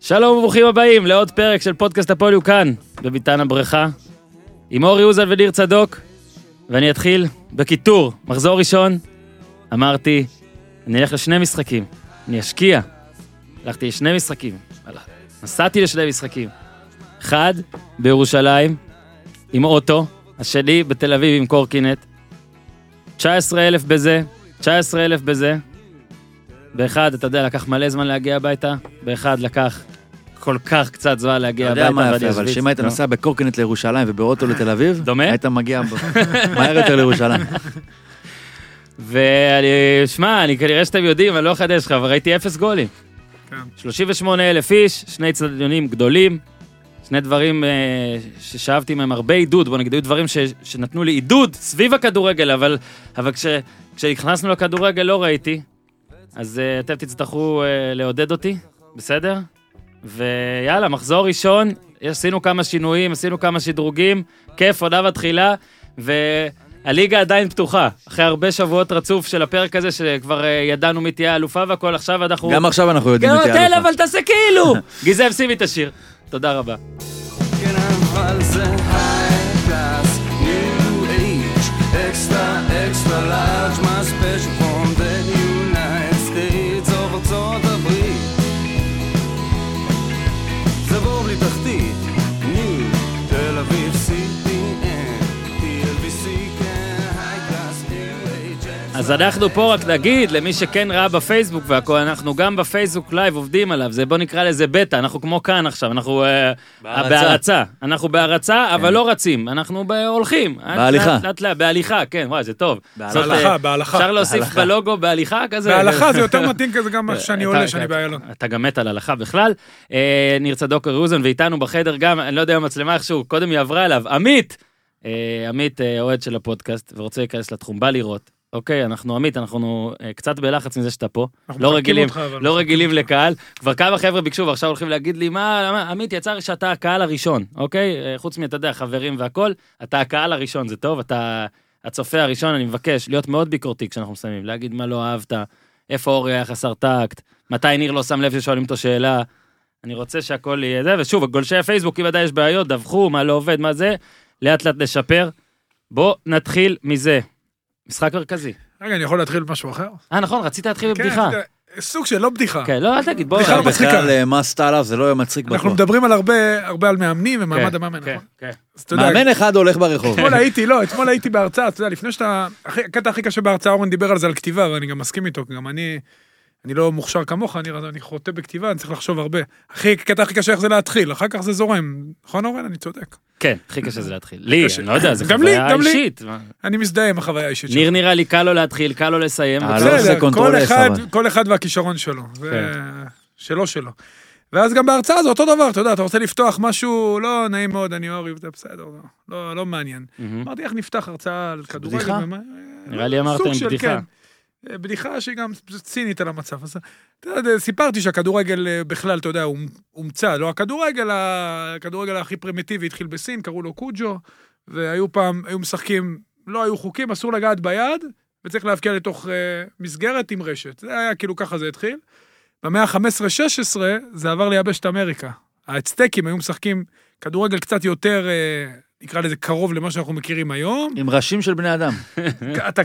שלום וברוכים הבאים לעוד פרק של פודקאסט הפוליו כאן, בביתן הבריכה, עם אורי אוזן וניר צדוק, ואני אתחיל בקיטור. מחזור ראשון, אמרתי, אני אלך לשני משחקים, אני אשקיע. הלכתי לשני משחקים, הלא, נסעתי לשני משחקים. אחד בירושלים, עם אוטו, השני בתל אביב עם קורקינט. 19,000 בזה, 19,000 בזה. באחד, אתה יודע, לקח מלא זמן להגיע הביתה, באחד לקח כל כך קצת זמן להגיע אתה הביתה. יודע מה ואני יפה, אבל אשוויץ. שאם היית נו. נוסע בקורקינט לירושלים ובאוטו לתל אביב, לא. דומה? היית מגיע ב- מהר יותר לירושלים. ואני, שמע, אני כנראה שאתם יודעים, אני לא אחדש לך, אבל ראיתי אפס גולים. כן. 38 אלף איש, שני אצטדיונים גדולים, שני דברים אה, ששאבתי מהם הרבה עידוד, בוא נגיד, היו דברים ש, שנתנו לי עידוד סביב הכדורגל, אבל, אבל כש, כשנכנסנו לכדורגל לא ראיתי, אז אה, אתם תצטרכו אה, לעודד אותי, בסדר? ויאללה, מחזור ראשון, עשינו כמה שינויים, עשינו כמה שדרוגים, כיף, עונה בתחילה, והליגה עדיין פתוחה. אחרי הרבה שבועות רצוף של הפרק הזה, שכבר אה, ידענו מי תהיה האלופה והכל, עכשיו אנחנו... גם עכשיו אנחנו יודעים גם מי תהיה תן, אלופה. אבל תעשה כאילו! גיזם, שימי את השיר. תודה רבה. Can I the כן, high class, new age, extra, extra large, my special from the United States of ארצות הברית. זה בור בלי תחתית, ניו, תל אביב, CDN, TLBC, כן, high class, new age, extra- אז אנחנו פה רק נגיד למי שכן ראה בפייסבוק והכל, אנחנו גם בפייסבוק לייב עובדים עליו, זה בוא נקרא לזה בטא, אנחנו כמו כאן עכשיו, אנחנו אה, בהרצה. בהרצה, אנחנו בהרצה, כן. אבל לא רצים, אנחנו ב- הולכים. לאט- בהליכה. לאט- לאט לאט, בהליכה, כן, וואי, זה טוב. בהליכה. זאת, אה, בהלכה, בהלכה. אפשר להוסיף בלוגו בהליכה כזה? אה, בהלכה זה יותר מתאים כזה גם כשאני אתה- עולה, אתה- שאני באיילון. אתה גם מת על הלכה בכלל. אה, ניר צדוק ראוזן ואיתנו בחדר גם, אני לא יודע אם המצלמה איכשהו, קודם היא עברה אליו, עמית! אה, עמית אה, אוהד של הפודקאסט ורוצה להיכנס לתחום, בא לראות. אוקיי, אנחנו עמית, אנחנו אה, קצת בלחץ מזה שאתה פה. אנחנו לא מחבקים רגילים, אותך, אבל לא מחבקים רגילים לקהל. כבר כמה חבר'ה ביקשו ועכשיו הולכים להגיד לי, מה, למה, עמית, יצא שאתה הקהל הראשון, אוקיי? אה, חוץ מאתה יודע, חברים והכל, אתה הקהל הראשון, זה טוב, אתה הצופה הראשון, אני מבקש להיות מאוד ביקורתי כשאנחנו מסיימים, להגיד מה לא אהבת, איפה אור היה חסר טקט, מתי ניר לא שם לב ששואלים אותו שאלה. אני רוצה שהכל יהיה זה, ושוב, גולשי הפייסבוק, אם עדיין יש בעיות, דווחו, מה לא עובד, מה זה, לאט לאט נשפר. בוא נתחיל מזה. משחק מרכזי. רגע, אני יכול להתחיל במשהו אחר? אה, נכון, רצית להתחיל כן, בבדיחה. זה סוג של לא בדיחה. כן, לא, אל תגיד, בוא... בדיחה לא רגע. מצחיקה. בכלל, אה, מה עשתה עליו זה לא יהיה מצחיק אנחנו בטוח. מדברים על הרבה, הרבה על מאמנים ומעמד המאמן, כן, נכון? כן. אז אתה יודע, מאמן אחד הולך ברחוב. אתמול הייתי, לא, אתמול הייתי בהרצאה, אתה יודע, לפני שאתה... הכי- הקטע הכי קשה בהרצאה, אורן דיבר על זה, על כתיבה, ואני גם מסכים איתו, כי גם אני... אני לא מוכשר כמוך, אני, אני חוטא בכתיבה, אני צריך לחשוב הרבה. הכי, הקטע הכי קשה איך זה להתחיל, אחר כך זה זורם. נכון, אורן? אני צודק. כן, הכי קשה זה להתחיל. לי, קשה. אני לא יודע, זו גם לי, חוויה גם לי. אישית. אני מזדהה עם החוויה האישית שלי. ניר נראה לי קל לו להתחיל, קל לו לסיים. אה, לא בסדר. עושה בסדר, כל קונטרולס, אחד, אבל. כל אחד והכישרון שלו. זה כן. שלו שלו. ואז גם בהרצאה זה אותו דבר, אתה יודע, אתה רוצה לפתוח משהו, לא נעים מאוד, אני אורי, זה בסדר, לא, לא, לא מעניין. מהמם. אמרתי, איך נפתח הרצאה על כדורגל? בדיחה? ומה- נראה לי אמרת סוג עם של, בדיחה. כן. בדיחה שהיא גם צינית על המצב הזה. אתה יודע, סיפרתי שהכדורגל אה, בכלל, אתה יודע, הום- הומצא, לא הכדורגל, ה- הכדורגל הכי פרימיטיבי התחיל בסין, קראו לו קוג'ו, והיו פעם, היו משחקים, לא היו חוקים, אסור לגעת ביד, וצריך להבקיע לתוך אה, מסגרת עם רשת. זה היה כאילו ככה זה התחיל. במאה ה-15-16 זה עבר ליבשת אמריקה. האצטקים היו משחקים כדורגל קצת יותר, אה, נקרא לזה קרוב למה שאנחנו מכירים היום. עם ראשים של בני אדם. כן. אתה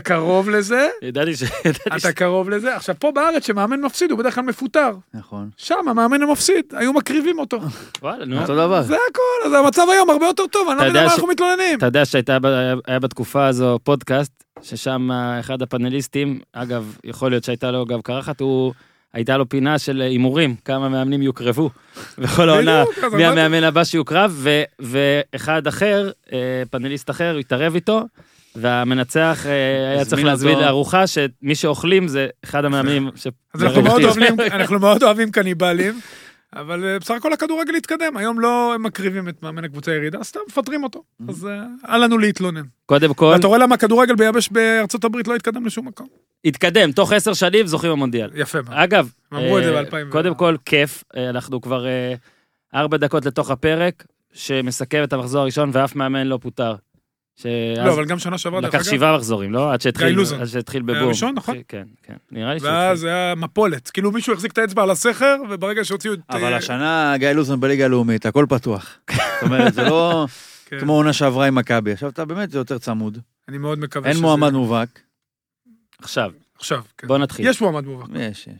קרוב לזה, ידעתי ש... ידעתי ש- אתה קרוב לזה. עכשיו, פה בארץ, שמאמן מפסיד, הוא בדרך כלל מפוטר. נכון. שם המאמן המפסיד, היו מקריבים אותו. וואלה, נו. אותו דבר. זה הכל, אז המצב היום הרבה יותר טוב, אני אתה לא יודע יודע מה ש- אנחנו מתלוננים. אתה יודע שהייתה ב- היה בתקופה הזו פודקאסט, ששם אחד הפאנליסטים, אגב, יכול להיות שהייתה לו גם קרחת, הוא... הייתה לו פינה של הימורים, כמה מאמנים יוקרבו בכל העונה, בדיוק, אז מי אמרתי- המאמן הבא שיוקרב, ו- ואחד אחר, אה, פאנליסט אחר, התערב איתו, והמנצח אה, היה הזמין צריך להזמין אותו. לארוחה, שמי שאוכלים זה אחד המאמנים ש... אז אנחנו מאוד אוהבים. אוהבים- אנחנו מאוד אוהבים קניבלים, אבל אה, בסך הכל הכדורגל התקדם. היום לא הם מקריבים את מאמן הקבוצה הירידה, סתם מפטרים אותו. Mm-hmm. אז אה, אל לנו להתלונן. קודם כל, ואתה רואה למה הכדורגל ביבש בארצות הברית לא התקדם לשום מקום. התקדם, תוך עשר שנים זוכים במונדיאל. יפה מאוד. אגב, הם אמרו את זה אה, ב-2000. קודם כל, כיף, אה, אנחנו כבר אה, ארבע דקות לתוך הפרק, שמסכם את המחזור הראשון ואף מאמן לא פוטר. לא, שאז אבל גם שנה שעברה, דרך לקח אגב. שבעה מחזורים, לא? עד גיא שהתחיל לוזון. עד שהתחיל היה בבום. הראשון, נכון? כן, כן. נראה לי ש... ואז זה היה מפולת. כאילו מישהו החזיק את האצבע על הסכר, וברגע שהוציאו את... אבל אה, השנה גיא לוזון בליגה הלאומית, הכל פתוח. זאת אומרת, זה לא כן. כמו עונה שעברה עם מכבי. עכשיו אתה באמת זה יותר צמוד, אני מאוד מקווה אין שזה- מועמד מובהק. עכשיו, עכשיו, כן. בוא נתחיל. יש מועמד מובהק. יש, יש.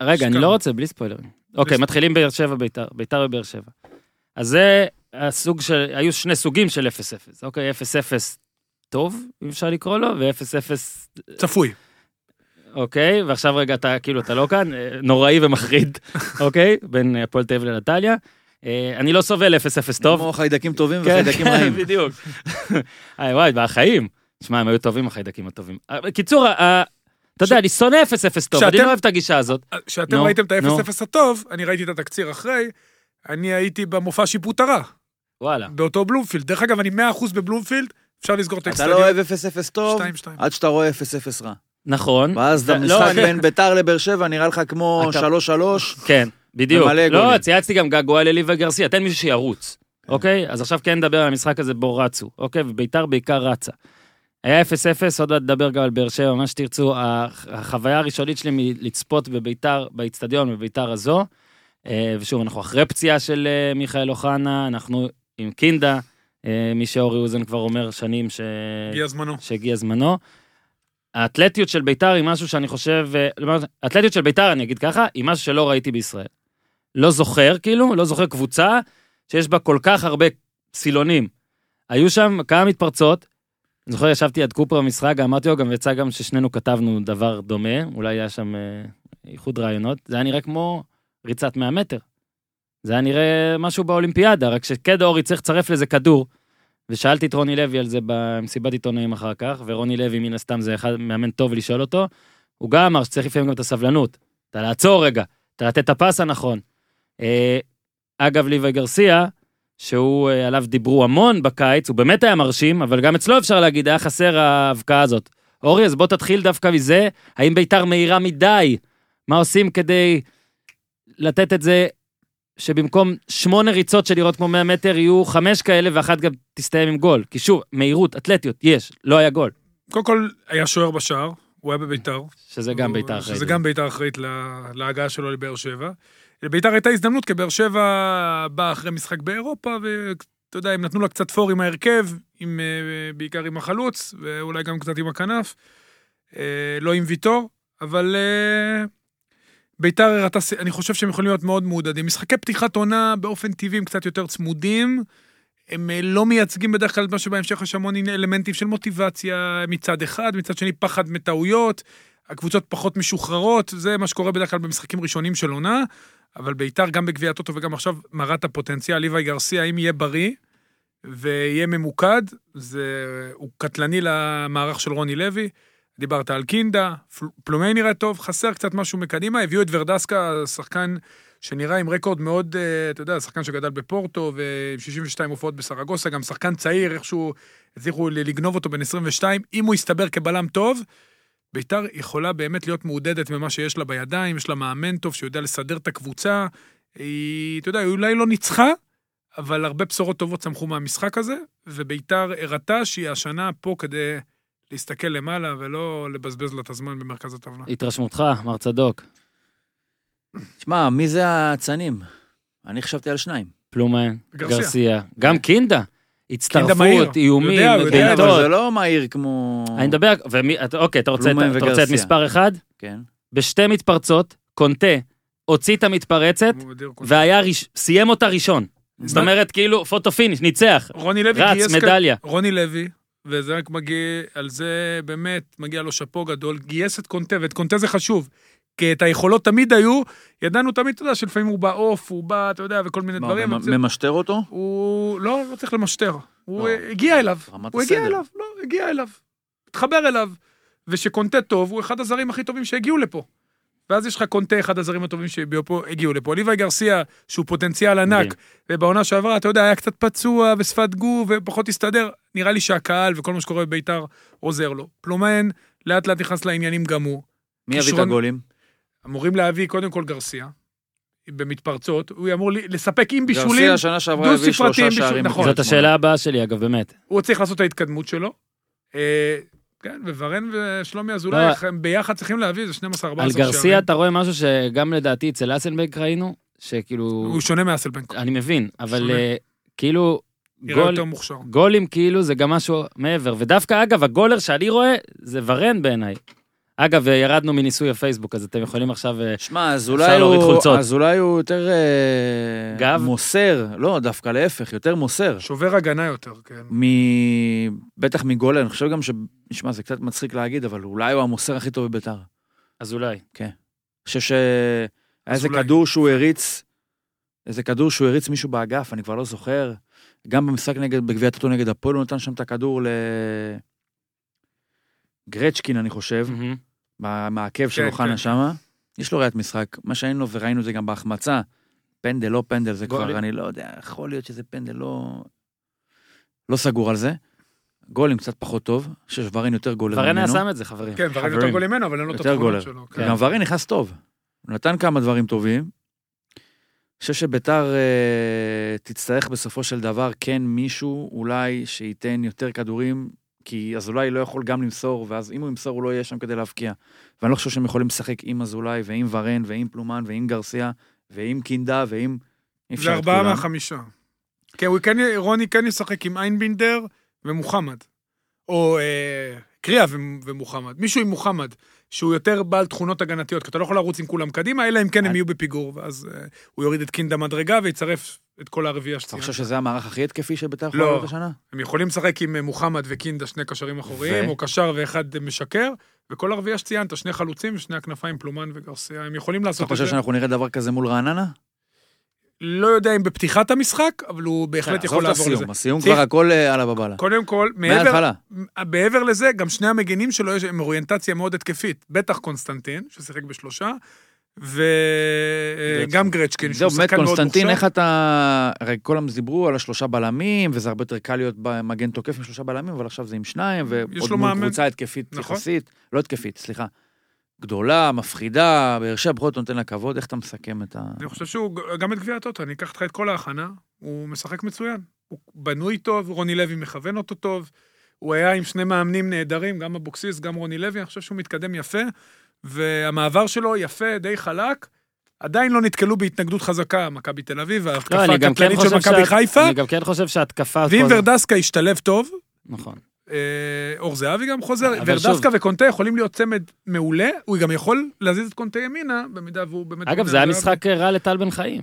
רגע, אני הסכמנו. לא רוצה, בלי ספוילרים. אוקיי, ספוילרים. מתחילים באר שבע, ביתר, ביתר ובאר שבע. אז זה הסוג של, היו שני סוגים של 0-0. אוקיי, 0-0 טוב, אם אפשר לקרוא לו, ו-0-0, צפוי. אוקיי, ועכשיו רגע אתה, כאילו, אתה לא כאן, אה, נוראי ומחריד, אוקיי? בין אה, הפועל תל אביב לנתניה. אה, אני לא סובל 0-0 טוב. כמו חיידקים טובים כן, וחיידקים כן, רעים. בדיוק. היי, וואי, והחיים. שמע, הם היו טובים, החיידקים הטובים. אה, בקיצור, ה- ה- אתה יודע, אני שונא 0-0 טוב, אני שאתם- לא אוהב את הגישה הזאת. כשאתם נו, אה, ראיתם את נו. ה-0-0 הטוב, אני ראיתי את התקציר אחרי, אני הייתי במופע שיפוט הרע, וואלה. באותו בלומפילד. דרך אגב, אני 100% בבלומפילד, אפשר לסגור את אתה האצטדיון. לא אוהב 0-0 טוב, 2-2. עד שאתה רואה 0-0 רע. נכון. ואז לא, המשחק אני- אוקיי. בין ביתר לבאר שבע נראה לך כמו אתה- 3-3. כן, בדיוק. ומלא לא, גולים. צייצתי גם געגועי לליבה גרסיה, תן מישהו שירוץ, אוקיי? אז עכשיו כן נדבר על המשחק הזה בו רצו, אוקיי? וביתר בעיקר רצה. היה 0-0, עוד מעט נדבר גם על באר שבע, מה שתרצו. הח- החוויה הראשונית שלי מלצפות בביתר, באיצטדיון, בביתר הזו. אה, ושוב, אנחנו אחרי פציעה של אה, מיכאל אוחנה, אנחנו עם קינדה, אה, מי שאורי אוזן כבר אומר שנים ש... הגיע זמנו. שהגיע זמנו. האתלטיות של ביתר היא משהו שאני חושב, אה, לא, האתלטיות של ביתר, אני אגיד ככה, היא משהו שלא ראיתי בישראל. לא זוכר, כאילו, לא זוכר קבוצה שיש בה כל כך הרבה סילונים. היו שם כמה מתפרצות, אני זוכר, ישבתי עד קופר במשחק, אמרתי לו, גם יצא גם ששנינו כתבנו דבר דומה, אולי היה שם אה, איחוד רעיונות, זה היה נראה כמו ריצת 100 מטר. זה היה נראה משהו באולימפיאדה, רק שקד אורי צריך לצרף לזה כדור, ושאלתי את רוני לוי על זה במסיבת עיתונאים אחר כך, ורוני לוי מן הסתם זה אחד מאמן טוב לשאול אותו, הוא גם אמר שצריך לפעמים גם את הסבלנות, אתה לעצור רגע, אתה לתת את הפס הנכון. אה, אגב, ליבי גרסיה, שהוא, אה, עליו דיברו המון בקיץ, הוא באמת היה מרשים, אבל גם אצלו אפשר להגיד, היה חסר ההבקעה הזאת. אורי, אז בוא תתחיל דווקא מזה, האם ביתר מהירה מדי? מה עושים כדי לתת את זה שבמקום שמונה ריצות של לראות כמו 100 מטר, יהיו חמש כאלה ואחת גם תסתיים עם גול. כי שוב, מהירות, אתלטיות, יש, לא היה גול. קודם כל, היה שוער בשער, הוא היה בביתר. שזה גם הוא- ביתר אחרי שזה גם ביתר אחראית לה- להגעה שלו לבאר שבע. לביתר הייתה הזדמנות, כי באר שבע באה אחרי משחק באירופה, ואתה יודע, הם נתנו לה קצת פור עם ההרכב, עם, אה, בעיקר עם החלוץ, ואולי גם קצת עם הכנף, אה, לא עם ויטור, אבל אה, ביתר הראתה, ס- אני חושב שהם יכולים להיות מאוד מעודדים. משחקי פתיחת עונה באופן טבעי הם קצת יותר צמודים. הם אה, לא מייצגים בדרך כלל את מה שבהמשך יש המון אלמנטים של מוטיבציה מצד אחד, מצד שני פחד מטעויות, הקבוצות פחות משוחררות, זה מה שקורה בדרך כלל במשחקים ראשונים של עונה, אבל ביתר גם בגביע הטוטו וגם עכשיו מראה את הפוטנציאל, ליוואי גרסיה, אם יהיה בריא ויהיה ממוקד, זה, הוא קטלני למערך של רוני לוי. דיברת על קינדה, פל- פלומי נראה טוב, חסר קצת משהו מקדימה, הביאו את ורדסקה, שחקן שנראה עם רקורד מאוד, אה, אתה יודע, שחקן שגדל בפורטו, ועם 62 הופעות בסרגוסה, גם שחקן צעיר, איכשהו הצליחו ל- לגנוב אותו בן 22, אם הוא יסתבר כבלם טוב, ביתר יכולה באמת להיות מעודדת ממה שיש לה בידיים, יש לה מאמן טוב שיודע לסדר את הקבוצה. היא, אתה יודע, היא אולי לא ניצחה, אבל הרבה בשורות טובות צמחו מהמשחק הזה, וביתר הראתה שהיא השנה פה כדי להסתכל למעלה ולא לבזבז לה את הזמן במרכז הטבלה. התרשמותך, מר צדוק, שמע, מי זה האצנים? אני חשבתי על שניים. פלומן, גרסיה. כן. גרסיה, גם קינדה, מהיר, הצטרפות, הוא איומים, יודע, הוא יודע, כן, אבל זה בעיטות. לא מהיר כמו... אני מדבר, ומי- אתה- אוקיי, אתה רוצה פלומן את- אתה רוצה את וגרסיה. מספר אחד? כן. בשתי מתפרצות, קונטה הוציא את המתפרצת, הוא אדיר כל- והיה, ראש- סיים אותה ראשון. זאת אומרת, כאילו, פוטו פיניש, ניצח, רוני לוי גייס... רץ, כאן- מדליה. רוני לוי, וזה רק מגיע, על זה באמת מגיע לו שאפו גדול, גייס את קונטה, ואת קונטה זה חשוב. כי את היכולות תמיד היו, ידענו תמיד, אתה יודע, שלפעמים הוא בעוף, הוא בא, אתה יודע, וכל מיני מה, דברים. ממ- אבל זה- ממשטר אותו? הוא לא, לא צריך למשטר. הוא לא. אה, הגיע אליו. רמת הוא הגיע הסדר. אליו, לא, הגיע אליו. התחבר אליו. ושקונטה טוב, הוא אחד הזרים הכי טובים שהגיעו לפה. ואז יש לך קונטה, אחד הזרים הטובים שהגיעו פה- הגיעו לפה. אוליבי גרסיה, שהוא פוטנציאל מדהים. ענק, ובעונה שעברה, אתה יודע, היה קצת פצוע ושפת גוף ופחות הסתדר. נראה לי שהקהל וכל מה שקורה בביתר עוזר לו. פלומן, לאט לאט נכנס לעניינים גם הוא. מי יביא את כישרון- הגולים? אמורים להביא קודם כל גרסיה. במתפרצות, הוא אמור ל- לספק עם בישולים, גרסיה שנה שעברה הביא דו-ספרתיים, שלושה בישול- שערים. נכון. זאת השאלה הבאה שלי, אגב, באמת. הוא צריך לעשות את ההתקדמות שלו. אה, כן, וורן ושלומי אזולאי, לא. הם ביחד צריכים להביא איזה 12-14 שערים. על אה? גרסיה אתה רואה משהו שגם לדעתי אצל אסלבנק ראינו, שכאילו, הוא שונה מאסלבנק, אני מבין, אבל שונה. אה, כאילו, נראה גול, יותר מוכשר. גולים כאילו זה גם משהו מעבר. ודווקא, אגב, הגולר שאני רואה, זה ורן בעיניי. אגב, אה, ירדנו מניסוי הפייסבוק, אז אתם יכולים עכשיו... אה, שמע, אפשר אזולאי להוריד חולצות. הוא, אזולאי הוא יותר אה, גב? מוסר, לא, דווקא להפך, יותר מוסר. שובר הגנה יותר, כן. מ... בטח מגולר, אני חושב גם ש... נשמע, זה קצת מצחיק להגיד, אבל אולי הוא המוסר הכי טוב בביתר. אני אז אולי. חושב ש... היה איזה אולי. כדור שהוא הריץ, איזה כדור שהוא הריץ מישהו באגף, אני כבר לא זוכר. גם במשחק נגד, בגביע הטוטו נגד הפועל, הוא נתן שם את הכדור ל... גרצ'קין, אני חושב. מהמם. מה- מהעקב של כן, אוחנה כן. שמה. יש לו ראיית משחק, מה שהיינו לו, וראינו את זה גם בהחמצה. פנדל, לא פנדל, זה גולים. כבר, אני לא יודע, יכול להיות שזה פנדל, לא... לא סגור על זה. גולים קצת פחות טוב, אני חושב שוורן יותר גולר ורן היה ממנו. שם את זה, חברים. כן, ורן יותר חברים. גול ממנו, אבל אין לו את יותר גולר. התכונות שלו. כן. גם ורן נכנס טוב. הוא נתן כמה דברים טובים. אני חושב שביתר אה, תצטרך בסופו של דבר כן מישהו אולי שייתן יותר כדורים, כי אזולאי לא יכול גם למסור, ואז אם הוא ימסור הוא לא יהיה שם כדי להבקיע. ואני לא חושב שהם יכולים לשחק עם אזולאי ועם ורן ועם פלומן ועם גרסיה ועם קינדה ועם... אי אפשר זה את ארבעה כולם. מהחמישה. כן, הוא כן, רוני כן ישחק עם איינבינדר ומוחמד. או אה, קריאה ו- ומוחמד. מישהו עם מוחמד, שהוא יותר בעל תכונות הגנתיות, כי אתה לא יכול לרוץ עם כולם קדימה, אלא אם כן הם אני- יהיו בפיגור, ואז אה, הוא יוריד את קינדה מדרגה ויצרף את כל הרביעייה אתה שציינת. חושב שזה המערך הכי התקפי שביתר יכולה לא. להיות השנה? הם יכולים לשחק עם אה, מוחמד וקינדה, שני קשרים אחוריים, ו- או קשר ואחד אה, משקר, וכל הרביעייה שציינת, שני חלוצים ושני הכנפיים, פלומן וגרסיה, הם יכולים אתה לעשות את חושב זה. שאנחנו נראה דבר כזה מול רעננה? לא יודע אם בפתיחת המשחק, אבל הוא בהחלט כן, יכול עזוב את לעבור לזה. הסיום, הסיום צריך- כבר הכל אה, עלה בבאללה. קודם כל, מעבר, מההתחלה. מעבר לזה, גם שני המגנים שלו יש הם אוריינטציה מאוד התקפית. בטח קונסטנטין, ששיחק בשלושה, וגם גרצ'קין, זהו, כן, שהוא באמת, שחקן מאוד מוכשר. קונסטנטין, איך אתה... הרי כולם דיברו על השלושה בלמים, וזה הרבה יותר קל להיות מגן תוקף עם שלושה בלמים, אבל עכשיו זה עם שניים, יש ועוד לו מול מאמן. קבוצה התקפית נכון. יחסית, לא התקפית, סליחה. גדולה, מפחידה, באר שבע בכל זאת נותן לה כבוד, איך אתה מסכם את ה... אני חושב שהוא, גם את גביע הטוטו, אני אקח איתך את כל ההכנה, הוא משחק מצוין. הוא בנוי טוב, רוני לוי מכוון אותו טוב, הוא היה עם שני מאמנים נהדרים, גם אבוקסיס, גם רוני לוי, אני חושב שהוא מתקדם יפה, והמעבר שלו יפה, די חלק. עדיין לא נתקלו בהתנגדות חזקה, מכבי תל אביב, לא, וההתקפה אני גם כן הקטלנית של חושב מכבי שה- חיפה, אני גם כן חושב שההתקפה... ואם פה- ורדסקה ישתלב טוב, נכון. אה, אור זהבי גם חוזר, אבל ורדסקה וקונטה יכולים להיות צמד מעולה, הוא גם יכול להזיז את קונטה ימינה, במידה והוא באמת... אגב, עומד זה היה עליו. משחק רע לטל בן חיים.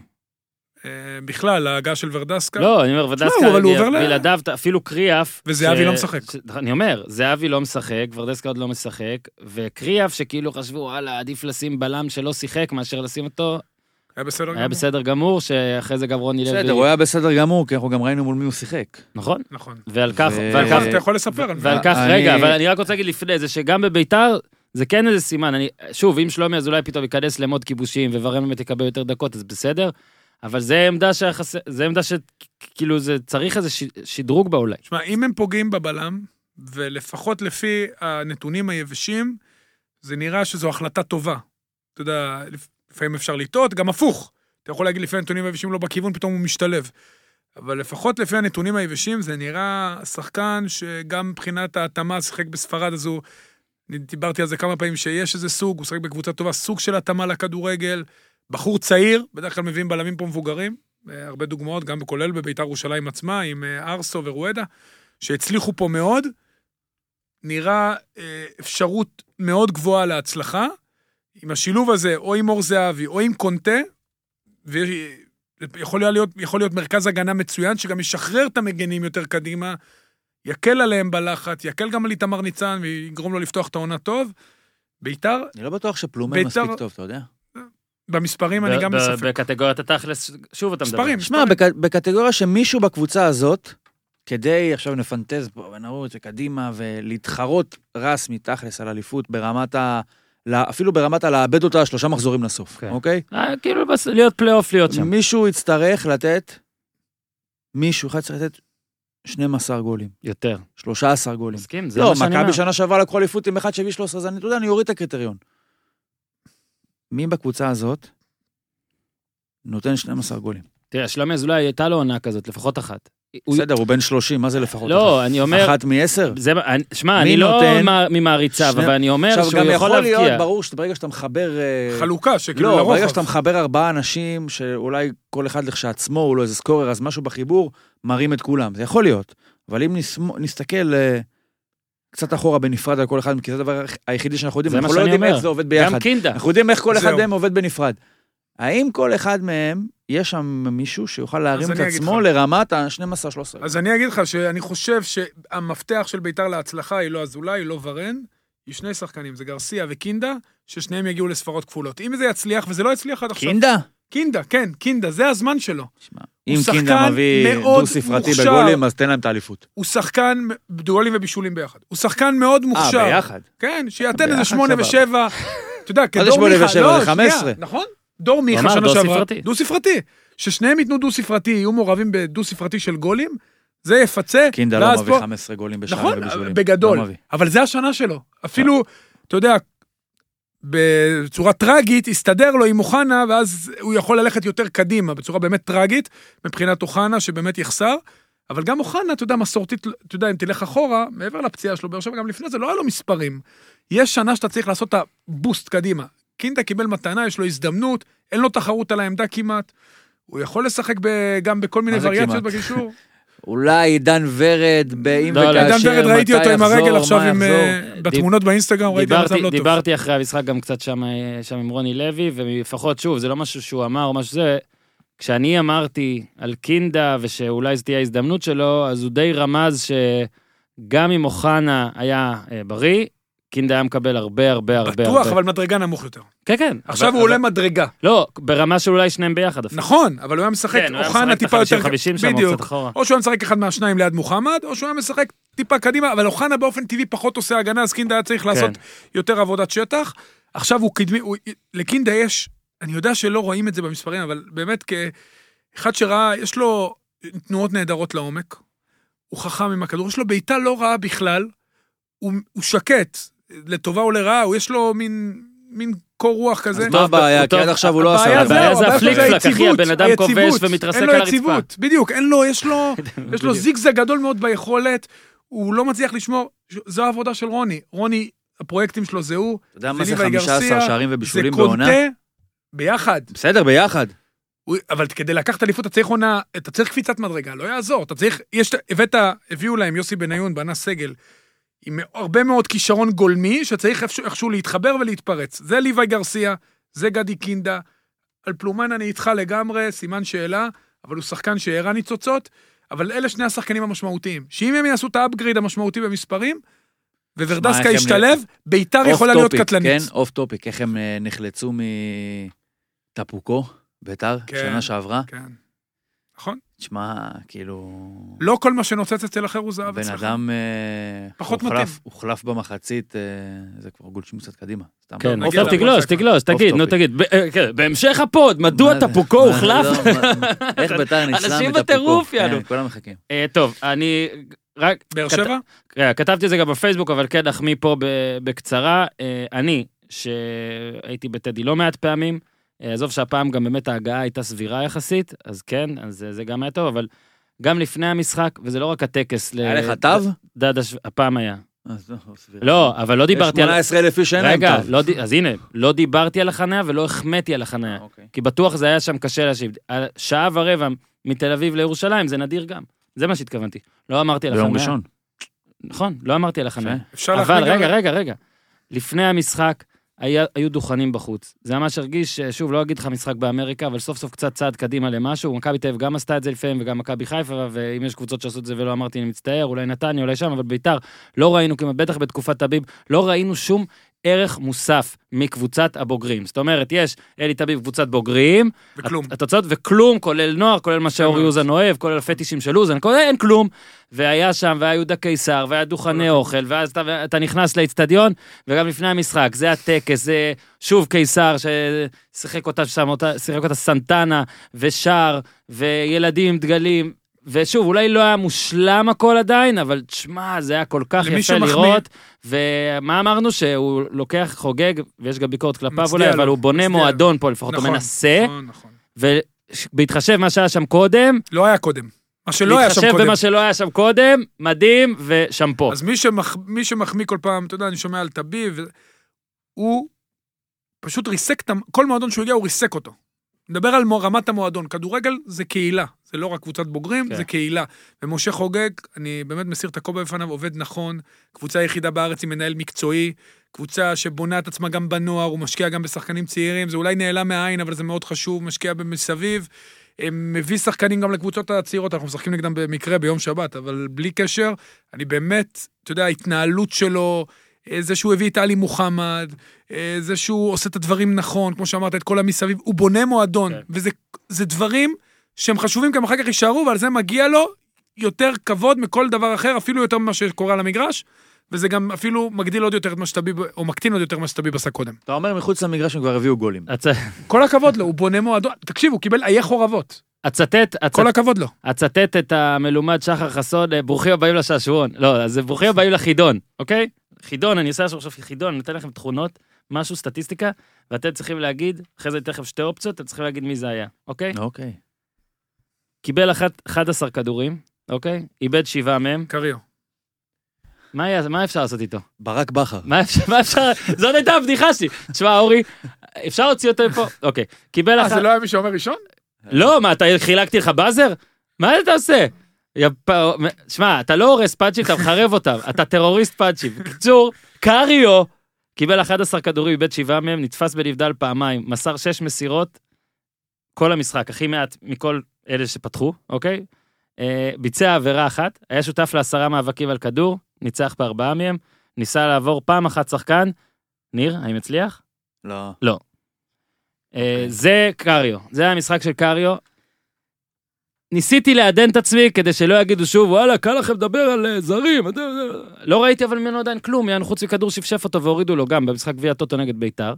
אה, בכלל, ההגעה של ורדסקה. לא, אני אומר, ודסקה, כן. אבל הוא עובר ל- בלעדיו, אתה- אפילו קריאף... וזהבי ש- לא משחק. ש- אני אומר, זהבי לא משחק, ורדסקה עוד לא משחק, וקריאף, שכאילו חשבו, וואלה, עדיף לשים בלם שלא שיחק מאשר לשים אותו, היה בסדר היה לא גמור. בסדר גמור, שאחרי זה גם רוני לוי... בסדר, הוא היה בסדר גמור, כי אנחנו גם ראינו מול מי הוא שיחק. נכון, נכון. ועל כך, ו- ועל כך, אתה יכול לספר על ועל זה. כך, אני- רגע, אבל אני רק רוצה להגיד לפני זה, שגם בביתר, זה כן איזה סימן, אני, שוב, אם שלומי אזולאי פתאום ייכנס למוד כיבושים, וורן באמת יקבל יותר דקות, אז בסדר, אבל זה עמדה שהחס... זה עמדה שכאילו, זה צריך איזה ש- שדרוג בה אולי. תשמע, אם הם פוגעים בבלם, ולפחות לפי הנתונים היבשים, זה נראה שזו החלטה טובה. אתה יודע, לפ- לפעמים אפשר לטעות, גם הפוך. אתה יכול להגיד לפי הנתונים היבשים לא בכיוון, פתאום הוא משתלב. אבל לפחות לפי הנתונים היבשים, זה נראה שחקן שגם מבחינת ההתאמה שיחק בספרד, אז הוא... אני דיברתי על זה כמה פעמים, שיש איזה סוג, הוא שיחק בקבוצה טובה, סוג של התאמה לכדורגל. בחור צעיר, בדרך כלל מביאים בלמים פה מבוגרים, אה, הרבה דוגמאות, גם כולל בביתר ירושלים עצמה, עם אה, ארסו ורואדה, שהצליחו פה מאוד. נראה אה, אפשרות מאוד גבוהה להצלחה. עם השילוב הזה, או עם אור זהבי, או עם קונטה, ויכול להיות, יכול להיות מרכז הגנה מצוין, שגם ישחרר את המגנים יותר קדימה, יקל עליהם בלחץ, יקל גם על איתמר ניצן, ויגרום לו לפתוח את העונה טוב. ביתר, אני לא בטוח שפלומן ביתר- מספיק טוב, אתה יודע. במספרים אני ב- גם ב- בספק. בקטגוריית התכלס, שוב אתה מדבר. מספרים, שמע, בק- בקטגוריה שמישהו בקבוצה הזאת, כדי עכשיו נפנטז פה ונרוץ וקדימה ולהתחרות רסמי תכלס על אליפות ברמת ה... לה- אפילו ברמת הלאבד אותה שלושה מחזורים לסוף, כן. אוקיי? אה, כאילו בס- להיות פלייאוף, להיות שם. מישהו יצטרך לתת, מישהו אחד צריך לתת 12 גולים, יותר. 13 גולים. מסכים, זה לא, מה שאני אומר. מכבי שנה שעברה לקחו אליפות עם אחד שהביא 13, אז אני, אתה יודע, אני אוריד את הקריטריון. מי בקבוצה הזאת נותן 12 גולים. תראה, שלומי אזולאי הייתה לו עונה כזאת, לפחות אחת. הוא- בסדר, הוא בן 30, מה זה לפחות? לא, אחת? אני אומר, אחת מעשר? זה- אני- שמע, מי אני לא נותן? מע- ממעריציו, שני- אבל אני אומר עכשיו, שהוא גם יכול יכול להיות, להבקיע. ברור שברגע שאתה מחבר... אה, חלוקה, שכאילו לא, ברגע כאילו, לרוחב. שאתה מחבר ארבעה אנשים, שאולי כל אחד לכשעצמו הוא לא איזה סקורר, אז משהו בחיבור מרים את כולם. זה יכול להיות. אבל אם נס- נסתכל אה, קצת אחורה בנפרד על כל אחד, כי זה הדבר היחידי שאנחנו יודעים, זה מה אנחנו לא שאני יודעים אומר. איך זה עובד ביחד. גם קינדה. אנחנו יודעים איך כל אחד זהו. מהם עובד בנפרד. האם כל אחד מהם, יש שם מישהו שיוכל להרים את אני אגיד עצמו לך. לרמת ה-12-13? אז אני אגיד לך שאני חושב שהמפתח של ביתר להצלחה היא לא אזולאי, היא לא ורן, היא שני שחקנים, זה גרסיה וקינדה, ששניהם יגיעו לספרות כפולות. אם זה יצליח, וזה לא יצליח עד עכשיו. קינדה? קינדה, כן, קינדה, זה הזמן שלו. שמע, אם שחקן קינדה מביא מאוד דו-ספרתי מוכשר. בגולים, אז תן להם את האליפות. הוא שחקן, דואלים ובישולים ביחד. הוא שחקן מאוד מוכשר. אה, ביחד. כן, שיתן איזה ביחד, שמונה סבבה. ושבע. אתה יודע, כדור שמונה מיכה, ושבע? לא, זה שנייה, 15. נכון? דור מיכה אמר שנה דו שעברה. ספרתי. דו ספרתי. ששניהם ייתנו דו ספרתי, יהיו מעורבים בדו ספרתי של גולים, זה יפצה. קינדה ואז לא מביא פה- 15 גולים בשנה נכון, ובשבולים. בגדול. לא מביא. אבל זה השנה שלו. אפילו, אתה יודע, בצורה טרגית, הסתדר לו עם אוחנה, ואז הוא יכול ללכת יותר קדימה, בצורה באמת טרגית, מבחינת אוחנה, שבאמת יחסר. אבל גם אוחנה, אתה יודע, מסורתית, אתה יודע, אם תלך אחורה, מעבר לפציעה שלו, באר שבע גם לפני זה, לא היה לו מספרים. יש שנה שאתה צריך לעשות את הבוסט קדימה. קינדה קיבל מתנה, יש לו הזדמנות, אין לו תחרות על העמדה כמעט. הוא יכול לשחק ב- גם בכל מיני מה זה וריאציות כמעט? בקישור. אולי עידן ורד, באם לא, לא, וכאשר, עידן מתי ורד יחזור, ראיתי אותו עם הרגל מה עכשיו עם, יחזור. אה, בתמונות באינסטגרם, ראיתי דיברתי- מצב לא טוב. דיברתי אחרי המשחק גם קצת שם אה, שם עם רוני לוי, ולפחות, שוב, זה לא משהו שהוא אמר או משהו זה, כשאני אמרתי על קינדה ושאולי זו תהיה ההזדמנות שלו, אז הוא די רמז שגם אם אוחנה היה אה, בריא, קינדה היה מקבל הרבה הרבה הרבה. בטוח, הרבה. אבל מדרגה נמוך יותר. כן, כן. עכשיו אבל- הוא עולה אבל- מדרגה. לא, ברמה של אולי שניהם ביחד אפילו. נכון, אבל הוא היה משחק, כן, הוא היה אוחנה משחק את טיפה יותר... ה- 50-50 שם, הוא בדיוק. קצת אחורה. או שהוא היה משחק אחד מהשניים ליד מוחמד, או שהוא היה משחק טיפה קדימה, אבל אוחנה באופן טבעי פחות עושה הגנה, אז קינדה היה צריך לעשות יותר עבודת שטח. עכשיו הוא קדמי, הוא- לקינדה יש, אני יודע שלא רואים את זה במספרים, אבל באמת כאחד שראה, יש לו תנועות נהדרות לעומק, הוא חכם עם הכדור, יש לו בעיטה לא רעה בכלל, הוא, הוא שקט, לטובה או לרעה, הוא יש לו מין, מין קור רוח כזה. מה הבעיה? כי טוב, עד עכשיו הוא לא עשה... הבעיה את זה. זה זהו, הבעיה הפליק שלו פלאק, אחי, היציבות, הבן אדם כובש היציבות. ומתרסק אין לו על הרצפה. יציבות, בדיוק, אין לו, יש לו, יש לו בדיוק. זיגזג גדול מאוד ביכולת, הוא לא מצליח לשמור, זו העבודה של רוני. רוני, הפרויקטים שלו זה הוא, אתה יודע מה זה וליוואי 15 גרסיה, שערים זה ובישולים בעונה? קונטה ביחד. בסדר, ביחד. הוא- אבל כדי לקחת אליפות אתה צריך עונה, אתה צריך קפיצת מדרגה, לא יעזור, אתה צריך, יש, הבאת, הביאו להם יוסי בניון, בנה סגל, עם הרבה מאוד כישרון גולמי, שצריך איפשהו- איכשהו להתחבר ולהתפרץ. זה ליוואי גרסיה, זה גדי קינדה, על פלומן אני איתך לגמרי, סימן שאלה, אבל הוא שחקן שהראה ניצוצות, אבל אלה שני השחקנים המשמעותיים, שאם הם יעשו את האפגריד המשמעותי במספרים, שמע, איך וורדסקה הם ישתלב, ביתר אוף יכולה להיות טופיק, קטלנית. כן, אוף טופיק, איך הם אה, נחלצו מטפוקו, ביתר, כן. שנה שעברה. כן. נכון? תשמע, כאילו... לא כל מה שנוצץ אצל אחר הוא זהב בן אצלך. אדם... אה, פחות הוחלף- מתאים. הוחלף במחצית, אה, זה כבר גולשים קצת קדימה. סתם כן, לא- עופר נגיע לזה. תגלוש, תגלוש, תגיד, נו טופיק. תגיד. ב- אה, כן, בהמשך הפוד, מדוע מה זה? טפוקו מה- הוחלף? לא, מה- איך ביתר ניצלה מטפוקו? אנשים בטירוף, כן, יענו. כולם מחכים. אה, טוב, אני רק... באר כת- שבע? רגע, אה, כתבתי את זה גם בפייסבוק, אבל כן נחמיא פה ב- בקצרה. אה, אני, שהייתי בטדי לא מעט פעמים, אה, עזוב שהפעם גם באמת ההגעה הייתה סבירה יחסית, אז כן, אז זה- זה גם היה טוב, אבל גם לפני המשחק, וזה לא רק הטקס ל... היה לך תו? דדה, ש- הפעם היה. אז לא, סביר. אה, לא, אבל לא דיברתי יש על... 18 אלף איש שאין להם תו. רגע, לא ד- אז הנה, לא דיברתי על החניה ולא החמאתי על החניה. אוקיי. כי בטוח זה היה שם קשה להשיב. על שעה ורבע מתל אביב לירושלים זה נדיר גם. זה מה שהתכוונתי. לא אמרתי על החניה. ביום ראשון. נכון, לא אמרתי על החניה. יפה. אפשר אבל להחמיא גם רגע, רגע, רגע. לפני המשחק היה, היו דוכנים בחוץ. זה ממש הרגיש, אה, שוב, לא אגיד לך משחק באמריקה, אבל סוף סוף קצת צעד קדימה למשהו. מכבי תל אביב גם עשתה את זה לפעמים, וגם מכבי חיפה, ואם יש קבוצות שעשו את זה ולא אמרתי, אני מצטער, אולי נתניה, אולי שם, אבל ביתר, לא ראינו כמעט, בטח בתקופת הביב, לא ראינו שום ערך מוסף מקבוצת הבוגרים. זאת אומרת, יש אלי תביב קבוצת בוגרים, וכלום. הת- התוצאות וכלום, כולל נוער, כולל מה שאורי מאוד. אוזן אוהב, כולל הפטישים של אוזן, כולל אין כלום. והיה שם, והיה יהודה קיסר, והיה נכון. דוכני אוכל, ואז אתה, אתה נכנס לאצטדיון, וגם לפני המשחק, זה הטקס, זה שוב קיסר ששיחק אותה, שם אותה, שיחק אותה סנטנה, ושר, וילדים עם דגלים. ושוב, אולי לא היה מושלם הכל עדיין, אבל תשמע, זה היה כל כך למי יפה שמחמיא. לראות. ומה אמרנו? שהוא לוקח, חוגג, ויש גם ביקורת כלפיו מצדיע אולי, לו, אבל הוא בונה מצדיע לו. מועדון פה לפחות, הוא נכון, מנסה. נכון, נכון. ו- ש- בהתחשב מה שהיה שם קודם, לא היה קודם. מה שלא היה שם להתחשב קודם. במה שלא היה שם קודם, מדהים ושמפו. אז מי, שמח, מי שמחמיא כל פעם, אתה יודע, אני שומע על טבי, ו... הוא פשוט ריסק, את המ- כל מועדון שהוא הגיע, הוא ריסק אותו. נדבר על מו- רמת המועדון. כדורגל זה קהילה, זה לא רק קבוצת בוגרים, כן. זה קהילה. ומשה חוגג, אני באמת מסיר את הכובע בפניו, עובד נכון, קבוצה היחידה בארץ עם מנהל מקצועי, קבוצה שבונה את עצמה גם בנוער, הוא משקיע גם בשחקנים צעירים, זה אולי נעלם מהעין, אבל זה מאוד חשוב, משקיע במסביב. הם מביא שחקנים גם לקבוצות הצעירות, אנחנו משחקים נגדם במקרה ביום שבת, אבל בלי קשר, אני באמת, אתה יודע, ההתנהלות שלו, אה, זה שהוא הביא את עלי מוחמד, אה, זה שהוא עושה את הדברים נכון, כמו שאמרת, את כל המסביב, הוא בונה מועדון, כן. וזה זה דברים שהם חשובים, כי הם אחר כך יישארו, ועל זה מגיע לו יותר כבוד מכל דבר אחר, אפילו יותר ממה שקורה על המגרש, וזה גם אפילו מגדיל עוד יותר את מה שטביב, או מקטין עוד יותר מה שטביב עשה קודם. אתה אומר, מחוץ למגרש הם כבר הביאו גולים. הצ- כל הכבוד לו, הוא בונה מועדון, תקשיב, הוא קיבל עיי חורבות, אצטט, אצ- כל הכבוד לו. אצטט את המלומד שחר חסון, אה, ברוכים הבאים לשעשועון. לא, אז זה ברוכים הבאים לחידון, אוקיי? חידון, אני עושה עכשיו חידון, אני נותן לכם תכונות, משהו, סטטיסטיקה, ואתם צריכים להגיד, אחרי זה תכף שתי אופציות, אתם צריכים להגיד מי זה היה, לא. אוקיי? אוקיי. קיבל אחת- 11 כדורים, אוקיי? איבד שבעה מהם. קריו. מה היה- מה אפשר לעשות איתו? ברק בכר. מה אפשר, מה אפשר, זאת הייתה הבדיחה שלי. תשמע, אורי, אפשר להוציא אותו מפה? אוקיי. קיבל אה, אחת... זה לא היה מי שאומר ראשון? לא, מה, אתה חילקתי לך באזר? מה אתה עושה? יא פ- שמע, אתה לא הורס פאצ'ים, אתה מחרב אותם. אתה טרוריסט פאצ'ים. בקיצור, קריו קיבל 11 כדורים, איבד שבעה מהם, נתפס בנבדל פעמיים, מסר 6 מסירות, כל המשחק, הכי מעט מכל אלה שפתחו, אוקיי? אה, ביצע עבירה אחת, היה שותף לעשרה מאבקים על כדור, ניצח בארבעה מהם, ניסה לעבור פעם אחת שחקן. ניר, האם הצליח? לא. אה, זה קריו, זה היה המשחק של קריו. ניסיתי לעדן את עצמי כדי שלא יגידו שוב, וואלה, קל לכם לדבר על אה, זרים. אתה- לא ראיתי אבל ממנו עדיין כלום, יענו חוץ מכדור שפשף אותו והורידו לו גם במשחק גביע טוטו נגד ביתר.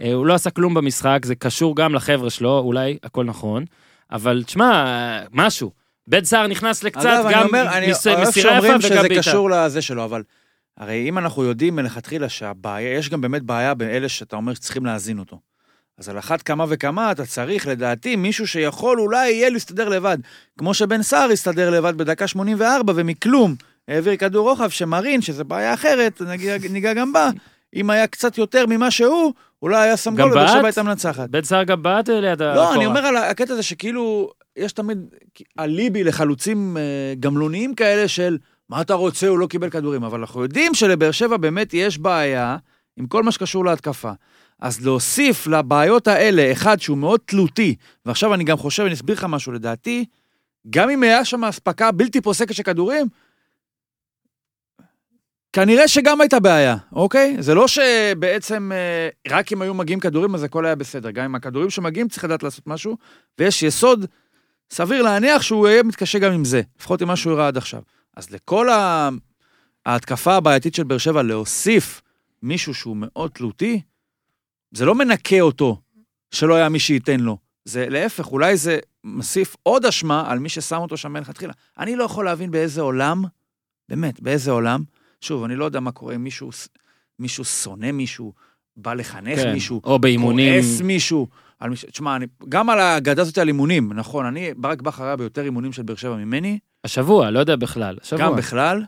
אה, הוא לא עשה כלום במשחק, זה קשור גם לחבר'ה שלו, אולי הכל נכון, אבל תשמע, אה, משהו. בן סער נכנס לקצת, אגב, אני גם אומר, אני מס- אוהב מסירה יפה שאומרים וגם שזה בעיטה. קשור לזה שלו, אבל הרי אם אנחנו יודעים מלכתחילה שהבעיה, יש גם באמת בעיה באלה שאתה אומר שצריכים להזין אותו. אז על אחת כמה וכמה אתה צריך, לדעתי, מישהו שיכול אולי יהיה להסתדר לבד. כמו שבן סער הסתדר לבד בדקה 84 ומכלום העביר כדור רוחב, שמרין, שזה בעיה אחרת, נגיע- ניגע גם בה, אם היה קצת יותר ממה שהוא, אולי היה שם גם גול ובאר בעט? שבע הייתה מנצחת. בן סער גם בעט ליד לא, אני אומר על הקטע הזה שכאילו, יש תמיד אליבי לחלוצים אה, גמלוניים כאלה של מה אתה רוצה, הוא לא קיבל כדורים. אבל אנחנו יודעים שלבאר שבע באמת יש בעיה עם כל מה שקשור להתקפה. אז להוסיף לבעיות האלה, אחד שהוא מאוד תלותי, ועכשיו אני גם חושב, אני אסביר לך משהו, לדעתי, גם אם היה שם אספקה בלתי פוסקת של כדורים, כנראה שגם הייתה בעיה, אוקיי? זה לא שבעצם אה, רק אם היו מגיעים כדורים אז הכל היה בסדר. גם עם הכדורים שמגיעים צריך לדעת לעשות משהו, ויש יסוד סביר להניח שהוא יהיה מתקשה גם עם זה, לפחות עם מה שהוא הראה עד עכשיו. אז לכל ה... ההתקפה הבעייתית של באר שבע להוסיף מישהו שהוא מאוד תלותי, זה לא מנקה אותו שלא היה מי שייתן לו. זה להפך, אולי זה מוסיף עוד אשמה על מי ששם אותו שם מלכתחילה. אני לא יכול להבין באיזה עולם, באמת, באיזה עולם, שוב, אני לא יודע מה קורה אם מישהו, מישהו שונא מישהו, בא לחנך כן, מישהו, או באימונים. כועס מישהו. על מישהו, תשמע, אני, גם על האגדה הזאת על אימונים, נכון, אני, ברק בכר היה ביותר אימונים של באר שבע ממני, השבוע, לא יודע בכלל. השבוע. גם בכלל.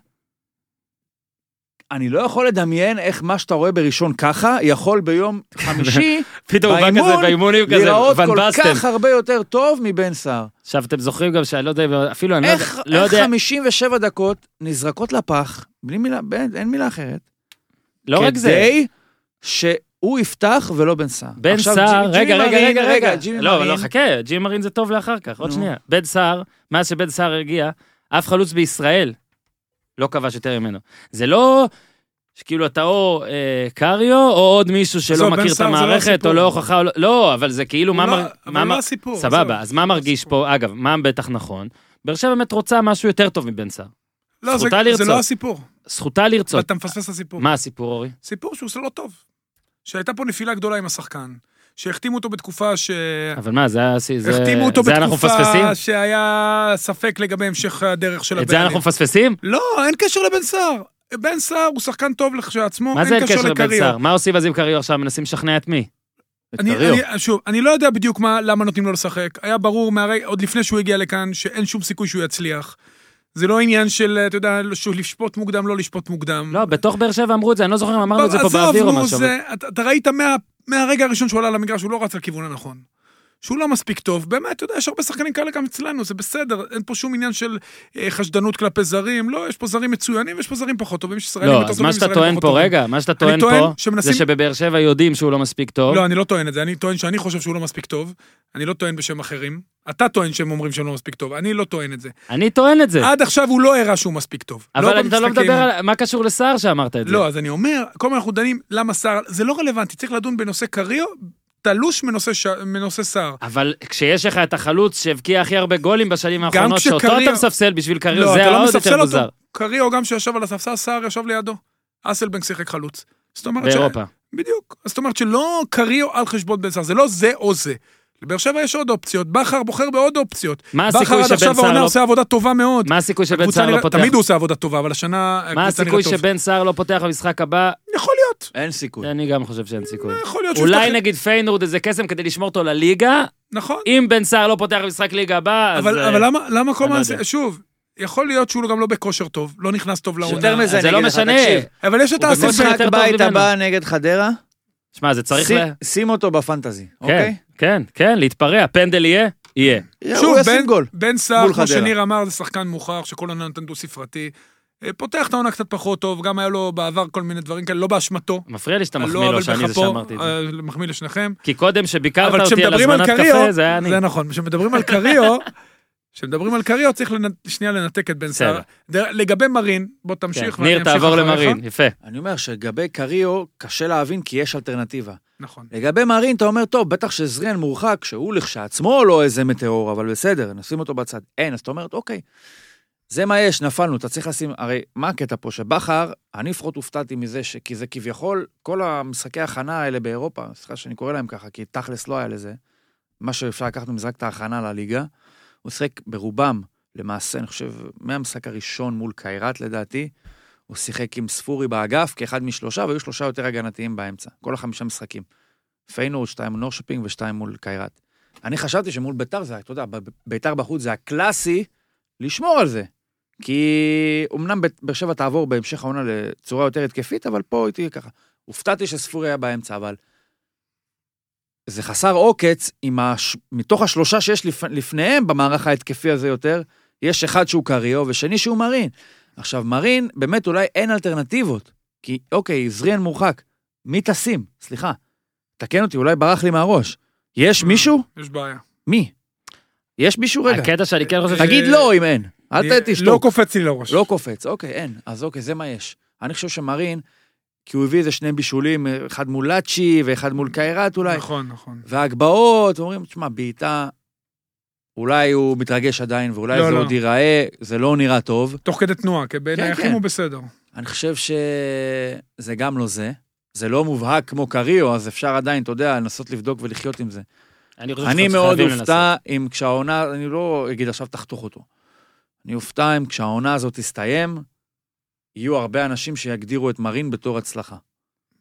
אני לא יכול לדמיין איך מה שאתה רואה בראשון ככה, יכול ביום חמישי פתאום הוא בא באימון, כזה באימונים כזה, להיראות ון כל כך בסטן. הרבה יותר טוב מבן סער. עכשיו אתם זוכרים גם שאני לא יודע, אפילו אני לא איך, יודע- לא איך יודע, 57 דקות נזרקות לפח, בלי מילה, באמת, אין מילה אחרת, לא רק זה. כדי שהוא יפתח ולא בן סער. בן עכשיו, סער, ג'ימי- רגע, ג'ימי רגע, מרין, רגע, רגע, ג'ימי לא, אבל מרין. לא, חכה, ג'ים מרין זה טוב לאחר כך, עוד נו. שנייה. בן סער, מאז שבן סער הגיע, אף חלוץ בישראל לא כבש יותר ממנו. זה לא שכאילו אתה או אה, קריו, או עוד מישהו שלא עזוב, בן מכיר את סער זה לא המערכת, או הסיפור. לא הוכחה, או לא- לא, אבל זה כאילו, מה הוא לא- מר- אבל מה לא מר- הסיפור. סבבה, עזוב. לא אז מה מרגיש פה, אגב, מה בטח נכון? באר שבע באמת רוצה משהו יותר טוב מבן סער. לא, זה- זכותה זה לרצות. לא הסיפור. זכותה אבל לרצות. אתה מפספס את הסיפור. מה הסיפור, אורי? סיפור שהוא עושה לא טוב. שהייתה פה נפילה גדולה עם השחקן, שהחתימו אותו בתקופה ש... אבל מה, זה ה- זה- החתימו אותו זה אנחנו מפספסים? בתקופה שהיה ספק לגבי המשך הדרך של את זה אנחנו מפספסים? לא, אין קשר לבן סער. בן סער הוא שחקן טוב לכשעצמו, מה זה אין קשר לבן לקריו. סער? מה עושים אז עם קריו עכשיו? מנסים לשכנע את מי? את אני, קריו. אני, שוב, אני לא יודע בדיוק מה, למה נותנים לו לשחק. היה ברור מהרי, עוד לפני שהוא הגיע לכאן, שאין שום סיכוי שהוא יצליח. זה לא עניין של, אתה יודע, שהוא לשפוט מוקדם, לא לשפוט מוקדם. לא, בתוך באר שבע אמרו את זה, אני לא זוכר אם אמרנו את זה פה עזוב, באוויר או נו, משהו. אבל- זה- אתה- אתה ראית מה- מהרגע הראשון שהוא עלה למגרש, הוא לא רץ לכיוון הנכון. שהוא לא מספיק טוב, באמת, אתה יודע, יש הרבה שחקנים כאלה גם אצלנו, זה בסדר, אין פה שום עניין של אה, חשדנות כלפי זרים, לא, יש פה זרים מצוינים ויש פה זרים פחות טובים, יש ישראלים לא, יותר אז טובים, מה שאתה ישראלים טוען פחות פה, טובים. רגע, מה שאתה טוען טוען פה, שמנסים- זה שבבאר שבע יודעים שהוא לא מספיק טוב. לא, אני לא טוען את זה, אני טוען שאני חושב שהוא לא מספיק טוב, אני לא טוען בשם אחרים, אתה טוען שהם אומרים שהם לא מספיק טוב, אני לא טוען את זה. אני טוען את זה. עד עכשיו הוא לא הראה שהוא מספיק טוב. כן. אבל אתה לא במשחקים- מדבר על... מה קשור לסער שאמרת את זה? לא, אז אני אומר, כל הזמן אנחנו דנים למה סער, זה לא רלוונטי, צריך לדון בנושא קריו, תלוש מנושא ש- מנושא סער. אבל כשיש לך את החלוץ שהבקיע הכי הרבה גולים בשנים האחרונות, שאותו כשקריו- אתה מספסל בשביל קריו, זה לא, אתה לא היה עוד יותר מספסל אותו. מוזר. קריו, גם שישב על הספסל, סער ישב לידו. אסלבנק שיחק חלוץ. זאת אומרת ש... באירופה. בדיוק. זאת אומרת שלא קריו על חשבון בן סער, זה לא זה או זה. לבאר שבע יש עוד אופציות, בכר בוחר בעוד אופציות. מה בכר הסיכוי עד שבן עכשיו סער העונה לא... עושה עבודה טובה מאוד. מה הסיכוי שבן הקבוצה סער לא נראית- פותח? תמיד הוא עושה עבודה טובה, אבל השנה מה הקבוצה הסיכוי נראית טוב. שבן סער לא פותח במשחק הבא? יכול להיות, אין סיכוי. אני גם חושב שאין סיכוי. אה, יכול להיות שהוא אולי יפתח- נגיד פיינורד איזה קסם כדי לשמור אותו לליגה, נכון. אם בן סער לא פותח במשחק ליגה הבא, אז... אבל אה, אבל למה- למה כל אני לא הזמן, יודע. זה- שוב, יכול להיות שהוא גם לא בכושר טוב, לא נכנס טוב לעונה. יותר מזה, אז זה אני לא אגיד לך, משנה. תקשיב. אבל יש את הוא בכושר האסלבנק. משחק יותר טוב אה, בית ממנו. הבא נגד חדרה, שמע, זה צריך שים- ל... שים אותו בפנטזי, כן, אוקיי? כן, כן, להתפרע. פנדל יהיה? יהיה. הוא שוב, ישים בן- גול. בן סער, מול כמו חדרה. שניר אמר, זה שחקן מוכח, שכל עונה נותן דו-ספרתי. אה, פותח את העונה קצת פחות טוב, גם היה לו בעבר כל מיני דברים כאלה, לא באשמתו. מפריע לי שאתה לא, מחמיא אבל לו שאני זה בכפו, שאמרתי את זה. אה, מחמיא לשניכם. כי קודם שביקרת אבל אותי על כשמדברים על הזמנת קריו, קפה, זה היה אני. זה נכון, כשמדברים על קריו, כשמדברים על קריו צריך לנ- שנייה לנתק את בן סער. בסדר. דר- לגבי מרין, בוא כן. תמשיך. ואני ניר, אמשיך תעבור אחריך. נכון? למרין, יפה. אני אומר שלגבי קריו, קשה להבין כי יש אלטרנטיבה. נכון. לגבי מרין, אתה אומר, טוב, בטח שזריאן מורחק, שהוא לכשעצמו לא איזה מטאור, אבל בסדר, נשים אותו בצד. אין, אז אתה אומר, אוקיי, זה מה יש, נפלנו, אתה צריך לשים... הרי מה הקטע פה? שבכר, אני לפחות הופתעתי מזה, ש... כי זה כביכול, כל המשחקי ההכנה האלה באירופה, סליחה שאני קורא להם ככה, כי תכלס לא היה לזה, מה שאפשר לקחת ממשחק ההכנה לליגה, הוא שיחק ברובם, למעשה, אני חושב, מהמשחק הראשון מול קיירת, לדעתי, הוא שיחק עם ספורי באגף כאחד משלושה, והיו שלושה יותר הגנתיים באמצע, כל החמישה משחקים. פיינורד, שתיים נורשפינג ושתיים מול קיירת. אני חשבתי שמול ביתר זה, אתה יודע, ב- ב- ביתר בחוץ זה הקלאסי לשמור על זה. כי אמנם בית- באר שבע תעבור בהמשך העונה לצורה יותר התקפית, אבל פה היא תהיה ככה. הופתעתי שספורי היה באמצע, אבל זה חסר עוקץ, עם הש... מתוך השלושה שיש לפ... לפניהם במערך ההתקפי הזה יותר, יש אחד שהוא קריו ושני שהוא מרין. עכשיו, מרין, באמת אולי אין אלטרנטיבות, כי אוקיי, זריאן מורחק, מי תשים? סליחה, תקן אותי, אולי ברח לי מהראש. יש מישהו? יש בעיה. מי? יש מישהו רגע? הקטע שאני כן חושב... ש- תגיד לא אם אין, אה, אל ת- לא תשתוק. קופץ לי לראש. לא קופץ, אוקיי, אין. אז אוקיי, זה מה יש. אני חושב שמרין, כי הוא הביא איזה שני בישולים, אחד מול לאצ'י ואחד מול קיירת אולי. נכון, נכון. והגבהות, אומרים, תשמע, בעיטה, אולי הוא מתרגש עדיין, ואולי לא, זה לא. עוד ייראה, זה לא נראה טוב. תוך כדי תנועה, כי בעיניי כן, אחים כן. הוא בסדר. אני חושב שזה גם לא זה. זה לא מובהק כמו קריו, אז אפשר עדיין, אתה יודע, לנסות לבדוק ולחיות עם זה. אני חושב אני שחייבים מאוד לנסות. אופתע אם כשהעונה, אני לא אגיד עכשיו תחתוך אותו. אני אופתע אם כשהעונה הזאת תסתיים, יהיו הרבה אנשים שיגדירו את מרין בתור הצלחה.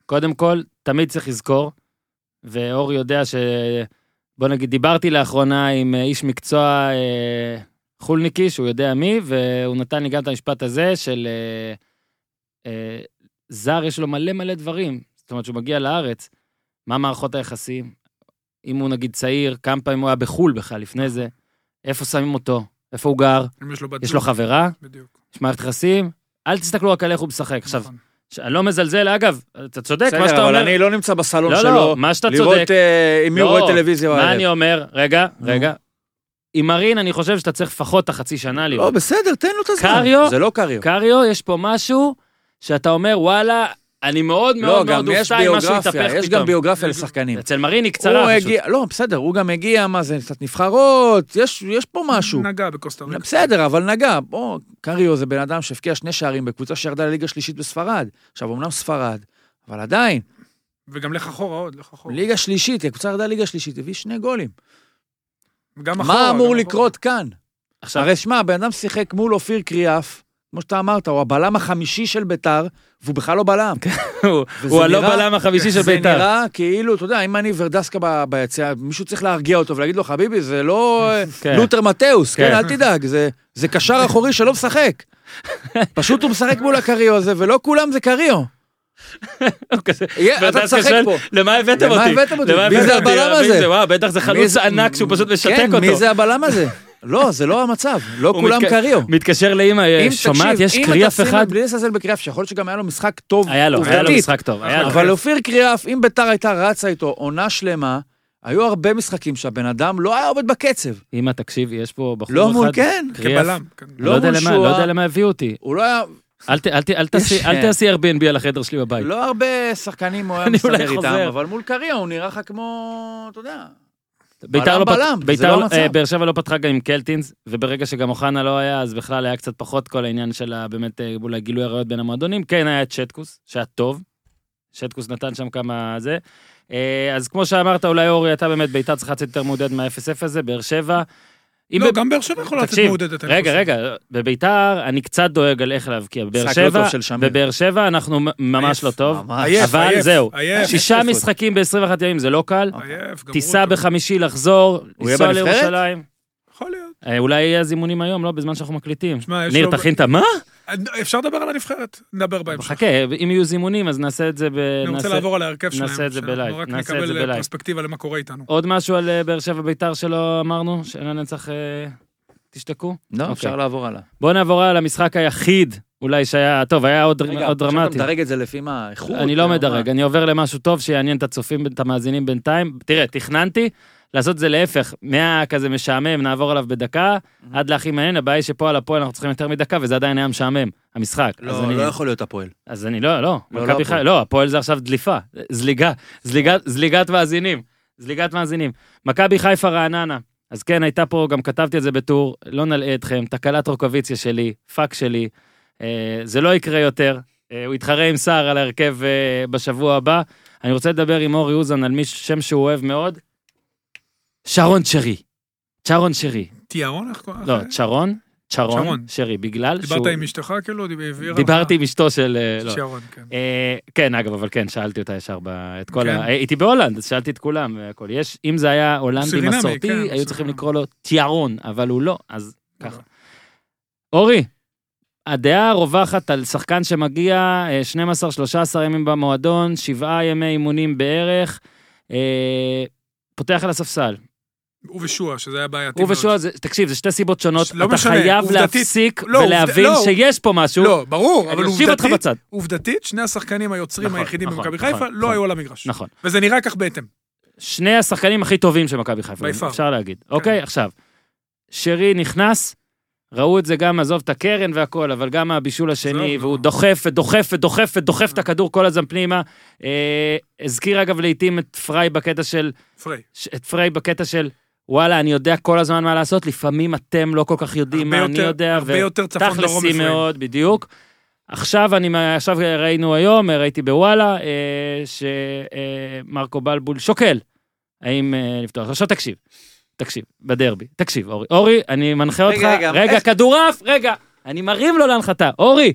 קודם כל, תמיד צריך לזכור, ואור יודע ש... בוא נגיד, דיברתי לאחרונה עם אה, איש מקצוע אה, חולניקי, שהוא יודע מי, והוא נתן לי גם את המשפט הזה של אה, אה, זר, יש לו מלא מלא דברים. זאת אומרת, שהוא מגיע לארץ, מה מערכות היחסים? אם הוא נגיד צעיר, כמה פעמים הוא היה בחו"ל בכלל לפני זה, איפה שמים אותו? איפה הוא גר? אם יש לו בת יש לו זוג. חברה? בדיוק. יש מערכת יחסים? אל תסתכלו רק על איך הוא משחק. עכשיו, נכון. אני לא מזלזל, אגב, אתה צודק, מה שאתה בסדר, אבל אומר. אני לא נמצא בסלון לא, שלו. לא, מה שאתה צודק. לראות אה, עם מי הוא לא, רואה טלוויזיה מה בערב. אני אומר? רגע, נו. רגע. עם מרין אני חושב שאתה צריך לפחות את החצי שנה לא, לראות. בסדר, תן לו את הזמן. קריו? זה לא קריו. קריו, יש פה משהו שאתה אומר, וואלה, אני מאוד לא, מאוד מאוד גם יש אופתע אם משהו יתהפך ביוגרפיה, פתאום. יש גם ביוגרפיה לשחקנים. אצל מרין היא הוא קצרה פשוט. הגיע, לא, בסדר, הוא גם הגיע, מה זה, קצת נבחרות, יש, יש פה משהו. לא, נגע בקוסטה ריקה. בסדר, אבל נגע, בוא, קריו זה בן אדם שהבקיע שני שערים בקבוצה שירדה לליגה שלישית בספרד. עכשיו, אמנם ספרד, אבל עדיין, וגם לך אחורה עוד, לך אחורה. ליגה שלישית, כי הקבוצה ירדה לליגה שלישית, הביא שני גולים. גם אחורה. מה נכון, גם אמור אחורה. לקרות כאן? עכשיו, הרי שמע, הבן אדם שיחק מול אופיר קריאף, כמו שאתה אמרת, הוא הבלם החמישי של ביתר, והוא בכלל לא בלם. הוא- וזה הוא הלא נראה- בלם החמישי של זה ביתר. נראה כאילו, אתה יודע, אם אני ורדסקה ב- ביציע, מישהו צריך להרגיע אותו ולהגיד לו, חביבי, זה לא אה, כן. לותר מתאוס, כן, כן. אל תדאג, זה- זה קשר אחורי שלא משחק. פשוט הוא משחק מול הקריו הזה, ולא כולם זה קריו. הוא כזה- יהיה, אתה ואז משחק שואל, פה. למה הבאתם למה אותי? הבאתם אותי? למה מי זה הבאתם אותי? הבלם מי הזה? זה? וואו, בטח זה מי חלוץ זה- ענק שהוא פשוט משתק כן, אותו. מי זה הבלם הזה? לא, זה לא המצב, לא הוא כולם מתק- קריו. מתקשר לאימא, אם שומעת, תקשיב, יש אם קריאף אתה שים אחד? לב, בלי לזלזל בקריאף, שיכול להיות שגם היה לו משחק טוב, היה לו, היה לו עובדתית, משחק טוב. היה לו. אבל אופיר קריאף, אם ביתר הייתה רצה איתו עונה שלמה, היו הרבה משחקים שהבן אדם לא היה עובד בקצב. אמא, תקשיב, יש פה בחור אחד. לא מול, כן, קריאף. כבלם. כן. לא יודע מול למה, שועה. לא יודע למה הביאו אותי. הוא לא היה, אל ת- אל ת- אל תעשי- יש- אל תעשי Airbnb על החדר שלי בבית. לא הרבה שחקנים הוא היה אני אולי מסתדר איתם, חוזר. אבל מול קריה הוא נראה לך כמו, אתה יודע. ביתר בלם, לא פת- בלם, זה ביתר לא לא- המצב. אה, באר שבע לא פתחה גם עם קלטינס, וברגע שגם אוחנה לא היה, אז בכלל היה קצת פחות כל העניין של ה- באמת אה, אולי גילוי עריות בין המועדונים. כן, היה את שטקוס, שהיה טוב. שטקוס נתן שם כמה זה. אה, אז כמו שאמרת, אולי אורי, אתה באמת, ביתר צריכה לצאת יותר מעודד מה-0-0 הזה, באר שבע. אם לא, ב- גם באר שבע יכולה לצאת תקשיב, מעודדת. אני רגע, חושב. רגע, בביתר אני קצת דואג על איך להבקיע. בבאר משחק לא שבע, טוב של שמיר. בבאר שבע אנחנו מ- ממש עייף, לא טוב, ממש. עייף, אבל עייף, זהו. עייף, שישה עייף. משחקים ב-21 ימים זה לא קל. עייף, גמרו טיסה אותו. בחמישי לחזור, הוא יהיה לנסוע בנבחרת? לירושלים. יכול להיות. אה, אולי יהיה זימונים היום, לא? בזמן שאנחנו מקליטים. שמע, יש ניר, לו- תכין את מה? אפשר לדבר על הנבחרת? נדבר בהמשך. חכה, אם יהיו זימונים אז נעשה את זה ב... אני רוצה נעשה- לעבור על ההרכב נעשה שלהם. את זה שאנחנו בלייב, רק נעשה את זה נקבל אה, בלייב. פרספקטיבה למה קורה איתנו. עוד משהו על אה, באר שבע ביתר שלא אמרנו? שלנצח אה, תשתקו? לא, אוקיי. אפשר לעבור הלאה. בואו נעבור על המשחק היחיד, אולי שהיה... טוב, היה עוד רגע, עוד עכשיו אתה דרמטי. מדרג את זה לפי מה, איכות? אני לא או מה? מדרג, אני עובר למשהו טוב שיעניין את הצופים, את המאזינים בינתיים. תראה, תכננתי לעשות את זה להפך, מהכזה משעמם, נעבור עליו בדקה, Mm-hmm. עד להכי מעניין, הבעיה היא שפה על הפועל אנחנו צריכים יותר מדקה, וזה עדיין היה משעמם, המשחק. אז לא, אני- לא יכול להיות הפועל. אז אני, לא, לא, לא, מכבי לא חיפה, לא, הפועל זה עכשיו דליפה, זליגה, זליגה- זליגת מאזינים, זליגת מאזינים. מכבי חיפה רעננה, אז כן, הייתה פה, גם כתבתי את זה בטור, לא נלאה אתכם, תקלת רוקוויציה שלי, פאק שלי, אה, זה לא יקרה יותר, אה, הוא יתחרה עם סער על ההרכב אה, בשבוע הבא. אני רוצה לדבר עם אורי אוזן על מישהו, שם שהוא אוהב מאוד, שרון שרי. צ'רון שרי. תיארון? איך קוראים? לא, צ'רון, צ'רון צ'רון. שרי, בגלל שהוא... אוקיי. דיברת עם אשתך כאילו? דיב- הבהירה לך? דיברתי עם אשתו של... אה, לא. שירון, כן. אה, כן, אגב, אבל כן, שאלתי אותה ישר ב... את כל כן. ה... הייתי בהולנד, אז שאלתי את כולם והכל. יש, אם זה היה הולנדי סורינמי, מסורתי, כן, היו סורינמי. צריכים לקרוא לו טיארון, אבל הוא לא, אז ככה. אורי, הדעה הרווחת על שחקן שמגיע אה, 12-13 ימים במועדון, שבעה ימי אימונים בערך, אה, פותח על הספסל. הוא ושועה, שזה היה בעייתי הוא מאוד. ושועה, זה- תקשיב, זה שתי סיבות שונות. לא אתה משנה, חייב עובדתית- להפסיק לא, עובד- ולהבין לא. שיש פה משהו. לא, ברור, אני אבל אושיב אותך עובדתית, בצד. עובדתית, שני השחקנים היוצרים נכון, היחידים נכון, במכבי נכון, חיפה נכון. לא היו על המגרש. נכון. וזה נראה כך בהתאם. שני השחקנים הכי טובים של מכבי חיפה, By far. כן. אפשר להגיד. אוקיי, עכשיו, שרי נכנס, ראו את זה גם, עזוב את הקרן והכל, אבל גם הבישול השני, עזוב, והוא נו. אה. דוחף ודוחף ודוחף ודוחף את הכדור כל הזמן פנימה. אה, הזכיר אגב לעיתים את פריי בקטע של, פריי. ש- את פריי בקטע של, וואלה, אני יודע כל הזמן מה לעשות, לפעמים אתם לא כל כך יודעים הרבה מה אני יותר- יודע, הרבה יותר צפון דרום תכלסי מפריעים. מאוד, בדיוק. עכשיו אני, עכשיו ראינו היום, ראיתי בוואלה, אה, שמרקו בלבול שוקל האם אה, לפתוח. עכשיו תקשיב, תקשיב, בדרבי, תקשיב, אורי. אורי, אני מנחה רגע, אותך, רגע, רגע, איך- כדורעף, רגע, אני מרים לו להנחתה. אורי,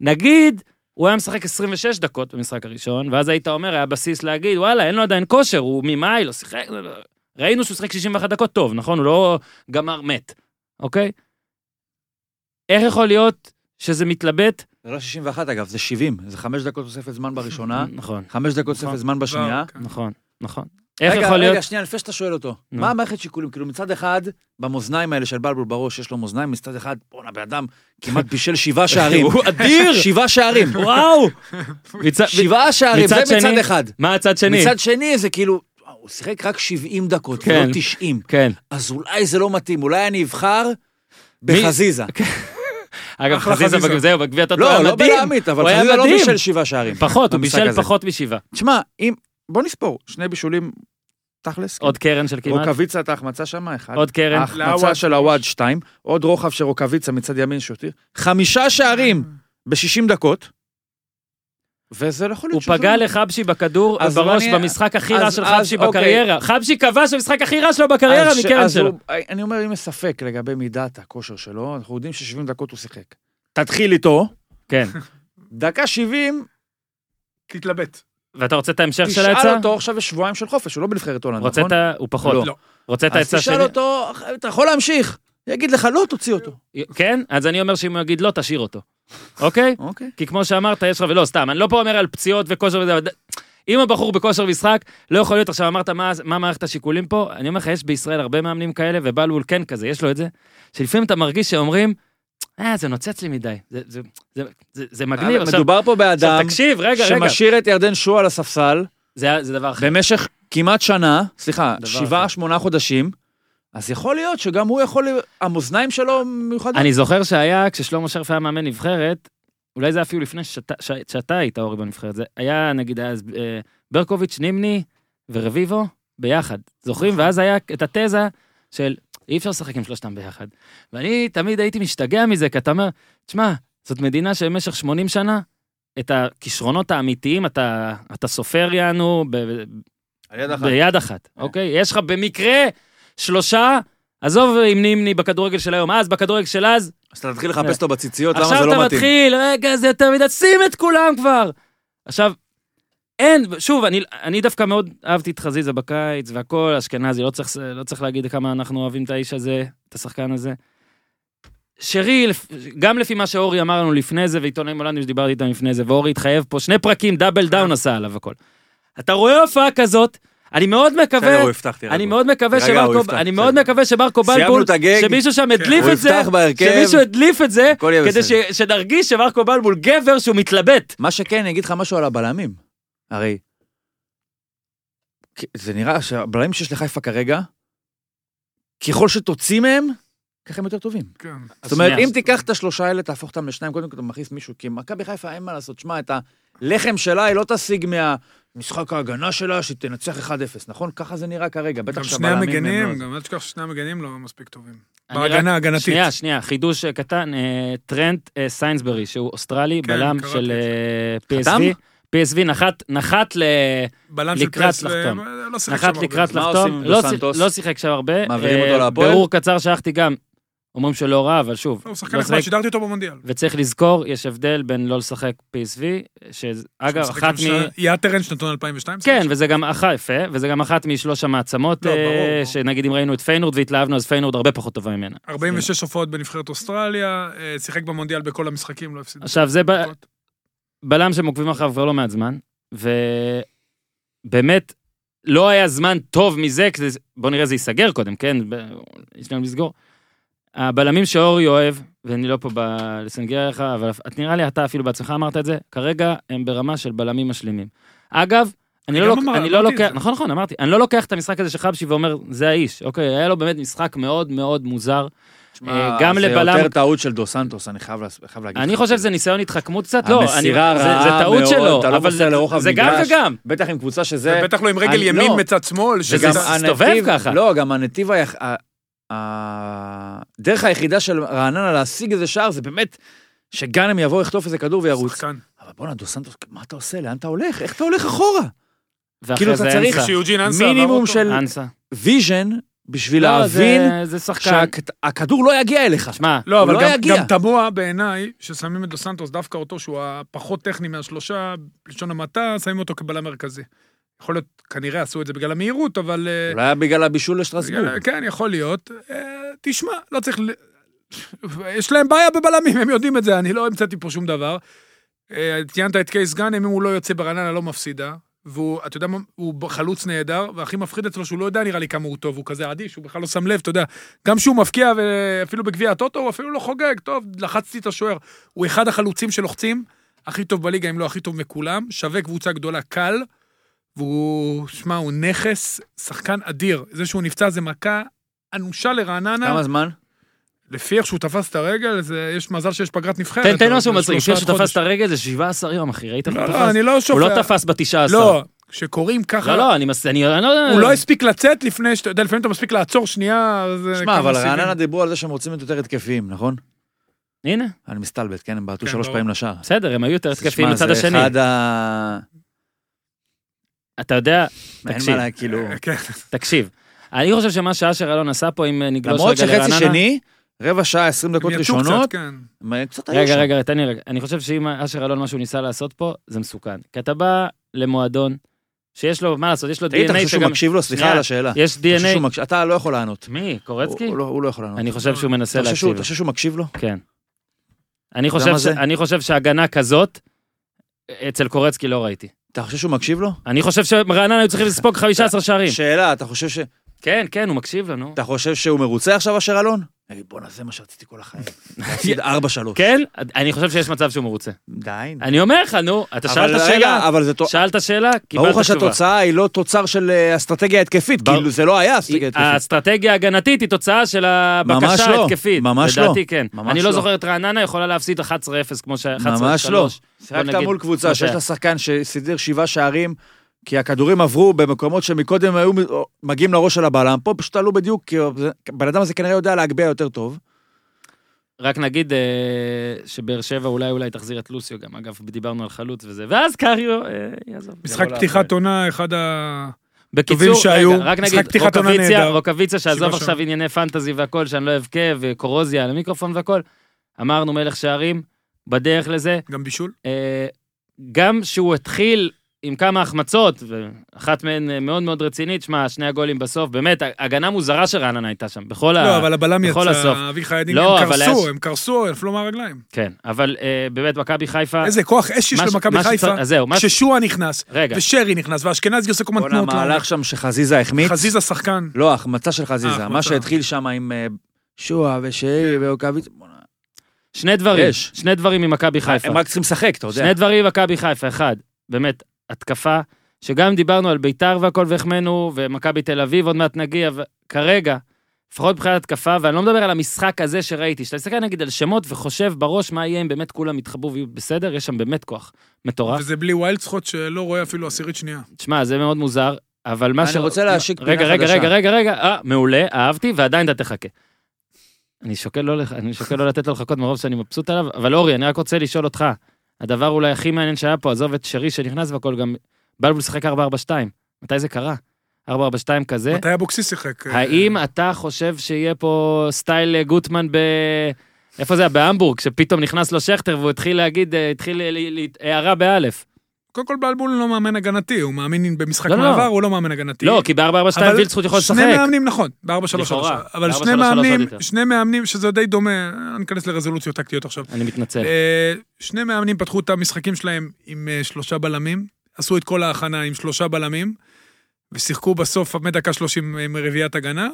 נגיד, הוא היה משחק 26 דקות במשחק הראשון, ואז היית אומר, היה בסיס להגיד, וואלה, אין לו עדיין כושר, הוא ממאי, לא שיחק. לא, לא." ראינו שהוא שיחק 61 דקות טוב, נכון? הוא לא גמר מת, אוקיי? איך יכול להיות שזה מתלבט? זה לא 61 אגב, זה 70. זה חמש דקות תוספת זמן בראשונה, נכון, חמש דקות תוספת נכון. זמן בשנייה. וואו, כן. נכון, נכון. איך רגע, יכול רגע, להיות? שנייה, לפני שאתה שואל אותו. נו. מה המערכת שיקולים? כאילו מצד אחד, במאזניים האלה של בלבול בראש, יש לו מאזניים, מצד אחד, בואנה, בן אדם כמעט בישל שבעה שערים. הוא אדיר! שבעה שערים. וואו! מצד- שבעה שערים, זה מצד מצד שני- אחד. מה הצד שני? מצד שני זה כאילו, וואו, הוא שיחק רק 70 דקות, כן. לא 90. כן. אז אולי זה לא מתאים, אולי אני אבחר בחזיזה. אגב, אחלה חזיזה, חזיזה. בג- זהו, בגביע הטוטו היה לא, מדהים. לא בלעמית, אבל הוא היה חזיזה לא מדהים. בישל שבעה שערים. פחות, הוא במשחק בישל הזה. פחות משבעה. תשמע, אם... בוא נספור, שני בישולים, תכלס. עוד קרן של כמעט, רוקאביצה את ההחמצה שם, אחד. עוד קרן. ההחמצה של הוואד, שתיים. עוד רוחב של רוקאביצה מצד ימין שהותיר. חמישה שערים ב-60 דקות. אה. וזה לא יכול הוא להיות שזה פגע לא- לחבשי בכדור אז לא, בראש אני- במשחק הכי רע אז- של אז חבשי אוקיי. בקריירה. חבשי כבש במשחק הכי רע שלו בקריירה אז אה, ש- מקרן אז שלו. הוא- אני אומר, אם יש ספק לגבי מידת הכושר שלו, אנחנו יודעים ש-70 דקות הוא שיחק. תתחיל איתו. כן. דקה 70, תתלבט. ואתה רוצה את ההמשך של תשאל העצה? אותו עכשיו יש שבועיים של חופש, הוא לא בנבחרת הולנד, רוצה נכון? את ה... הוא פחות. לא. לא. רוצה את אז העצה תשאל שלי? אותו, אתה יכול להמשיך. יגיד לך, לא, תוציא אותו. כן? אז אני אומר שאם הוא יגיד לא, תשאיר אותו. אוקיי? אוקיי. כי כמו שאמרת, יש לך, ולא, סתם, אני לא פה אומר על פציעות וכושר וזה, אבל ד- אם הבחור בכושר משחק, לא יכול להיות, עכשיו אמרת מה, מה מערכת השיקולים פה, אני אומר לך, יש בישראל הרבה מאמנים כאלה, ובלבול כן כזה, יש לו את זה, שלפעמים אתה מרגיש שאומרים, אה, זה נוצץ לי מדי, זה, זה, זה, זה, זה מגניב, אה, לא, עכשיו, מדובר פה עכשיו באדם תקשיב, רגע, רגע, שמשאיר את ירדן שועה על הספסל זה, זה דבר אחר, במשך כמעט שנה, סליחה, דבר אחר. שבעה, שמונה חודשים, אז יכול להיות שגם הוא יכול, המאזניים שלו מיוחדות. אני זוכר שהיה, כששלמה שרף היה מאמן נבחרת, אולי זה אפילו לפני שאתה- ש- שאתה היית אורי בנבחרת, זה היה נגיד אז אה, ברקוביץ', נימני ורביבו ביחד, זוכרים? ואז היה את התזה של אי אפשר לשחק עם שלושתם ביחד. ואני תמיד הייתי משתגע מזה, כי אתה אומר, תשמע, זאת מדינה שבמשך 80 שנה, את הכישרונות האמיתיים אתה, אתה סופר יענו ב- ב- ביד אחת, אוקיי? יש לך במקרה שלושה, עזוב אם נימני בכדורגל של היום, אז בכדורגל של אז, אז אתה תתחיל לחפש אותו בציציות, למה זה עכשיו לא אתה מתאים. מתחיל, רגע, זה יותר מדי, שים את כולם כבר. עכשיו, אין, שוב, אני, אני דווקא מאוד אהבתי את חזיזה בקיץ והכל, אשכנזי, לא צריך, לא צריך להגיד כמה אנחנו אוהבים את האיש הזה, את השחקן הזה. שרי, לפ- גם לפי מה שאורי אמר לנו לפני זה, ועיתונאים הולנדים שדיברתי איתם לפני זה, ואורי התחייב פה, שני פרקים, דאבל דאון עשה עליו הכל. אתה רואה הופעה כזאת, אני מאוד מקווה, בסדר, כן, הוא יפתח, תירגע. אני מאוד מקווה תירגע, הוא שברקו, יפתח, אני בסדר. מאוד מקווה שברקו סיימנו בלבול, את הגג. כן. שמישהו שם הדליף הוא את זה, יפתח בהרכב. שמישהו הדליף את זה, הכל יהיה כדי בסדר. ש- שנרגיש שמרקו בלבול גבר שהוא מתלבט. מה שכן, אני אגיד לך משהו על הבלמים. הרי, כי- זה נראה שהבלמים שיש לחיפה כרגע, ככל שתוציא מהם, ככה הם יותר טובים. כן. זאת אומרת, שנייה. אם תיקח את השלושה האלה, תהפוך אותם לשניים, קודם כל אתה מכניס מישהו, כי מכבי חיפה אין מה לעשות. שמע, את הלחם שלה היא לא תשיג מהמשחק ההגנה שלה, שתנצח 1-0, נכון? ככה זה נראה כרגע, בטח גם שני שהבלמים... הם לא המגנים, זה. גם אל תשכח ששני המגנים לא מספיק טובים. אני בהגנה רק- ההגנתית. שנייה, שנייה, חידוש אה, קטן, אה, טרנט אה, סיינסברי, שהוא אוסטרלי, כן, בלם קראתי של את אה, חתם? PSV. PSV נחת, נחת ל... בלם של לקראת פרס, לחתום. אה, לא שיחק שם נחת הרבה. לקראת מה עושים לחתום. עם לא דו שיח- סנטוס? לא שיחק שם הרבה. מעבירים אה, אותו להפועל? ברור קצר שערכתי גם. אומרים שלא רע, אבל שוב. לא, הוא שחקן לא נחמד, שיחק. שידרתי אותו במונדיאל. וצריך לזכור, יש הבדל בין לא לשחק PSV, שאגב, משחק אחת עם מ... שני- יעד טרן שנתון 2002. כן, וזה גם אחת, יפה, וזה גם אחת משלוש המעצמות, לא, ברור, אה, ברור. שנגיד אם ראינו את פיינורד והתלהבנו, אז פיינורד הרבה פחות טובה ממנה. 46 הופעות בנבחרת אוסטרליה, אה, שיחק במונדיאל בכל המשחקים, לא הפסיד. עכשיו, זה ב- דקות. בלם שהם עוקבים אחריו כבר לא מעט זמן, ובאמת, לא היה זמן טוב מזה, כדי... בוא נראה זה ייסגר קודם, כן? ב... יש להם לסגור. הבלמים שאורי אוהב, ואני לא פה ב... לסנגר לך, אבל את- נראה לי אתה אפילו בעצמך אמרת את זה, כרגע הם ברמה של בלמים משלימים. אגב, אני לא, גם לוק... אמר- אני לא אמרתי את לוקח, זה. נכון, נכון, אמרתי, אני לא לוקח את המשחק הזה של חבשי ואומר, זה האיש. אוקיי, היה לו באמת משחק מאוד מאוד מוזר. שמע, גם לבלם- אה, זה יותר טעות של דו סנטוס, אני חייב להס- חייב להגיד. אני לך. חושב שזה ניסיון התחכמות קצת, לא. אני- המסירה זה- רעה זה טעות מאוד, שלו, אתה לא אבל מוסר זה- לרוחב זה גם מגרש. וגם. בטח עם קבוצה שזה... ובטח לא עם רגל אני- ימין לא. מצד שמאל, שזה... וגם זה הנתיב- מסתובב ככה. לא, גם הנתיב היח... ה- ה- הדרך היחידה של רעננה להשיג איזה שער זה באמת שגאנם יבוא, יחטוף איזה כדור וירוץ. שחקן. אבל בואנה, דו סנטוס, מה אתה עושה? לאן אתה הולך? איך אתה הולך אחורה? ואחרי כאילו, אתה זה צריך אנסה. שיוג'ין אנסה עבר מינימום אותו. של אנסה. ויז'ן בשביל לא, להבין זה- זה שחקן. שהכדור לא יגיע אליך. שמע, לא, אבל לא גם- יגיע. גם תמוה בעיניי, ששמים את דו סנטוס, דווקא אותו, שהוא הפחות טכני מהשלושה, בלשון המעטה, שמים אותו כבלם מרכזי. יכול להיות, כנראה עשו את זה בגלל המהירות, אבל... אה, אולי היה בגלל הבישול לשטרסבורג. כן, יכול להיות. אה, תשמע, לא צריך... ל- יש להם בעיה בבלמים, הם יודעים את זה, אני לא המצאתי פה שום דבר. אה, ציינת את קייס גאנם, אם הוא לא יוצא ברעננה, לא מפסידה. והוא, אתה יודע מה, הוא חלוץ נהדר, והכי מפחיד אצלו שהוא לא יודע נראה לי כמה הוא טוב, הוא כזה אדיש, הוא בכלל לא שם לב, אתה יודע. גם כשהוא מבקיע, ואפילו בגביע הטוטו, הוא אפילו לא חוגג, טוב, לחצתי את השוער. הוא אחד החלוצים שלוחצים, הכי טוב בליגה, אם לא הכי טוב מכולם, שווה קבוצה גדולה, קל, והוא, שמע, הוא נכס, שחקן אדיר. זה שהוא נפצע זה מכה אנושה לרעננה. כמה זמן? לפי איך שהוא תפס את הרגל, זה, יש מזל שיש פגרת נבחרת. תן תן אבל משהו לא, זה מצחיק, שלושה לפני שהוא חודש. תפס את הרגל זה 17 יום, אחי, ראית איך הוא לא, לא, תפס? אני לא שופט. הוא לא תפס ב-19. לא, כשקוראים ככה... לא, לא, אני מס... אני אני לא יודע. הוא לא הספיק לצאת לפני, שאתה יודע, לפעמים אתה מספיק לעצור שנייה, אז... שמע, כמה אבל סיבים. רעננה דיברו על זה שהם רוצים להיות יותר התקפיים, נכון? הנה, אני מסתלבט, כן? הם בעטו כן, שלוש ברור. פעמים לשער. בסדר, הם היו יותר תקפים שמע, לצד זה השני. אחד ה... אתה יודע, אין תקשיב. מה לה, כאילו... כן, תקשיב. אני חושב שמה שאשר אלון עשה פה, אם נגלוש רגע למרות לרעננה... שחצי שני, רבע שעה, 20 דקות הם יצאו ראשונות, קצת, כן. מה, קצת היו רגע, שם. רגע, תן לי רגע. אני חושב שאם אשר אלון, מה שהוא ניסה לעשות פה, זה מסוכן. כי אתה בא למועדון, שיש לו, מה לעשות, יש לו תגיד, אתה חושב DNA שהוא שגם... מקשיב לו? סליחה שנייה, על השאלה. אתה יש חושב שהוא DNA... מקש- אתה לא יכול לענות. מי? הוא- קורצקי? הוא לא- הוא לא יכול לענות. אני חושב שהוא מנסה אתה חושב שהוא- להקשיב. אתה חושב שהוא מקשיב לו? כן. אני יודע חושב, מה ש... זה? אני חושב שהגנה כזאת, אצל קורצקי לא ראיתי. אתה חושב שהוא מקשיב לו? אני חושב שרעננה היו צריכים לספוג 15 שערים. שאלה, אתה חושב ש- כן, כן, הוא מקשיב לנו. אתה חושב שהוא מרוצה עכשיו, אשר אלון? תגיד, בואנה, זה מה שרציתי כל החיים. להפסיד 4-3. כן, אני חושב שיש מצב שהוא מרוצה. די. נו. אני אומר לך, נו, אתה אבל שאלת רגע, שאלה, אבל זה... תו- שאלת שאלה, קיבלת ברור לך תשובה. שהתוצאה היא לא תוצר של אה, אסטרטגיה התקפית, בר- כאילו זה לא היה אסטרטגיה התקפית. האסטרטגיה ההגנתית היא תוצאה של ממש הבקשה לא, ההתקפית. ממש לדעתי לא, כן. ממש אני לא. לא זוכר את רעננה יכולה להפסיד 11-0 כמו ש... 11-3. ממש לא. שיחקת נגיד, מול כמו קבוצה שיש שהיה. לה שחקן שסידר שבעה שערים, כי הכדורים עברו במקומות שמקודם היו מ- או- מגיעים לראש של הבלם, פה פשוט עלו בדיוק, כי זה- הבן אדם הזה כנראה יודע להגביה יותר טוב. רק נגיד אה, שבאר שבע אולי אולי תחזיר את לוסיו גם, אגב, דיברנו על חלוץ וזה, ואז קריו אה, יעזוב. משחק יבוא פתיחת לאחר. עונה, אחד ה... בקיצור, טובים שהיו, רגע, רק משחק נגיד, פתיחת עונה רוקוויציה, נהדר. רוקוויציה שעזוב שבעה עכשיו שערים. ענייני פנטזי והכל, שאני לא אבכה, וקורוזיה על המיקרופון והכל, אמרנו מלך שערים, בדרך לזה, גם בישול. אה, גם שהוא התחיל עם כמה החמצות, אחת מהן אה, מאוד מאוד רצינית, שמע, שני הגולים בסוף, באמת, הגנה מוזרה של רעננה הייתה שם, בכל ה... לא, אבל הבלם בכל הסוף. יצא, אביחי עדין, לא, הם אבל קרסו, היה- הם קרסו, הם נפלו מהרגליים. כן, אבל אה, באמת, מכבי חיפה... איזה כוח אש יש מה ש- למכבי מה שצריך- חיפה, אז זהו, מה ש- כששועה נכנס, רגע, ושרי נכנס, ואשכנזי עושה כל מיני בואנה, תנועות לעומק. מהלך שם שחזיזה החמיץ. חזיזה שחקן. לא, ההחמצה של חזיזה, מה ההחמצה. שהתחיל שם עם אה, שועה ושרי ועוקביץ, בואנה, שני דברים, יש. שני דברים ממכבי חיפה. הם רק צריכים לשחק, אתה יודע. שני דברים ממכבי חיפה, אחד, באמת, התקפה, שגם אם דיברנו על ביתר והכל והחמאנו, ומכבי תל אביב, עוד מעט נגיע, ו- כרגע, לפחות מבחינת התקפה, ואני לא מדבר על המשחק הזה שראיתי, שאתה מסתכל נגיד על שמות וחושב בראש מה יהיה אם באמת כולם יתחברו ויהיו בסדר, יש שם באמת כוח מטורף. וזה בלי ויילדסחוט שלא רואה אפילו עשירית שנייה. תשמע, זה מאוד מוזר, אבל מה אני ש... רוצה להשיק פינה רגע, רגע, חדשה. רגע, רגע, רגע, אה, מעולה, אהבתי, ועדיין אתה תחכה. אני שוקל לא, לח- אני שוקל לא לתת לו לחכות מרוב שאני מבסוט עליו, אבל אורי, אני רק רוצה לשאול אותך, הדבר אולי הכי מעניין שהיה פה, עזוב את שרי שנכנס והכל, גם בלבול שיחק 4-4-2, מתי זה קרה? 4-4-2 כזה. מתי אבוקסיס שיחק? אה? אה, האם אתה חושב שיהיה פה סטייל אה, גוטמן ב... איפה זה היה? בהמבורג, שפתאום נכנס לו שכטר והוא התחיל להגיד, אה, התחיל ל- ל- ל- הערה באלף. קודם כל בלבול לא מאמן הגנתי, הוא מאמין במשחק לא, לא. מעבר, הוא לא מאמן הגנתי. לא, כי ב-4-4-2 אבל וילצחוט יכול לשחק. שני מאמנים, נכון, ב-4-3-3. לכאורה, אבל ב- 4-3-3 שני מאמנים, עוד יותר. שני מאמנים, שזה די דומה, לא ניכנס לרזולוציות טקטיות עכשיו. אני מתנצל. אה, שני מאמנים פתחו את המשחקים שלהם עם אה, שלושה בלמים, עשו את כל ההכנה עם שלושה בלמים, ושיחקו בסוף מדקה 30 אה, עם רביעיית הגנה,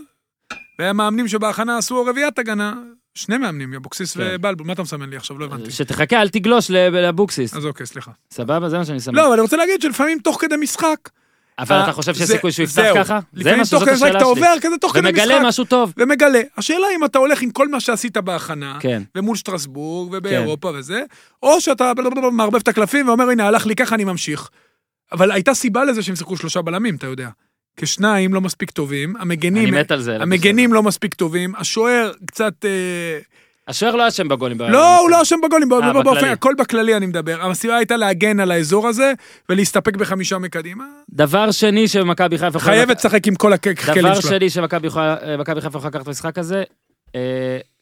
והמאמנים שבהכנה עשו רביעיית הגנה, שני מאמנים, אבוקסיס כן. אה, ובלבול, מה אתה מסמן לי עכשיו? לא הבנתי. שתחכה, אל תגלוש לב- לאבוקסיס. אז אוקיי, סליחה. סבבה? זה מה שאני שם. לא, אבל אני רוצה להגיד שלפעמים תוך כדי משחק, אבל אה, אתה חושב שיש זה- סיכוי שהוא יפתח זהו. ככה? זה לפעמים מה תוך שזאת כדי משחק השאלה אתה שלי. עובר כזה תוך כדי משחק, ומגלה משהו טוב. ומגלה. השאלה אם אתה הולך עם כל מה שעשית בהכנה, כן. ומול שטרסבורג, ובאירופה וזה, או שאתה בלבלבל מערבב את הקלפים ואומר, הנה, הלך לי ככה, אני ממשיך. אבל הייתה סיבה לזה שהם שיחקו שלושה בלמים, אתה יודע. כשניים לא מספיק טובים, אני המגנים... מת על זה. המגנים לא מספיק טובים, השוער קצת... אה, השוער לא אשם בגולים. ב- לא, הוא לא אשם בגולים, בא- אה, בא- באופן, בכללי. הכל בכללי אני מדבר. המסיבה הייתה להגן על האזור הזה ולהסתפק בחמישה מקדימה. דבר שני שמכבי חיפה... יכולה- חייבת לשחק עם כל הכלים שלה. דבר שני שמכבי יכולה- אה, מכבי חיפה יכולה לקחת במשחק הזה, אה,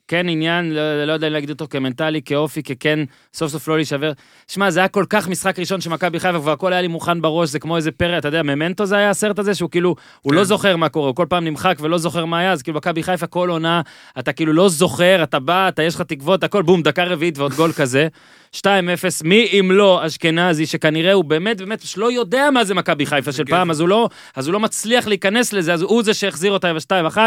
כן עניין, לא לא יודע להגדיר אותו כמנטלי, כאופי, ככן, סוף סוף לא להישבר. שמע, זה היה כל כך משחק ראשון של מכבי חיפה, כבר הכל היה לי מוכן בראש, זה כמו איזה פרא, אתה יודע, ממנטו זה היה הסרט הזה, שהוא כאילו, הוא לא זוכר מה קורה, הוא כל פעם נמחק ולא זוכר מה היה, אז כאילו מכבי חיפה כל עונה, אתה כאילו לא זוכר, אתה בא, אתה יש לך תקוות, הכל, בום, דקה רביעית ועוד גול כזה. 2-0, מי אם לא אשכנזי, שכנראה הוא באמת באמת לא יודע מה זה מכבי חיפה של גבר. פעם, אז הוא לא, אז הוא לא מצליח להיכנס לזה, אז הוא זה שהחזיר אותה עם ה-2-1.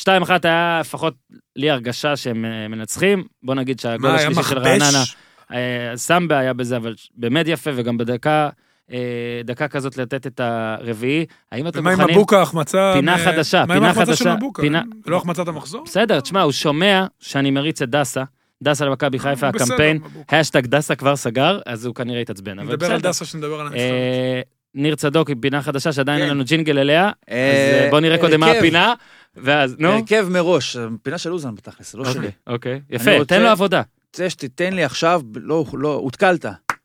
2-1 היה לפחות לי הרגשה שהם אה, מנצחים. בוא נגיד שהגול מה, היה השלישי של רעננה, מכבש? אה, סמבה היה בזה, אבל באמת יפה, וגם בדקה, אה, דקה כזאת לתת את הרביעי. האם אתם ומה עם מוכנים... מבוקה, החמצה? פינה אה, חדשה, מה עם פינה ההחמצה של חדשה, מבוקה? פינה- לא החמצת המחזור? בסדר, תשמע, הוא שומע שאני מריץ את דסה. דסה למכבי חיפה, אה, בסדר, הקמפיין, מבוקה. השטג דסה כבר סגר, אז הוא כנראה התעצבן, אבל נדבר על בסדר. דסה שנדבר על הנבחרת. אה, ניר צדוק עם פינה חדשה שעדיין כן. אין לנו ג'ינגל אליה, אז אה, אה, בוא נראה קודם מה הרכב. הפינה, ואז, נו. אה, הרכב מראש, פינה של אוזן בתכלס, זה לא שלי. אוקיי, אוקיי, יפה, אני רוצה- תן לו עבודה. זה שתיתן לי עכשיו, לא, לא, הותקלת.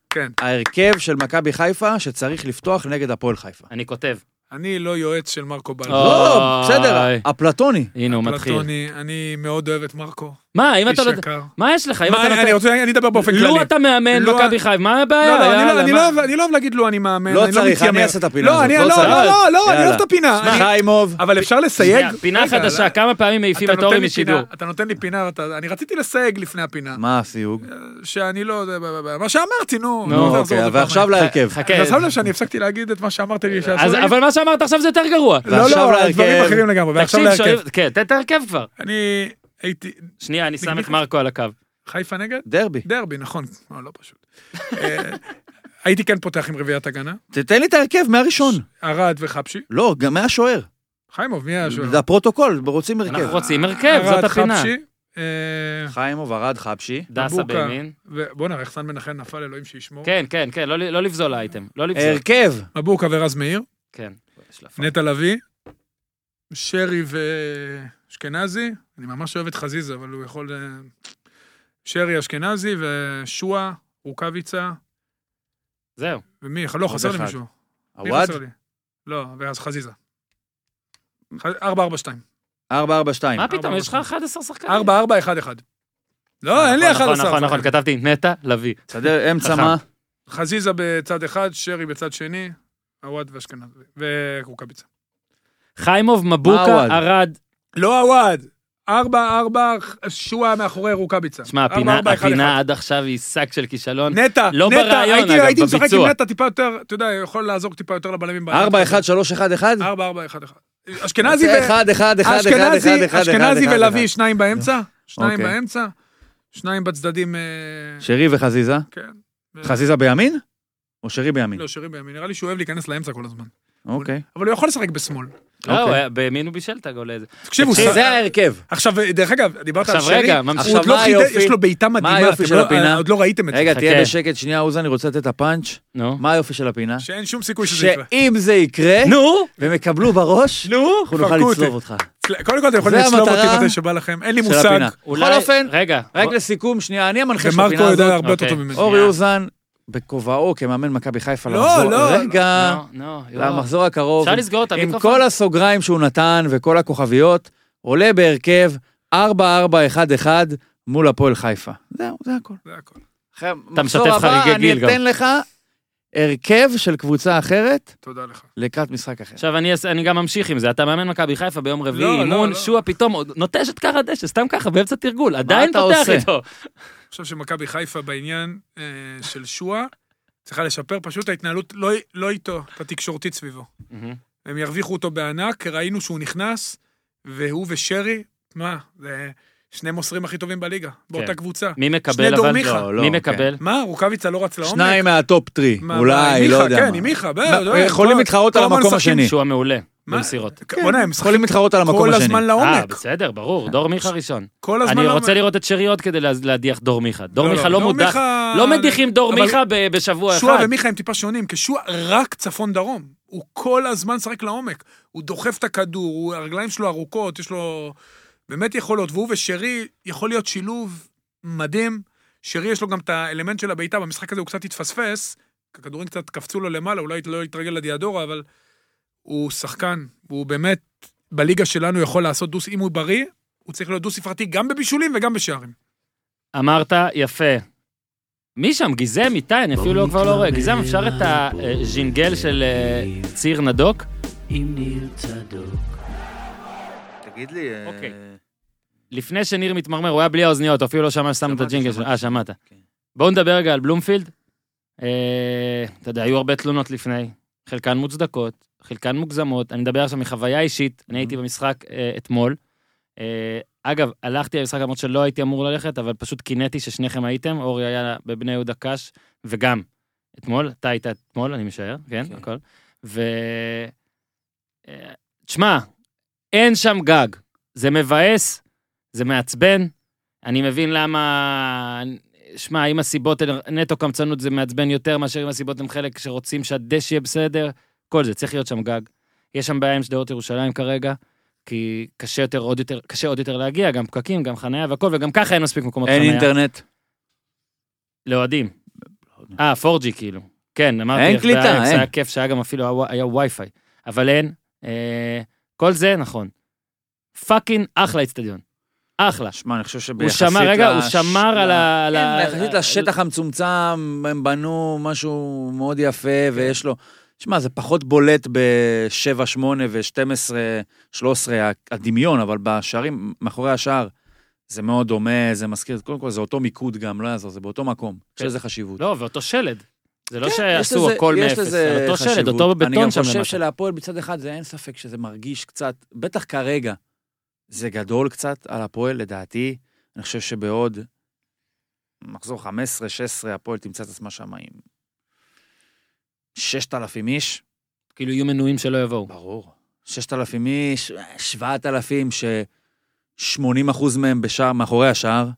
כן. ההרכב של מכבי חיפה שצריך לפתוח נגד הפועל חיפה. אני כותב. אני לא יועץ של מרקו בלבול. אוי. לא, בסדר, אפלטוני. הנה הוא אה, מתחיל. אפלטוני, אני מאוד אוהב את מרקו. מה, אם איש אתה לא... יקר. מה יש לך? אם מה, אתה אני לא... רוצה, אני אדבר באופן כללי. לו אתה מאמן לו- מכבי חיפה, מה הבעיה? לא, לא, אני יאללה, לא- אני מה- לא אוהב- אני לא אוהב להגיד לו אני מאמן, לא אני לא צריך, אני מתיימר. אעשה את הפינה לא, הזאת, אני- לא לא, צריך. לא, לא, לא, אני יאללה. אוהב את הפינה. אני- חיימוב, אבל אפשר לסייג? שנייה, פינה רגע, לא- חדשה, כמה פעמים מעיפים אתה את נותן אורי לי משידור. פינה, אתה נותן לי פינה, ואתה- אני רציתי לסייג לפני הפינה. מה הסיוג? שאני לא... מה שאמרתי, נו, נו. אני רוצה לחזור על אוקיי, זה פעמיים. ועכשיו להרכב. חכה. אתה שם לב שאני הפסקתי להגיד את מה שאמרת לי שעשו אוקיי. אז- להגיד? אבל מה שאמרת עכשיו זה יותר גרוע. לא, ועכשיו לא, דברים להרכב. אחרים לגמרי, ועכשיו תקשיב, להרכב. שואל... כן, תן את ההרכב כבר. אני הייתי... שנייה, אני שם נגמר. את מרקו על הקו. חיפה נגד? דרבי. דרבי, נכון. לא, לא פשוט. אה, הייתי כן פותח עם רביעיית הגנה, תתן לי את ההרכב מהראשון. ארד וחפשי. לא, גם מהשוער. חיימוב, מי היה השוער? זה הפרוטוקול, רוצים הרכב. אנחנו רוצים הרכב, כן, זאת ארד, הפינה. חפשי, אה, חיימוב, ארד, חבשי. דסה מבוקה. בימין. ובואנה, רחסן מנחם נפל, אלוהים שישמור. כן, כן, כן, לא ל- לא לבזול לאייטם. לא לבזול. הרכב. מבוקה ורז מאיר, כן. יש לה פאק. נטע לביא, שרי ואשכנזי. אני ממש אוהב את חזיזה, אבל הוא יכול... אה, שרי אשכנזי ושועה, רוקאביצה, זהו. ומי? לא, חסר לי אחד. מישהו. מי עווד, חסר לי? לא, ואז חזיזה. 442. 4-4-2. מה פתאום, ארבע, יש לך 11 שחקנים. 4411. לא, אין לי נכון, 11. נכון, נכון, כתבתי נטע לביא. תסדר אמצע חכם. מה? חזיזה בצד אחד, שרי בצד שני, עווד ואשכנזי, ורוקאביצה. חיימוב, מבוקה, עווד? ארד. לא עווד! 4 4 שועה מאחורי רוקאביצה. שמע, ארבע, הפינה- ארבע, אחד, הפינה אחד. עד עכשיו היא שק של כישלון. נטע, לא נטע, ברעיון, הייתי- אגב, הייתי משחק בביצוע. עם נטע טיפה יותר, אתה יודע, יכול לעזור טיפה יותר לבלמים. 4-1-3-1-1? 4 4 1 1. אשכנזי אוקיי. ו... 1-1-1-1-1-1-1-1. אשכנזי, אשכנזי ולביא, שניים באמצע, שניים אוקיי. באמצע, שניים בצדדים, אה, שרי וחזיזה. כן. חזיזה בימין? או שרי בימין? לא, שרי בימין, נראה לי שהוא אוהב להיכנס לאמצע כל הזמן. אוקיי. אבל הוא יכול לשחק בשמאל. לא, אוקיי. הוא היה- בימין הוא בישל את הגול איזה. תקשיבו, תקשיב, ש- זה ההרכב. עכשיו, דרך אגב, דיברת על עכשיו שרי, רגע, הוא ממשיך. עכשיו, עוד לא מה חידש, היופי? יש לו בעיטה מדהימה, היופי אתם של לא- הפינה? עוד לא ראיתם את זה. רגע, חכה. תהיה בשקט שנייה, אוזן, אני רוצה לתת את הפאנץ'. נו. מה היופי של הפינה? שאין שום סיכוי שזה יקרה. שאם זה יקרה, נו! והם יקבלו בראש, נו! אנחנו נוכל פרקו אותי. לצלוב אותך. קודם כל, אתם יכולים זה לצלוב אותי המטרה מתי שבא לכם, אין לי של מושג, הפינה. אולי- אופן, רגע. רק בוא- לסיכום, שנייה, אני המנחה של ומרקו הפינה הזאת. יודע הרבה יותר אוקיי. טוב ממני. או- אורי שנייה. אוזן, בכובעו כמאמן מכבי חיפה, לא, למחזור- לא, רגע, נו, נו, יואו. למחזור הקרוב, לא, אפשר לסגור את עם המיקרופון? כל הסוגריים שהוא נתן וכל הכוכביות, עולה בהרכב 4-4-1-1 מול הפועל חיפה. זהו, זה הכל. זה הכל. אחרי משתף המחזור חריגי הבא, אני גיל גם. אתן לך הרכב של קבוצה אחרת תודה לך. לקראת משחק אחר. עכשיו אני, אעשה- אני גם אמשיך עם זה, אתה מאמן מכבי חיפה ביום רביעי, לא, לא, אימון, לא. שועה פתאום עוד נוטש את קר הדשא, סתם ככה, באמצע תרגול, עדיין אתה פותח עושה? איתו. אני חושב שמכבי חיפה בעניין אה, של שועה, צריכה לשפר פשוט ההתנהלות, לא- לא איתו, התקשורתית סביבו. הם ירוויחו אותו בענק, ראינו שהוא נכנס, והוא ושרי, מה, זה שני מוסרים הכי טובים בליגה, באותה כן. קבוצה. מי שני מקבל אבל? דורמיכה. לא, לא, מי כן. מקבל? מה, רוקאביצה לא רץ לעומק? שניים מהטופ טרי, מה, מה, עם אולי, לא מיכה, יודע כן, מה. עם מיכה, מה, לא, לא, יכולים כל- להתחרות כל על הזמן המקום משחקים השני. שועה מעולה, מה? כן. במסירות. בוא'נה, הם משחקים יכולים להתחרות על המקום כל השני. הזמן לא- אה, לעומק. בסדר, ברור, דור מיכה ראשון. כל הזמן אני לעומק. רוצה לראות את שרי עוד כדי לה- להדיח דור מיכה. דור לא, מיכה לא, לא דור מודח, מיכה- לא מדיחים דור אבל- מיכה ב- בשבוע שועה אחד. ומיכה הם טיפה שונים, כי שועה רק צפון-דרום. הוא כל הזמן שחק לעומק. הוא דוחף את הכדור, הוא- הרגליים שלו ארוכות, יש לו באמת יכולות. והוא ושרי, יכול להיות שילוב מדהים. שרי יש לו גם את האלמנט של הבעיטה, במשחק הזה הוא קצת התפספס, כי הכדורים קצת קפצו לו למעלה, אולי לא התרגל לדיאדורה, אבל הוא שחקן, והוא באמת, בליגה שלנו יכול לעשות דו, אם הוא בריא, הוא צריך להיות דו-ספרתי גם בבישולים וגם בשערים. אמרת, יפה. מי שם? גיזם, איתי, אני אפילו לא כבר לא רואה. גיזם, אפשר את הז'ינגל של אה, ציר נדוק? תגיד לי... אה, אוקיי. לפני שניר מתמרמר, הוא היה בלי האוזניות, הוא אפילו לא שמע ששמנו את שמעתי, הג'ינגל שלו. שמעתי. אה, שמעת. כן. בואו נדבר רגע על בלומפילד. אה, אתה יודע, היו הרבה תלונות לפני, חלקן מוצדקות, חלקן מוגזמות. אני מדבר עכשיו מחוויה אישית, אני הייתי במשחק אה, אתמול. אה, אגב, הלכתי למשחק למרות שלא הייתי אמור ללכת, אבל פשוט קינאתי ששניכם הייתם, אורי היה בבני יהודה קאש, וגם אתמול, אתה היית אתמול, אני משער, כן, כן. הכל. ו... אה, תשמע, אין שם גג. זה מבאס, זה מעצבן. אני מבין למה... שמע, אם הסיבות הן נטו קמצנות, זה מעצבן יותר מאשר אם הסיבות הן חלק שרוצים שהדשא יהיה בסדר. כל זה, צריך להיות שם גג. יש שם בעיה עם שדרות ירושלים כרגע, כי קשה יותר, עוד יותר, קשה עוד יותר להגיע, גם פקקים, גם חניה והכל, וגם ככה אין מספיק מקומות אין חניה. אינטרנט. לא לאוהדים. אה, 4G כאילו. כן, אמרתי, אין איך זה היה- קליטה, איך זה אין. היה כיף שהיה גם אפילו הוו- היה וי-פיי. אבל אין. אה, כל זה נכון. פאקינג אחלה אצטדיון. אחלה. שמע, אני חושב הוא שביחסית... שמר, רגע, הוא לש- שמר על ה... על ה- כן, יחסית לשטח המצומצם, הם בנו משהו מאוד יפה, ויש לו... שמע, זה פחות בולט ב-7, 8 ו-12, 13, הדמיון, אבל בשערים, מאחורי השער, זה מאוד דומה, זה מזכיר, קודם כל, זה אותו מיקוד גם, לא יעזור, זה באותו מקום. יש כן. לזה חשיבות. לא, ואותו שלד. זה לא כן, שעשו יש הכל לזה- יש מאפס, לזה אבל אותו שלד, חשיבות. אותו אני בטון גם שם חושב למטה. שלהפועל מצד אחד זה אין ספק שזה מרגיש קצת, בטח כרגע, זה גדול קצת על הפועל, לדעתי. אני חושב שבעוד מחזור 15-16, הפועל תמצא את עצמה שם עם 6,000 איש. כאילו יהיו מנויים שלא יבואו. ברור. 6,000 איש, 7,000, ש-80 אחוז מהם בשער, מאחורי השער,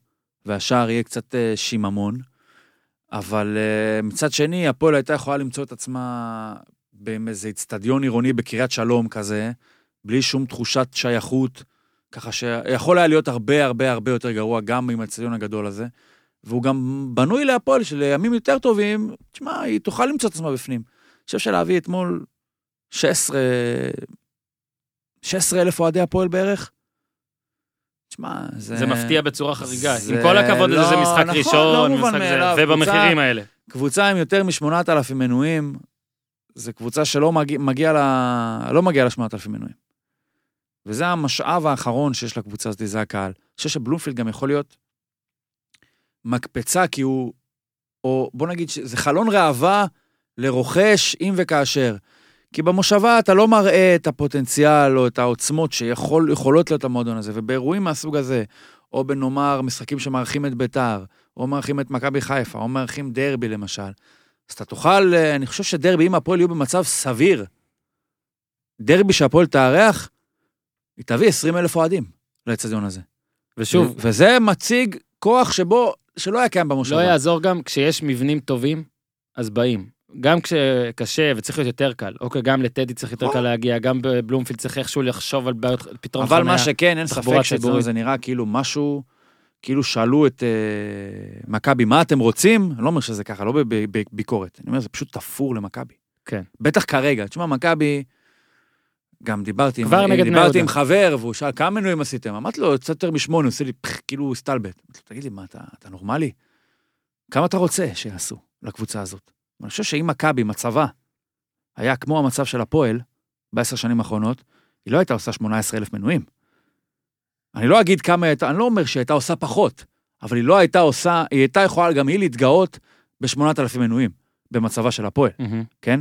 והשער יהיה קצת אה, שיממון. אבל אה, מצד שני, הפועל הייתה יכולה למצוא את עצמה באיזה איצטדיון עירוני בקריית שלום כזה, בלי שום תחושת שייכות, ככה שיכול היה להיות הרבה הרבה הרבה יותר גרוע גם עם האיצטדיון הגדול הזה. והוא גם בנוי להפועל שלימים יותר טובים, תשמע, היא תוכל למצוא את עצמה בפנים. אני חושב שלהביא אתמול 16, 16 אלף אוהדי הפועל בערך. תשמע, זה... זה מפתיע בצורה חריגה. זה עם כל הכבוד לזה, לא- זה משחק נכון, ראשון, לא מובן משחק זה, מאליו, ובמחירים האלה. קבוצה עם יותר מ-8,000 מנויים, זו קבוצה שלא מגיע, מגיע ל... לא מגיע ל-8,000 מנויים. וזה המשאב האחרון שיש לקבוצה הזאת, זה הקהל. אני חושב שבלומפילד גם יכול להיות מקפצה, כי הוא... או בוא נגיד שזה חלון ראווה לרוכש אם וכאשר. כי במושבה אתה לא מראה את הפוטנציאל או את העוצמות שיכולות שיכול, להיות למועדון הזה, ובאירועים מהסוג הזה, או בנאמר משחקים שמארחים את ביתר, או מארחים את מכבי חיפה, או מארחים דרבי למשל. אז אתה תוכל, אה, אני חושב שדרבי, אם הפועל יהיו במצב סביר, דרבי שהפועל תארח, היא תביא 20 אלף אוהדים לאצטדיון הזה. ושוב, ו- וזה מציג כוח שבו, שלא היה קיים במושבה. לא יעזור גם כשיש מבנים טובים, אז באים. גם כשקשה וצריך להיות יותר קל. אוקיי, גם לטדי צריך יותר קל להגיע, גם בבלומפילד צריך איכשהו לחשוב על בעיות פתרון חניה. נכון. אבל מה שכן, אין תחבורה ספק שאצלנו ציבורית. זה נראה כאילו משהו, כאילו שאלו את אה, מכבי, מה אתם רוצים? אני לא אומר שזה ככה, לא בב- בביקורת. אני אומר, זה פשוט תפור למכבי. כן. בטח כרגע. תשמע, מכבי, גם דיברתי, עם- כבר עם, נגד בני דיברתי יהודה. עם חבר, והוא שאל, כמה מנויים עשיתם? אמרתי לו, קצת יותר משמונה, הוא עושה לי פח, כאילו הסתלבט. אמרתי לו, תגיד לי, מה, אתה, אתה נורמלי? כמה אתה רוצה שיעשו לקבוצה הזאת? אני חושב שאם מכבי, מצבה, היה כמו המצב של הפועל בעשר שנים האחרונות, היא לא הייתה עושה 18,000 מנויים. אני לא אגיד כמה היא הייתה, אני לא אומר שהיא הייתה עושה פחות, אבל היא לא הייתה עושה, היא הייתה יכולה גם היא להתגאות ב-8,000 מנויים במצבה של הפועל, מהמם. כן?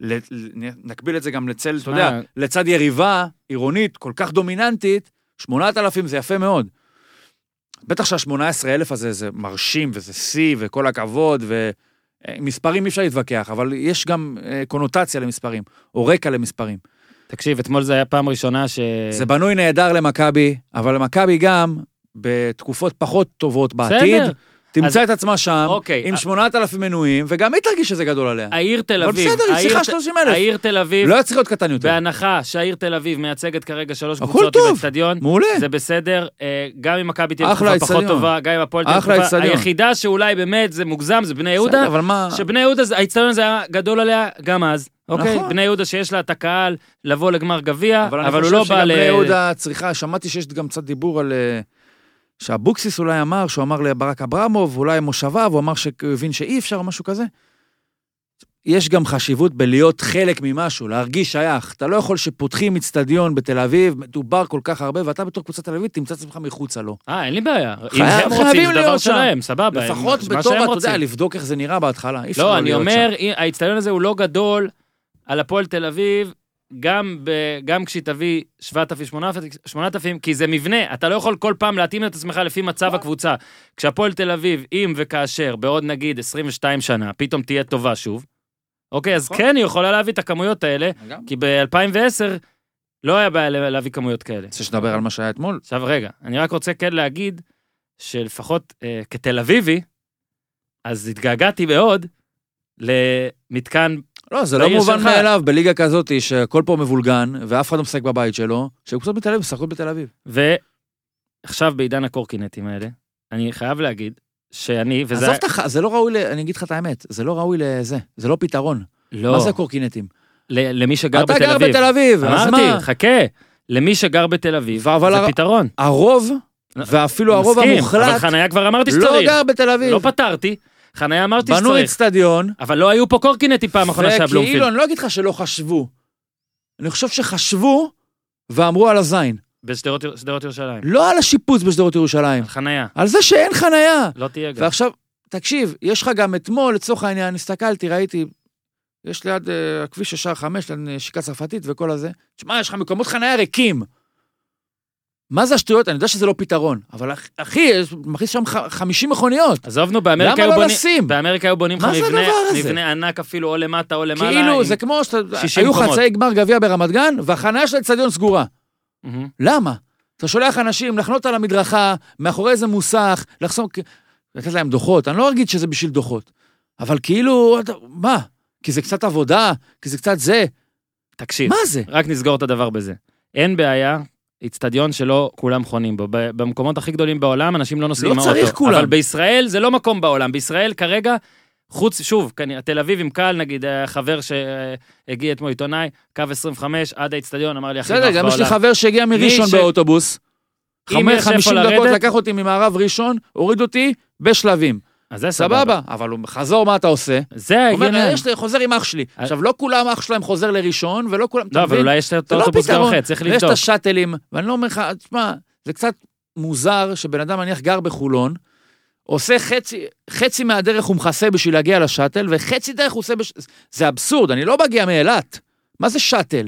ל- ל- נקביל את זה גם לצל, אתה שמע, יודע, לצד יריבה עירונית כל כך דומיננטית, 8,000 זה יפה מאוד. בטח שה-18,000 הזה זה מרשים וזה שיא וכל הכבוד ומספרים אי אפשר להתווכח, אבל יש גם אה, קונוטציה למספרים, או רקע למספרים. אה. תקשיב, אתמול זה היה פעם ראשונה ש... זה בנוי נהדר למכבי, אבל מכבי גם, בתקופות פחות טובות בעתיד, בסדר. אז- תמצא את עצמה שם, אוקיי, עם א- 8,000 מנויים, וגם היא תרגיש שזה גדול עליה. העיר תל אבל אביב. בסדר, היא העיר צריכה ת- 30,000. העיר תל אביב, לא היה צריך להיות קטן יותר. בהנחה שהעיר תל אביב מייצגת כרגע שלוש הכל קבוצות טוב. באצטדיון, מעולה. זה בסדר, אה, גם אם מכבי תהיה אחלה תקופה פחות אצטדיון. טובה, גם אם הפועל תהיה אחלה תקופה, אצטדיון. היחידה שאולי באמת זה מוגזם זה בני יהודה, בסדר, אבל מה... שבני יהודה, זה- האיצטדיון הזה היה גדול עליה גם אז, אוקיי? נכון. בני יהודה שיש לה את הקהל לבוא לגמר גביע, אבל אני אבל הוא לא חושב בא שגם ל... בני יהודה צריכה, שמעתי שיש גם קצת דיבור על... אה, שאבוקסיס אולי אמר, שהוא אמר לברק אברמוב, אולי מושבה, והוא אמר שהוא הבין שאי אפשר או משהו כזה. יש גם חשיבות בלהיות חלק ממשהו, להרגיש שייך. אתה לא יכול שפותחים אצטדיון בתל אביב, מדובר כל כך הרבה, ואתה בתור קבוצת תל אביב תמצא את עצמך מחוצה לו. אה, אין לי בעיה. אם חייב- הם רוצים, חייבים זה דבר להיות שם. שלהם, סבבה. הם- לפחות מה בתור, שהם אתה רוצים. יודע, לבדוק איך זה נראה בהתחלה. אי אפשר לא, אני להיות אומר, האיצטדיון הזה הוא לא גדול על הפועל תל אביב, גם, ב, גם כשהיא תביא 7,000, 8,000, 8,000, כי זה מבנה, אתה לא יכול כל פעם להתאים את עצמך לפי מצב הקבוצה. כשהפועל תל אביב, אם וכאשר, בעוד נגיד 22 שנה, פתאום תהיה טובה שוב, אוקיי, אז כן היא יכולה להביא את הכמויות האלה, לגמרי. כי ב-2010 לא היה בעיה לה- להביא כמויות כאלה. רוצה שנדבר על מה שהיה אתמול? עכשיו רגע, אני רק רוצה כן להגיד שלפחות אה, כתל אביבי, אז התגעגעתי מאוד למתקן, לא, זה לא בעיר מובן שלך. מאליו בליגה כזאת שהכל פה מבולגן, ואף אחד לא משחק בבית שלו, שקבוצות בתל אביב משחקות בתל אביב. ועכשיו בעידן הקורקינטים האלה, אני חייב להגיד שאני, וזה... עזוב אותך, זה לא ראוי, ל- אני אגיד לך את האמת, זה לא ראוי לזה, זה לא פתרון. לא, מה זה קורקינטים? ל- למי שגר אתה בתל גר אביב. בתל אביב, אז אמרתי, מה? חכה, למי שגר בתל אביב, אבל זה הר- פתרון. הרוב ואפילו הרוב מסכים, אבל המוחלט חניה כבר אמרתי לא שצריך. גר בתל אביב. לא פתרתי, חניה אמרתי בנו שצריך. אצטדיון, אבל לא היו פה קורקינטים פעם אחרונה שהיה בלומפילד. וכאילו, אני לא אגיד לך שלא חשבו. אני חושב שחשבו ואמרו על הזין. בשדרות יר- שדרות ירושלים. לא על השיפוץ בשדרות ירושלים, על חניה. על זה שאין חנייה. לא תהיה גם. ועכשיו, תקשיב, יש לך גם אתמול, לצורך העניין, הסתכלתי, ראיתי, יש ליד אה, הכביש ישר חמש, ליד אה, שיקה צרפתית וכל הזה. תשמע, יש לך מקומות חניה ריקים. מה זה השטויות? אני יודע שזה לא פתרון, אבל אח- אחי, יש- מכניס שם ח- 50 מכוניות. עזוב נו, באמריקה למה היו לא בונים... לשים? באמריקה היו בונים לך מה זה מבנה, הדבר הזה? מבנה ענק אפילו או למטה או למעלה. כאילו, עם- זה כמו שאתה... 60 היו קומות. חצאי גמר גביע ברמת גן, והחניה של האצטדיון סגורה. מהמם. למה? אתה שולח אנשים לחנות על המדרכה, מאחורי איזה מוסך, לחסום, לתת להם דוחות. אני לא אגיד שזה בשביל דוחות, אבל כאילו, אתה- מה? כי זה קצת עבודה, כי זה קצת זה. תקשיב, מה זה? רק נסגור את הדבר בזה. אין בעיה, איצטדיון שלא כולם חונים בו. ב- במקומות הכי גדולים בעולם אנשים לא נוסעים לא עם האוטו. צריך כולם. אבל בישראל זה לא מקום בעולם. בישראל כרגע, חוץ, שוב, כנראה, תל אביב עם קהל, נגיד, אה, חבר שהגיע אתמול עיתונאי, קו 25 עד האיצטדיון, אמר לי הכי נוח בסדר, בעולם. גם יש לי חבר שהגיע מראשון ש- באוטובוס. אם חמש- יש איפה 50 דקות לרדת- לקח אותי ממערב ראשון, הוריד אותי בשלבים. אז זה סבבה. סבבה, אבל הוא חזור, מה אתה עושה? זה הוא אומר, "אה, העניין. "יש לי- חוזר עם אח שלי. אה. עכשיו, לא כולם, אח שלהם חוזר לראשון, ולא כולם, אתה לא, אבל מבין? אולי יש את זה לא האוטובוס גם פתרון. אחר, צריך ויש את לבדוק. השאטלים, ואני לא אומר לך, תשמע, זה קצת מוזר שבן אדם נניח גר בחולון, עושה חצי, חצי מהדרך הוא מכסה בשביל להגיע לשאטל, וחצי דרך הוא עושה, בש... זה אבסורד, אני לא מגיע מאילת. מה זה שאטל?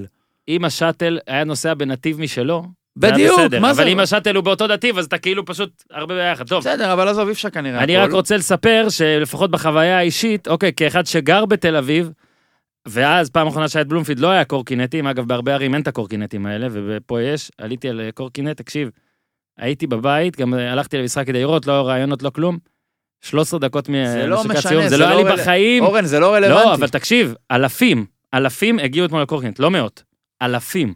אם השאטל היה נוסע בנתיב משלו, זה היה בדיוק, בסדר. מה זה? אבל אם השאטל הוא באותו נתיב, אז אתה כאילו פשוט הרבה ביחד. טוב, בסדר, אבל עזוב, אי אפשר כנראה. אני הכל. רק רוצה לספר שלפחות בחוויה האישית, אוקיי, כאחד שגר בתל אביב, ואז פעם אחרונה שהיה את בלומפילד לא היה קורקינטים, אגב, בהרבה ערים אין את הקורקינטים האלה, ופה יש, עליתי על אה, קורקינט, תקשיב, הייתי בבית, גם אה, הלכתי למשחק כדי לראות, לא רעיונות, לא כלום, 13 דקות זה לא מהפסיקת משנה, סיום, זה זה לא היה לא לי רל- בחיים, אורן, זה לא רלוונטי. לא, אבל תקשיב, אלפים, אלפים הגיעו אתמול לקורקינט, לא מאות, אלפים,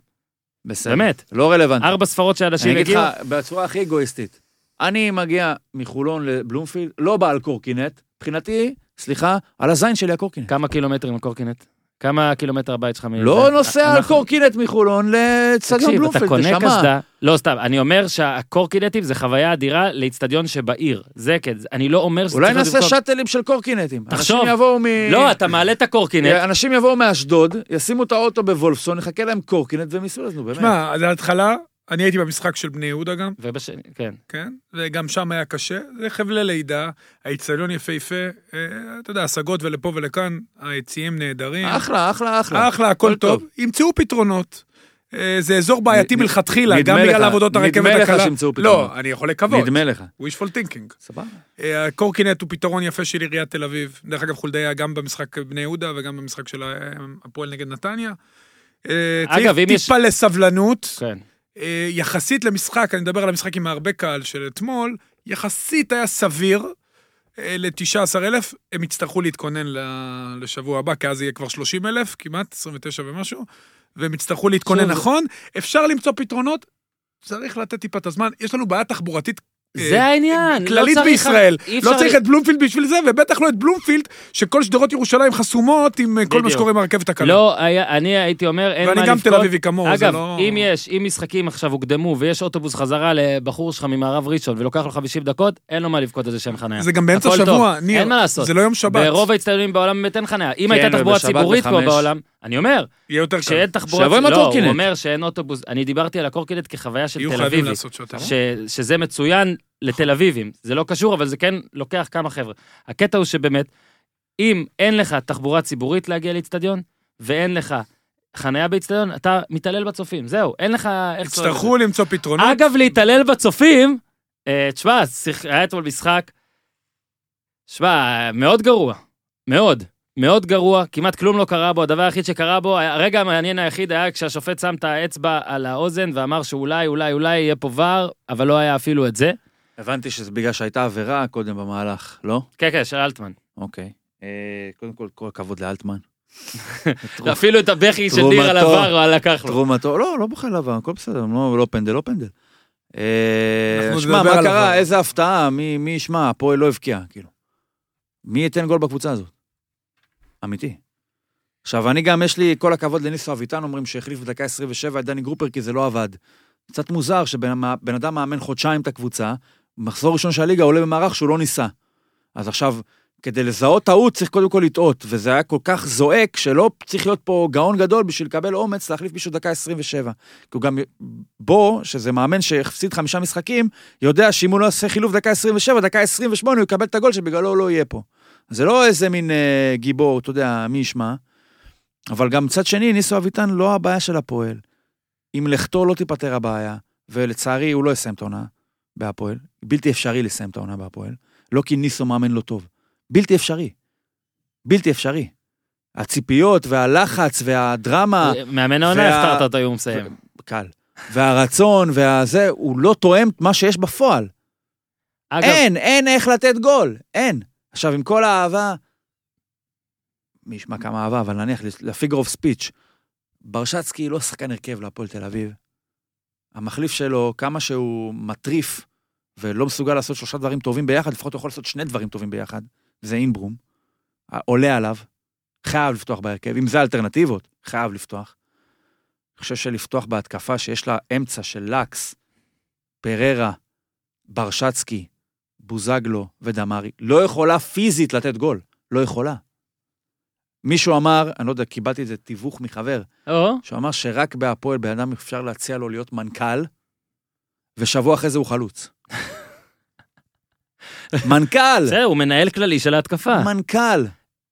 בסדר. באמת, לא רלוונטי. ארבע ספרות של אנשים אני אגיד הגיעו, לך, בצורה הכי אגואיסטית, אני מגיע מחולון לבלומפילד, לא בא על קורקינט, מבחינתי, סליחה, על הזין שלי הקורקינט. כמה קילומטרים הקורקינט? כמה קילומטר הבית שלך? מ- לא זה- נוסע על אנחנו- קורקינט מחולון לאצטדיון תקשיב, אתה בלומפילד, קונה נשמה. קסדה, לא סתם, אני אומר שהקורקינטים זה חוויה אדירה לאיצטדיון שבעיר, זה כן, זה- אני לא אומר שזה אולי צריך להיות נעשה במקום- שאטלים של קורקינטים. תחשוב. אנשים יבואו מ... לא, אתה מעלה את הקורקינט, אנשים יבואו מאשדוד, ישימו את האוטו בוולפסון, נחכה להם קורקינט והם ייסעו לזה, נו, באמת. שמע, אז ההתחלה, אני הייתי במשחק של בני יהודה גם, ובש... כן, כן? וגם שם היה קשה. זה חבלי לידה, האיצטדיון יפהפה, אה, אתה יודע, השגות ולפה ולכאן, היציעים נהדרים. אחלה, אחלה, אחלה. אחלה, הכל טוב. ימצאו פתרונות. אה, זה אזור בעייתי נ- נ- מלכתחילה, נדמה גם לך- בגלל עבודות נדמה הרכבת לך הקלה. שימצאו פתרונות. לא, אני יכול לקוות. נדמה לך. wishful thinking. סבבה. אה, הקורקינט הוא פתרון יפה של עיריית תל אביב. דרך אגב, חולדאי היה גם במשחק בני יהודה וגם במשחק של אה, הפועל נגד נתניה. אה, אגב, אם צריך יש- טיפה לסבלנות. כן. אה, יחסית למשחק, אני מדבר על המשחק עם הרבה קהל של אתמול, יחסית היה סביר אה, ל-19,000, הם יצטרכו להתכונן ל- לשבוע הבא, כי אז יהיה כבר 30,000 כמעט, 29 ומשהו, והם יצטרכו להתכונן שוב, נכון. אפשר למצוא פתרונות, צריך לתת טיפה את הזמן. יש לנו בעיה תחבורתית אה, זה העניין, לא כללית צריך- בישראל. אי אפשר- לא צריך את בלומפילד בשביל זה, ובטח לא את בלומפילד, שכל שדרות ירושלים חסומות עם אה, כל מה בדיוק. שקורה עם הרכבת הקלה. לא, היה- אני הייתי אומר, אין מה ואני לבכות. גם תל אביבי כמוהו, זה אגב, לא... אם יש, אם משחקים עכשיו הוקדמו ויש אוטובוס חזרה לבחור שלך ממערב ראשון ולוקח לו 50 דקות, אין לו מה לבכות על זה שאין חניה. זה גם באמצע הכל השבוע, טוב, ניר. אין מה לעשות. זה לא יום שבת. ברוב האצטדיונים בעולם באמת אין חניה. אם כן, הייתה תחבורה ובשבת ציבורית פה בחמש. בעולם, אני אומר, יהיה יותר קל. כשאין תחבורה... שיבוא עם לא, הקורקינט. הוא אומר שאין אוטובוס. אני דיברתי על הקורקינט כחוויה של יהיו תל חייבים אביבי. לעשות שעות אה? ש, שזה מצוין לתל אביבים. זה לא קשור, אבל זה כן לוקח כמה חבר'ה. הקטע הוא שבאמת, אם אין לך תחבורה ציבורית להגיע לאיצטדיון, ואין לך חניה באיצטדיון, אתה מתעלל בצופים, זהו. אין לך... איך יצטרכו למצוא קוראים לזה. פתרונות. אגב, להתעלל בצופים, אה, תשמע, שיח- היה אתמול משחק, תשמע, מאוד גרוע. מאוד. מאוד גרוע, כמעט כלום לא קרה בו, הדבר היחיד שקרה בו, הרגע המעניין היחיד היה כשהשופט שם את האצבע על האוזן ואמר שאולי, אולי, אולי יהיה פה ור, אבל לא היה אפילו את זה. הבנתי שזה בגלל שהייתה עבירה קודם במהלך, לא? כן, כן, של אלטמן. אוקיי. אה, קודם כל, כל הכבוד לאלטמן. אפילו את הבכי של ניר על תרומתו. הוור הוא לקח לו. תרומתו, לא, לא בוחר לבן, הכל בסדר, לא, לא פנדל, לא פנדל. אה, אנחנו שמע, נדבר מה על קרה, עבר. איזה הפתעה, מי, מי ישמע, הפועל לא הבקיע, כאילו. מי ייתן גול בקבוצה הזאת? אמיתי. עכשיו, אני גם, יש לי כל הכבוד לניסו אביטן, אומרים שהחליף בדקה 27 את דני גרופר, כי זה לא עבד. קצת מוזר שבן אדם מאמן חודשיים את הקבוצה, מחזור ראשון של הליגה עולה במערך שהוא לא ניסה. אז עכשיו, כדי לזהות טעות צריך קודם כל לטעות, וזה היה כל כך זועק שלא צריך להיות פה גאון גדול בשביל לקבל אומץ להחליף מישהו דקה 27. כי הוא גם, בו, שזה מאמן שהפסיד חמישה משחקים, יודע שאם הוא לא יעשה חילוף דקה 27, דקה 28 הוא יקבל את הגול שבגללו הוא לא יהיה פה. זה לא איזה מין אה, גיבור, אתה יודע, מי ישמע. אבל גם מצד שני, ניסו אביטן לא הבעיה של הפועל. עם לכתו לא תיפתר הבעיה, ולצערי הוא לא יסיים את העונה בהפועל. בלתי אפשרי לסיים את העונה בהפועל. לא כי ניסו מאמן לא טוב. בלתי אפשרי. בלתי אפשרי. הציפיות והלחץ אה, והדרמה, מאמן העונה וה- הפתרת אותו, אם הוא מסיים. קל. והרצון והזה, הוא לא תואם את מה שיש בפועל. אגב, אה, אין, אין איך לתת גול, אין. עכשיו, עם כל האהבה, מי ישמע כמה אהבה, אבל נניח לפיגר אוף ספיץ', ברשצקי לא שחקן הרכב להפועל תל אביב. המחליף שלו, כמה שהוא מטריף ולא מסוגל לעשות שלושה דברים טובים ביחד, לפחות הוא יכול לעשות שני דברים טובים ביחד, זה אינברום. עולה עליו, חייב לפתוח בהרכב, אם זה אלטרנטיבות, חייב לפתוח. אני חושב שלפתוח בהתקפה שיש לה אמצע של לקס, פררה, ברשצקי, בוזגלו ודמארי, לא יכולה פיזית לתת גול. לא יכולה. מישהו אמר, אני לא יודע, קיבלתי איזה תיווך מחבר, או, שהוא אמר שרק בהפועל בן אדם אפשר להציע לו להיות מנכ"ל, ושבוע אחרי זה הוא חלוץ. מנכ"ל! בסדר, כן. הוא מנהל כללי של ההתקפה. מנכ"ל!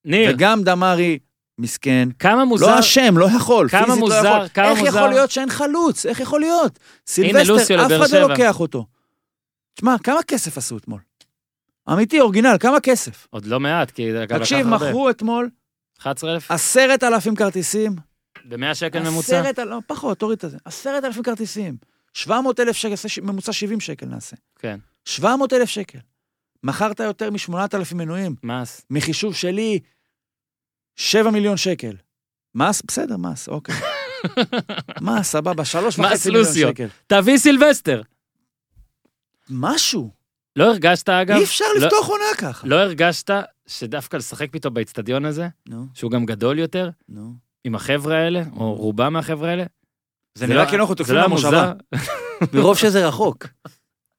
ניר, וגם דמארי, מסכן, כמה לא מוזר, אשם, לא יכול, כמה פיזית מוזר, לא יכול. כמה איך מוזר. יכול להיות שאין חלוץ? איך יכול להיות? לוסיו סילבסטר, אף לבאר אחד לא שבע. לוקח אותו. תשמע, כמה כסף עשו אתמול? אמיתי, אורגינל, כמה כסף? עוד לא מעט, כי זה לקח תקשיב, הרבה. מכרו אתמול 11,000? עשרת אלפים כרטיסים. ב-100 שקל כן, ממוצע? עשרת, אל- לא, פחות, תוריד את זה. עשרת אלפים כרטיסים. 700 אלף שקל, עשה ש- ממוצע 70 שקל נעשה. כן. 700 אלף שקל. מכרת יותר מ-8,000 מנויים. מס. מחישוב שלי, 7 מיליון שקל. מס? בסדר, מס, אוקיי. מס, סבבה, שלוש מס וחצי מיליון לוסיו. שקל. תביא סילבסטר. משהו. לא הרגשת, אגב? אי אפשר לא- לפתוח עונה ככה. לא הרגשת שדווקא לשחק פתאום באצטדיון הזה, נו, שהוא גם גדול יותר, נו. עם החבר'ה האלה, או רובם מהחבר'ה האלה? זה לא- נראה כאילו אנחנו זה תוקפים לא היה למושבה. מוזר? מרוב שזה רחוק.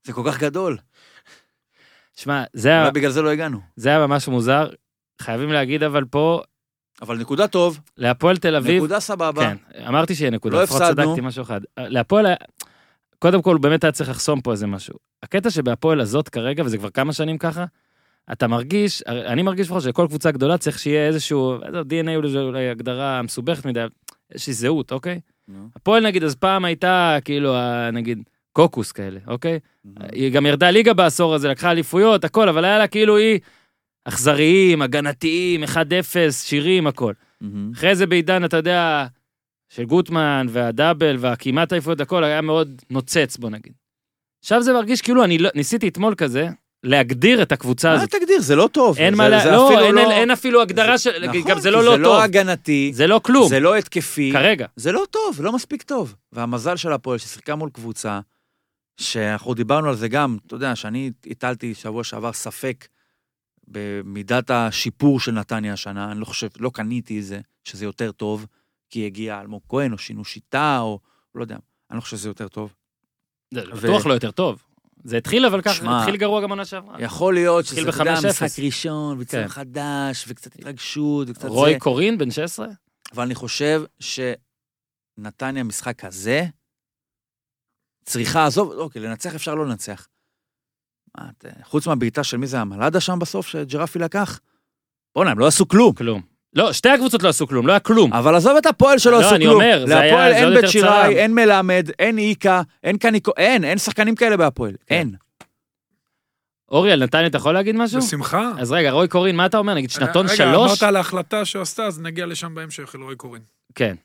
זה כל כך גדול. אה. שמע, זה היה- אולי בגלל זה לא הגענו. זה היה ממש מוזר. חייבים להגיד אבל פה, אבל נקודה טוב, להפועל תל אביב... נקודה סבבה. כן, אמרתי שיהיה נקודה, לא לפחות הפסדנו. צדקתי משהו אחד. להפועל, היה- קודם כל, הוא באמת היה צריך לחסום פה איזה משהו. הקטע שבהפועל הזאת כרגע, וזה כבר כמה שנים ככה, אתה מרגיש, אני מרגיש לפחות שלכל קבוצה גדולה צריך שיהיה איזשהו, איזה DNA אולי זו אולי הגדרה מסובכת מדי, איזושהי זהות, אוקיי? נו. הפועל נגיד, אז פעם הייתה כאילו, ה- נגיד, קוקוס כאלה, אוקיי? נו. היא גם ירדה ליגה בעשור הזה, לקחה אליפויות, הכל, אבל היה לה כאילו היא אכזריים, הגנתיים, 1-0, שירים, הכל. מהמם. אחרי זה בעידן, אתה יודע, של גוטמן והדאבל והכמעט אליפויות, הכל היה מאוד נוצץ, בוא נגיד. עכשיו זה מרגיש כאילו, אני לא, ניסיתי אתמול כזה, להגדיר את הקבוצה אל הזאת. תגדיר, זה לא טוב. אין זה- מה, לה- זה לא, אפילו אין, אין, אין אפילו הגדרה של, נכון, גם זה כי לא לא זה טוב, לא הגנתי, זה לא כלום, זה לא התקפי. כרגע. זה לא טוב, לא מספיק טוב. והמזל של הפועל ששיחקה מול קבוצה, שאנחנו דיברנו על זה גם, אתה יודע, שאני הטלתי שבוע שעבר ספק במידת השיפור של נתניה השנה, אני לא חושב, לא קניתי את זה, שזה יותר טוב, כי הגיע אלמוג כהן, או שינו שיטה, או לא יודע, אני לא חושב שזה יותר טוב. זה בטוח לא יותר טוב. זה התחיל אבל שמע, ככה, התחיל גרוע גם עונה שעברה. יכול להיות אה, התחיל שזה, אתה יודע, ב-5-0. משחק ראשון, כן. וצום חדש, וקצת התרגשות, וקצת זה. רוי קורין, בן 16? אבל אני חושב שנתניה, משחק הזה, צריכה, עזוב, אוקיי, לנצח אפשר לא לנצח. מה, את- חוץ מהבעיטה של מי זה המלאדה שם בסוף, שג'רפי לקח? בואנה, הם לא עשו כלום. כלום. לא, שתי הקבוצות לא עשו כלום, לא היה כלום. אבל עזוב את הפועל שלא לא, עשו אני כלום. אומר, זה היה- להפועל זה אין עוד בית יותר צרם. שיראי, אין מלמד, אין איקה, אין קניקו, אין, אין שחקנים כאלה בהפועל. כן. אין. אורי, על נתניה אתה יכול להגיד משהו? בשמחה. אה, אז רגע, רוי קורין, מה אתה אומר? נגיד שנתון רגע, שלוש? אמרת על ההחלטה שהוא עשתה, אז נגיע לשם בהמשך, אלוהי קורין. כן.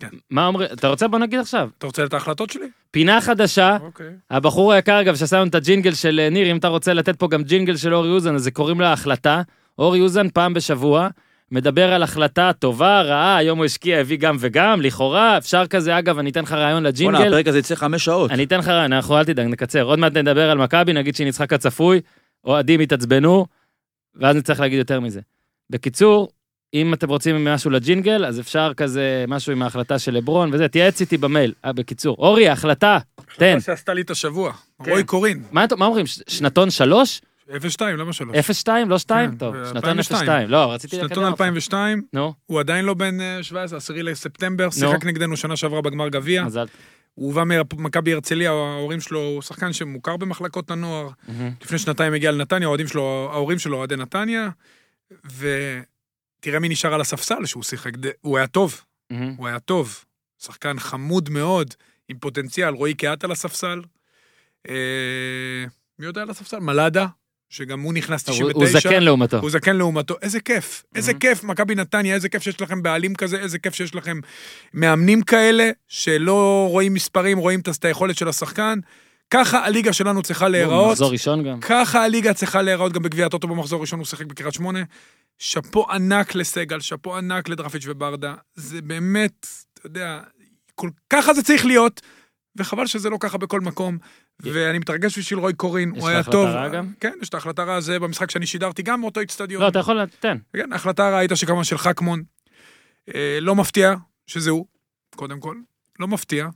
כן. מה אומרים? אתה רוצה? בוא נגיד עכשיו. אתה רוצה את ההחלטות שלי? פינה חדשה, אוקיי. הבחור היקר אגב שעשה לנו את הג'ינגל של אה, ניר, אם אתה רוצה לתת פה גם ג'ינגל של אורי אוזן, אז זה קוראים לה החלטה. אורי אוזן פעם בשבוע מדבר על החלטה טובה, רעה, היום הוא השקיע, הביא גם וגם, לכאורה, אפשר כזה, אגב, אני אתן לך רעיון בואנה, לג'ינגל. הפרק הזה יצא חמש שעות. אני אתן לך רעיון, אנחנו אל תדאג, נקצר. עוד מעט נדבר על מכבי, נגיד שהיא ניצחה כצפוי, אוהדים יתעצבנו, ואז נצטרך להגיד יותר מזה. בקיצור, אם אתם רוצים משהו לג'ינגל, אז אפשר כזה משהו עם ההחלטה של לברון וזה, תייעץ איתי במייל. אה, בקיצור, אורי, ההחלטה, תן. מה שעשתה לי את השבוע, רוי קורין, מה אתה- מה אומרים, ש- שנתון 3? 0-2, למה שלוש? 0-2? לא 2? כן, טוב, ב- שנתון 2002. 0-2. לא, רציתי לקדם שנתון אותך. 2002, נו, הוא עדיין לא בן אה, 17, 10 לספטמבר, שיחק נגדנו שנה שעברה בגמר גביע. מזל. הוא הובא ממכבי הרצליה, ההורים שלו, הוא שחקן שמוכר במחלקות הנוער. לפני שנתיים הגיע לנתניה, האוהדים שלו, ההורים שלו אוהדי נתניה, ותראה מי נשאר על הספסל שהוא שיחק, ד- הוא היה טוב, מהמם. הוא היה טוב, שחקן חמוד מאוד, עם פוטנציאל, רועי קהת על הספסל. אה, מי יודע על הספסל? מלאדה, שגם הוא נכנס טוב, 99. הוא- הוא זקן לעומתו. הוא זקן לעומתו, איזה כיף, איזה Mhm. כיף, מכבי נתניה, איזה כיף שיש לכם בעלים כזה, איזה כיף שיש לכם מאמנים כאלה, שלא רואים מספרים, רואים את את היכולת של השחקן. ככה הליגה שלנו צריכה הוא להיראות, מחזור ראשון גם. ככה הליגה צריכה להיראות גם בגביע הטוטו במחזור ראשון, הוא שיחק בקריית שמונה. שאפו ענק לסגל, שאפו ענק לדרפיץ' וברדה. זה באמת, אתה יודע, כל... ככה זה צריך להיות, וחבל שזה לא ככה בכל מקום. ואני מתרגש בשביל רוי קורין, יש הוא לך היה החלטה טוב. רעה גם? כן, יש את ההחלטה רעה, זה במשחק שאני שידרתי, גם מאותו אצטדיון. לא, אתה יכול, תן. כן, ההחלטה הרעה הייתה שכמובן של חכמון. אה, לא מפתיע שזה הוא, קודם כל. לא מפתיע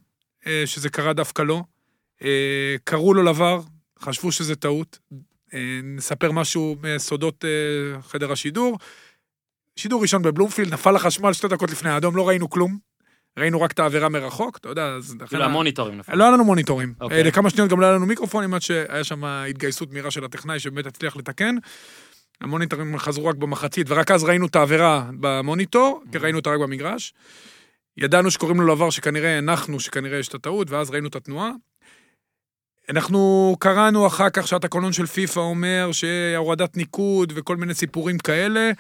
אה, שזה קרה דווקא לו. אה, קראו לו לבר, חשבו שזה טעות. אה, נספר משהו מסודות אה, חדר השידור. שידור ראשון בבלומפילד, נפל החשמל שתי דקות לפני האדום, לא ראינו כלום. ראינו רק את העבירה מרחוק, אתה יודע, אז... לכן כאילו המוניטורים נפלו. לא היה לנו מוניטורים. אוקיי. Okay. לכמה שניות גם לא היה לנו מיקרופונים, עד שהיה שם התגייסות מהירה של הטכנאי שבאמת הצליח לתקן. המוניטורים חזרו רק במחצית, ורק אז ראינו את העבירה במוניטור, כי ראינו אותה רק במגרש. ידענו שקוראים לו לעבר שכנראה הנחנו שכנראה יש את הטעות, ואז ראינו את התנועה. אנחנו קראנו אחר כך שהתקנון של פיפ"א אומר שהורדת ניקוד וכל מיני סיפורים כאלה.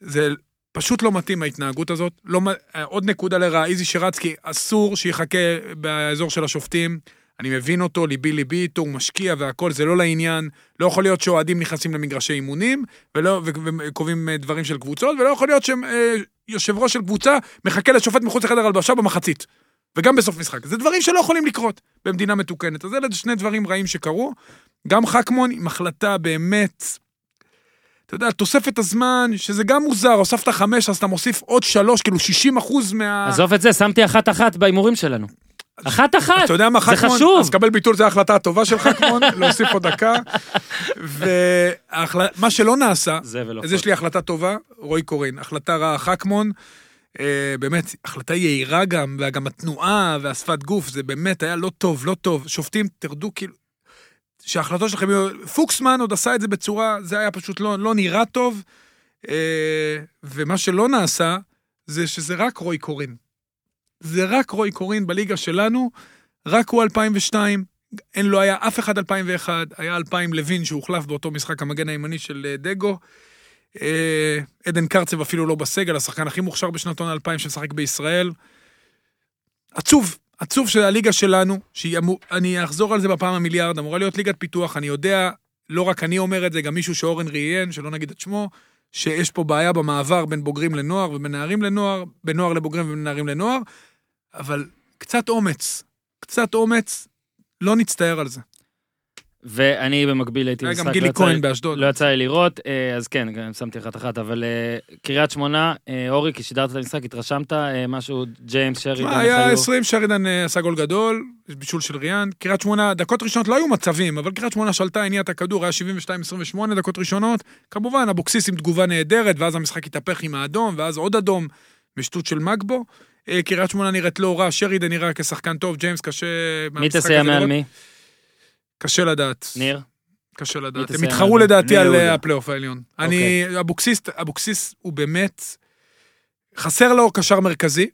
זה פשוט לא מתאים ההתנהגות הזאת. לא, מ- עוד נקודה לרעה, איזי שרצקי, אסור שיחכה באזור של השופטים. אני מבין אותו, ליבי ליבי איתו, הוא משקיע והכל, זה לא לעניין. לא יכול להיות שאוהדים נכנסים למגרשי אימונים, ולא, ו- וקובעים אה, דברים של קבוצות, ולא יכול להיות שיושב ראש של קבוצה מחכה לשופט מחוץ לחדר הלבשה במחצית. וגם בסוף משחק. זה דברים שלא יכולים לקרות במדינה מתוקנת. אז אלה שני דברים רעים שקרו. גם חכמון עם החלטה באמת אתה יודע, תוספת הזמן, שזה גם מוזר, הוספת חמש, אז אתה מוסיף עוד שלוש, כאילו 60 אחוז מה... אה. עזוב את זה, שמתי אחת-אחת בהימורים שלנו. אחת-אחת! אתה יודע מה, זה חכמון? חשוב. אז קבל ביטול, זו ההחלטה הטובה של חכמון, להוסיף עוד דקה. ומה שלא נעשה, זה ולא אז יש לי החלטה טובה, רועי קורין. החלטה רעה, חכמון. אה, באמת, החלטה יהירה גם, וגם התנועה והשפת גוף, זה באמת היה לא טוב, לא טוב. שופטים, תרדו כאילו... שההחלטות שלכם יהיו... פוקסמן עוד עשה את זה בצורה, זה היה פשוט לא, לא נראה טוב. אה, ומה שלא נעשה, זה שזה רק רוי קורין. זה רק רוי קורין בליגה שלנו, רק הוא 2002, אין לו היה אף אחד 2001, היה 2000 לוין שהוחלף באותו משחק המגן הימני של אה, דגו. אה, עדן קרצב אפילו לא בסגל, השחקן הכי מוכשר בשנתון 2000 שמשחק בישראל. עצוב, עצוב שהליגה שלנו, שהיא אמור, אני אחזור על זה בפעם המיליארד, אמורה להיות ליגת פיתוח, אני יודע, לא רק אני אומר את זה, גם מישהו שאורן ראיין, שלא נגיד את שמו, שיש פה בעיה במעבר בין בוגרים לנוער ובין נערים לנוער, בין נוער לבוגרים ובין נערים לנוער, אבל קצת אומץ, קצת אומץ, לא נצטער על זה. ואני במקביל הייתי היה במשחק, גם גילי לא יצא לי- כהן באשדוד. לא יצא לי לראות, אה, אז כן, גם שמתי אחת-אחת, אבל אה, קריית שמונה, אה, אורי, כששידרת את המשחק, התרשמת אה, משהו, ג'יימס, שרי, תשמע, דן היה חיו. 20 שרידן אה, עשה גול גדול, בישול של ריאן. קריית שמונה, דקות ראשונות לא היו מצבים, אבל קריית שמונה שלטה, הניעה את הכדור, היה 72-28 דקות ראשונות. כמובן, אבוקסיס עם תגובה נהדרת, ואז המשחק התהפך עם האדום, ואז עוד אדום, משטות של מגבו. אה, קריית שמונה נראית לא רע, שרידן נראה כשחקן טוב, ג'יימס קשה... מי מהמשחק תסיים הזה מעל לראות. מי? קשה לדעת. ניר? קשה מי לדעת. הם תסיים התחרו עד- לדעתי בני על יהודה. אה, הפלייאוף העליון. אוקיי. אני, אבוקסיס, אבוקסיס הוא באמת, חסר לו קשר מרכזי,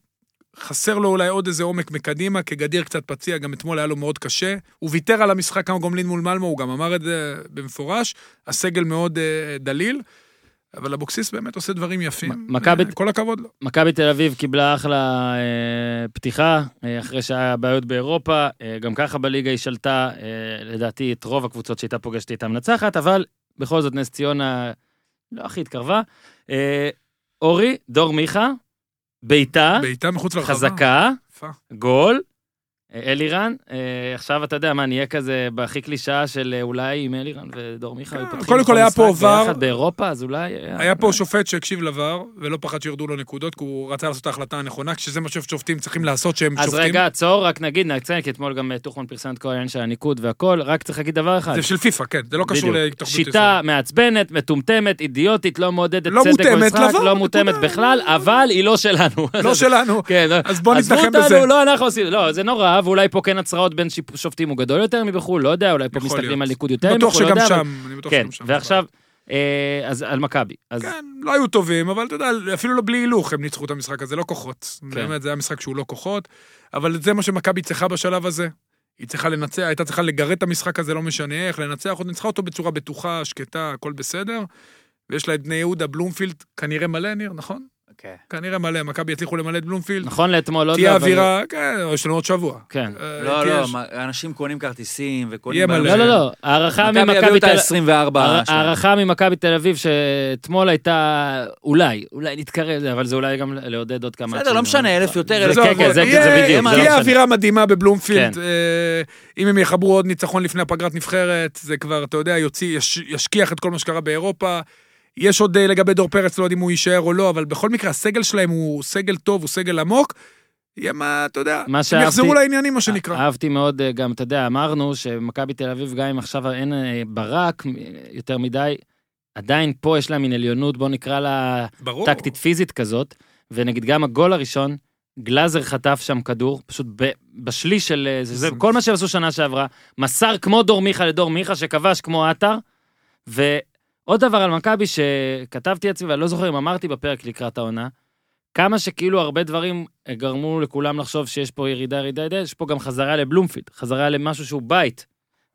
חסר לו אולי עוד איזה עומק מקדימה, כגדיר קצת פציע, גם אתמול היה לו מאוד קשה. הוא ויתר על המשחק כמה גומלין מול מלמו, הוא גם אמר את זה במפורש. הסגל מאוד אה, דליל, אבל אבוקסיס באמת עושה דברים יפים. מ- מכבי- אה, כל הכבוד לו. מכבי תל אביב קיבלה אחלה אה, פתיחה, אה, אחרי שהיה בעיות באירופה, אה, גם ככה בליגה היא שלטה, אה, לדעתי, את רוב הקבוצות שהייתה פוגשת הייתה מנצחת, אבל בכל זאת נס ציונה לא הכי התקרבה. אה, אורי, דור מיכה, בעיטה, בעיטה מחוץ לרחבה. חזקה, יפה. גול, אה, אלירן, אה, עכשיו אתה יודע מה, נהיה כזה בהכי קלישאה של אה, אולי עם אלירן ודור מיכה. היו כן, פותחים קודם את כל כל היה משחק פה ור. ביחד באירופה, אז אולי... אה, היה פה שופט שהקשיב לVAR, ולא פחד שירדו לו נקודות, כי הוא רצה לעשות את ההחלטה הנכונה, כשזה מה ששופטים צריכים לעשות, שהם אז שופטים. רגע, עצור, רק נגיד, נעצר, כי אתמול גם אה, טוחמן פרסם את כל העניין של הניקוד והכל, רק צריך להגיד דבר אחד. זה של פיפ"א, כן, זה לא קשור בדיוק. להתאחדות שיטה מעצבנת, מטומטמת, אידיוטית, לא מעודדת לא צדק מותאמת במשחק, לVAR, לא מותאמת נקודה. בכלל, אבל היא לא שלנו. לא שלנו. כן, לא. אז בוא עזבו נתנחם בזה. אותנו, לא, אנחנו עושים, לא, זה נורא, ואולי פה כן הצרעות בין שיפ- שופטים הוא גדול יותר מבחו"ל, לא יודע, אולי פה יכול מסתכלים להיות. על ניקוד יותר אני בטוח מבחו"ל, לא שגם יודע, אבל- שם, אני בטוח כן, שגם שם. ועכשיו, אה, אז על מכבי. אז כן, לא היו טובים, אבל אתה יודע, אפילו לא בלי הילוך הם ניצחו את המשחק הזה, לא כוחות. כן. באמת, זה היה משחק שהוא לא כוחות, אבל זה מה שמכבי צריכה בשלב הזה. היא צריכה לנצח, הייתה צריכה לגרד את המשחק הזה, לא משנה איך, לנצח, עוד ניצחה אותו בצורה בטוחה, שקטה, הכל בסדר. ויש לה את בני יהודה, בלומפילד, כנראה מלא, ניר, נכון? אוקיי. כנראה מלא, מכבי יצליחו למלא את בלומפילד. נכון לאתמול, לא תהיה יודע, אבל- אווירה, כן, יש לנו עוד שבוע. כן. אה, לא, תהיה לא, ש- מה- אנשים קונים כרטיסים יהיה וקונים... מלא. לא, לא, לא, הערכה מכבי יביאו ממכבי את תל ה-24. הע- הערכה ממכבי תל אביב שאתמול הייתה אולי, אולי נתקרב, אבל זה אולי גם לעודד עוד כמה... בסדר, לא משנה, אלף יותר, אלף... זה- עזוב, כן, כן, זה- יהיה- זה בדיוק, זה לא תהיה משנה. אווירה מדהימה בבלומפילד. כן. אה, אם הם יחברו עוד ניצחון לפני הפגרת נבחרת, זה כבר, אתה יודע, יוציא, יש- ישכיח את כל מה שקרה באירופה. יש עוד אה, לגבי דור פרץ, לא יודעים אם הוא יישאר או לא, אבל בכל מקרה, הסגל שלהם הוא סגל טוב, הוא סגל עמוק. יהיה מה, אתה יודע, מה הם שאהבתי- יחזרו לעניינים, מה שנקרא. אהבתי מאוד, אה, גם, אתה יודע, אמרנו שמכבי תל אביב, גם אם עכשיו אין אה, ברק אה, יותר מדי, עדיין פה יש לה מין עליונות, בוא נקרא לה ברור. טקטית פיזית כזאת, ונגיד גם הגול הראשון, גלאזר חטף שם כדור, פשוט ב, בשליש של... אה, זה, זה, כל מה שהם עשו שנה שעברה, מסר כמו דור מיכה לדור מיכה, שכבש כמו עטר, ועוד דבר על מכבי שכתבתי לעצמי, ואני לא זוכר אם אמרתי בפרק לקראת העונה, כמה שכאילו הרבה דברים אה, גרמו לכולם לחשוב שיש פה ירידה, ירידה, ירידה, יש פה גם חזרה לבלומפילד, חזרה למשהו שהוא בית.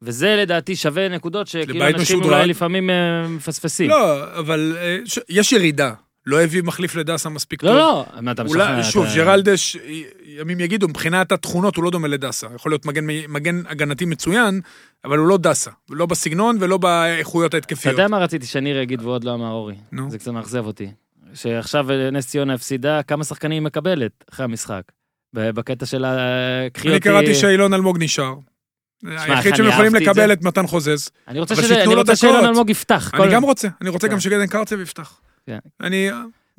וזה לדעתי שווה נקודות שכאילו לבית אנשים משודרג. אולי לפעמים אה, מפספסים. לא, אבל אה, ש- יש ירידה. לא הביא מחליף לדסה מספיק טוב. לא, לא, מה, אתה משכנע. אה, אולי, שוב, אתה- ג'רלדש, י- ימים יגידו, מבחינת התכונות הוא לא דומה לדסה. יכול להיות מגן, מגן הגנתי מצוין, אבל הוא לא דסה. לא בסגנון ולא באיכויות אתה ההתקפיות. יודע מה רציתי שניר יגיד ועוד לא אמר אורי? נו. זה קצת מאכזב אותי. שעכשיו אה, נס ציונה הפסידה, כמה שחקנים היא מקבלת אחרי המשחק? ב- בקטע של ה... קחי אני אותי... קראתי שאילון אלמוג נשאר. היחיד איך שהם אני יכולים אהבתי את לקבל זה. את מתן חוזז. אני רוצה אבל שזה- שייתנו אני לו רוצה דקות. שאילון אלמוג יפתח. אני כל- גם רוצה, אני רוצה כן. גם שגדן קרצב יפתח. כן. אני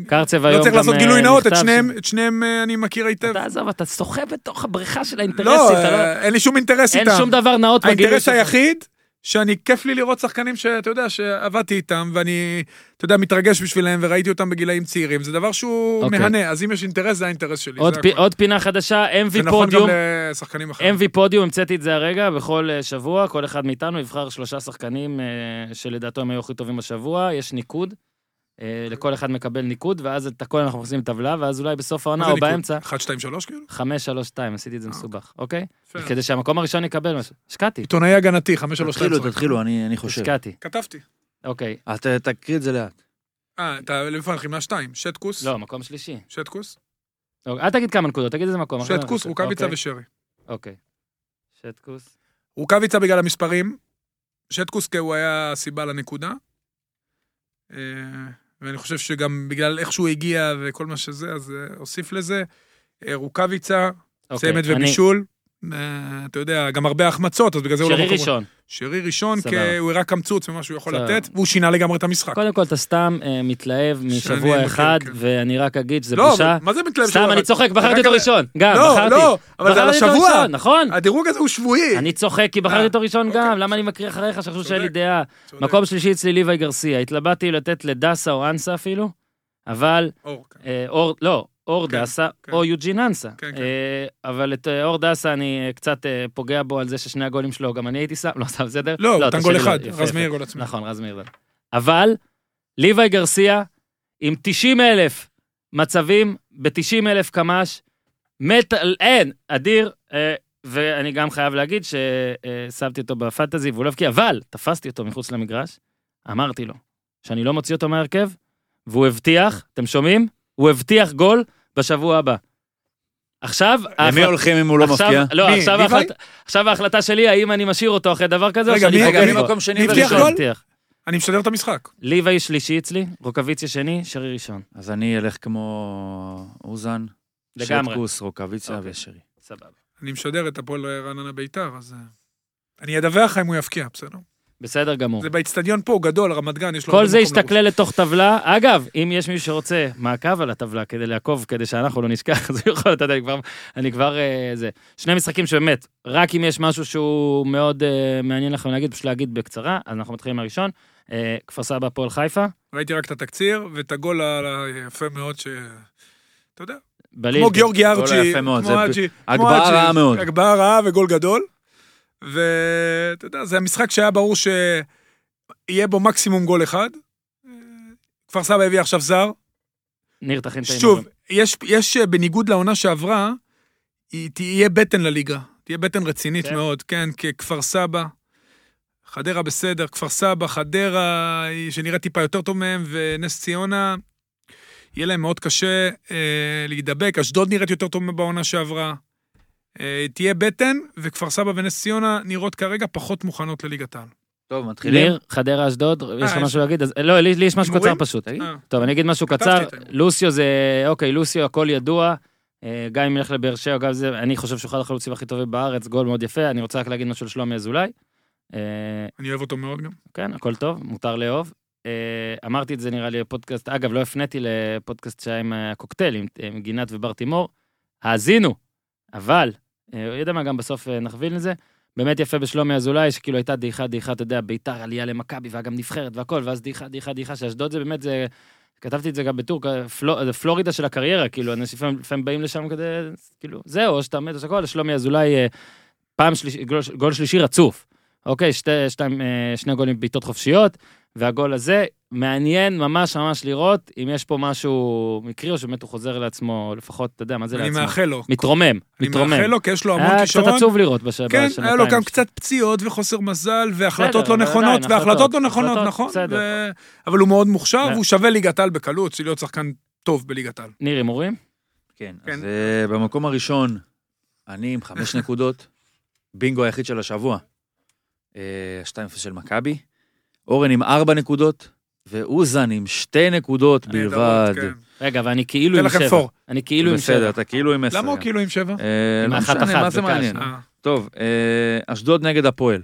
קרצב היום לא צריך גם, לעשות אה, גילוי נאות, את נכתב שניהם- ש- את שניהם אה, אני מכיר היטב. אתה עזוב, אתה שוחה בתוך הבריכה של לא, האינטרסים. אתה לא- אה, אין לי שום אינטרס אין איתם. שום דבר נאות בגילוי. האינטרס שלך. היחיד, שאני, כיף לי לראות שחקנים שאתה יודע, שעבדתי איתם, ואני, אתה יודע, מתרגש בשבילם, וראיתי אותם בגילאים צעירים, זה דבר שהוא אוקיי. מהנה, אז אם יש אינטרס, זה האינטרס שלי. עוד זה פי- הכל. עוד פינה חדשה, זה MV נכון גם פודיום. לשחקנים אחרים. MV פודיום, המצאתי את זה הרגע, בכל אה, שבוע, כל אחד מאיתנו יבחר שלושה שחקנים אה, שלדעתו הם היו הכי טובים השבוע, יש ניקוד, אה, לכל אחד מקבל ניקוד, ואז את הכל אנחנו מכניסים טבלה, ואז אולי בסוף מה העונה זה או ניקוד? אה, באמצע, אחד, שתיים, שלוש, כאילו? 5, 3, 2, עשיתי את זה מסובך, אוקיי? יפה. כדי שהמקום הראשון יקבל משהו. השקעתי, עיתונאי הגנתי, חמש, שלוש, שתיים. תתחילו, שחק. תתחילו, אני אני חושב. השקעתי, כתבתי. אוקיי. אה, ת- תקריא את זה לאט. אה, אתה לפעמים חמלה שתיים. שטקוס? לא, מקום שלישי. שטקוס? אוקיי, אל תגיד כמה נקודות, תגיד איזה מקום. אחרי זה שטקוס, אנחנו- רוקאביצה אוקיי, ושרי. אוקיי. שטקוס. רוקאביצה בגלל המספרים, שטקוס כי הוא היה הסיבה לנקודה. אה, ואני חושב שגם בגלל איך שהוא הגיע וכל מה שזה, אז אה, אוסיף לזה. אה, רוקאביצה, אוקיי, צמד אני- ובישול. אה, אתה יודע, גם הרבה החמצות, אז בגלל זה הוא לא... שרי מקום- ראשון. שרי ראשון, סבבה. כי הוא הראה קמצוץ ממה שהוא יכול בסדר. לתת, והוא שינה לגמרי את המשחק. קודם כל, אתה סתם אה, מתלהב מכיר, משבוע אחד, כן. ואני רק אגיד שזה לא, בושה. אבל מה זה מתלהב שהוא סתם, הראה? אני צוחק, רק בחרתי אותו על- ראשון. גם, לא, בחרתי. לא, אבל זה על בחרתי אותו השבוע. ראשון, נכון? הדירוג הזה הוא שבועי. אני צוחק כי בחרתי אה, אותו ראשון אוקיי. גם, למה אני מקריא אחריך שחשבו שאין לי צודק. דעה? צודק. מקום שלישי אצלי ליוואי גרסיה, התלבטתי לתת לדסה או אנסה אפילו, אבל, אור, כן. אה, אור, לא, אור כן, דסה כן. או יוג'ין אנסה. כן, כן. אה, אבל את אה, אור דסה אני אה, קצת אה, פוגע בו על זה ששני הגולים שלו, גם אני הייתי שם, לא, סתם בסדר? לא, הוא אתה נתן גול שלי לא, אחד, יפה, רז יפה. מאיר גול עצמי. נכון, רז מאיר. אבל ליוואי גרסיה עם 90 אלף מצבים ב-90 אלף קמ"ש, מת על... אין, אדיר. אה, ואני גם חייב להגיד ששמתי אותו בפנטזי והוא לא הבקיע, אבל תפסתי אותו מחוץ למגרש, אמרתי לו שאני לא מוציא אותו מההרכב, והוא הבטיח, אתם שומעים? הוא הבטיח גול בשבוע הבא. עכשיו... למי ההחלט- הולכים אם הוא לא עכשיו- מפקיע? לא, מי, עכשיו ליוואי? ההחלטה- עכשיו ההחלטה שלי, האם אני משאיר אותו אחרי דבר כזה, או רגע, שאני מי- פוגע רגע, אוקיי. מי בו. מקום שני הבטיח וראשון? גול? הבטיח. אני משדר את המשחק. ליוואי שלישי אצלי, רוקוויציה שני, שרי ראשון. אז אני אלך כמו אוזן, לגמרי. שטקוס, רוקאביצה אוקיי. ושרי. סבבה. אני משדר את הפועל רעננה ביתר, אז... אה, אני אדווח לך אם הוא יבקיע, בסדר? בסדר גמור. זה באיצטדיון פה, הוא גדול, רמת גן, יש לו... כל הרבה זה מקום לרוץ. ישתכלל לתוך טבלה. אגב, אם יש מישהו שרוצה מעקב על הטבלה כדי לעקוב, כדי שאנחנו לא נשכח, אז הוא יכול לתת, אני כבר... אני כבר אה, זה. שני משחקים שבאמת, רק אם יש משהו שהוא מאוד אה, מעניין לכם להגיד, פשוט להגיד בקצרה, אז אנחנו מתחילים מהראשון. אה, כפר סבא, הפועל חיפה. ראיתי רק את התקציר, ואת הגול ה- היפה מאוד ש... אתה יודע, בליל. כמו גיאורגי הגול ארצ'י, היפה מאוד, כמו זה אג'י, הגבהה רעה מאוד. הגבהה רעה וגול גדול. ואתה יודע, זה המשחק שהיה ברור שיהיה בו מקסימום גול אחד. אה, כפר סבא הביא עכשיו זר. ניר תכין את שוב, יש, יש אה, בניגוד לעונה שעברה, היא תהיה בטן לליגה. תהיה בטן רצינית כן. כן. מאוד, כן, ככפר סבא. חדרה בסדר, כפר סבא, חדרה, היא- שנראה טיפה יותר טוב מהם, ונס ציונה, יהיה להם מאוד קשה אה, להידבק. אשדוד נראית יותר טוב בעונה שעברה. אה, תהיה בטן, וכפר סבא ונס ציונה נראות כרגע פחות מוכנות לליגת העל. טוב, מתחילים. ניר, חדרה, אשדוד, יש לך יש- משהו להגיד? אז- לא, לי לי יש משהו קצר הימורים? פשוט. אה, טוב, אני אגיד משהו כתבתי קצר. את ההימור. לוסיו זה, אוקיי, לוסיו הכל ידוע. אה, גם אם ילך לבאר שבע, גם זה, אני חושב שהוא אחד החלוצים הכי טובים בארץ, גול מאוד יפה. אני רוצה רק להגיד משהו לשלומי אזולאי. אה, אני אוהב אותו מאוד גם. כן, הכל טוב, מותר לאהוב. אה, אמרתי את זה נראה לי בפודקאסט, אגב, לא הפניתי לפודקאסט שהיה עם אה, הקוקטייל, עם, עם גינת ובר תימור. האזינו, אבל, אה, יודע מה, גם בסוף אה, נכווין לזה. באמת יפה בשלומי אזולאי, שכאילו הייתה דעיכה, דעיכה, אתה יודע, ביתר עלייה למכבי, והיה גם נבחרת והכל, ואז דעיכה, דעיכה, דעיכה, שאשדוד זה באמת, זה, כתבתי את זה גם בטור, פלו, זה פלורידה של הקריירה, כאילו, אנשים לפעמים, לפעמים באים לשם כדי, כאילו, זהו, או שאתה מת, או שהכל, שלומי אזולאי, אה, פעם שלישי, גול, גול שלישי רצוף. אוקיי, שתי, שתיים, אה, שני גולים בעיטות חופשיות, והגול הזה, מעניין ממש ממש לראות אם יש פה משהו מקרי, או שבאמת הוא חוזר לעצמו, לפחות, אתה יודע, מה זה אני לעצמו? מאחל לו. מתרומם, אני מתרומם. מאחל לו, כי יש לו המון היה אה, קצת כישרון. עצוב לראות בש... כן, בשנתיים. היה לו גם קצת פציעות וחוסר מזל, והחלטות בסדר, לא אבל נכונות, עדיין, והחלטות החלטות, לא נכונות, החלטות, נכון? בסדר. ו- אבל הוא מאוד מוכשר, כן. והוא שווה ליגת על בקלות, של להיות שחקן טוב בליגת על. ניר הימורים? כן, כן. אז אה, במקום הראשון, אני עם חמש נקודות, בינגו היחיד של השבוע, אה, 2-0 של מכבי, אורן עם ארבע נקודות, ואוזן עם שתי נקודות בלבד. נהדרות, כן. רגע, ואני כאילו אתן עם לכם שבע. פור. אני כאילו עם בסדר, שבע. אתה כאילו עם עשר. למה הוא כאילו עם שבע? אה, עם לא האחת משנה, אחת, מה זה בבקשה. מעניין? אה, טוב, אה, אשדוד נגד הפועל.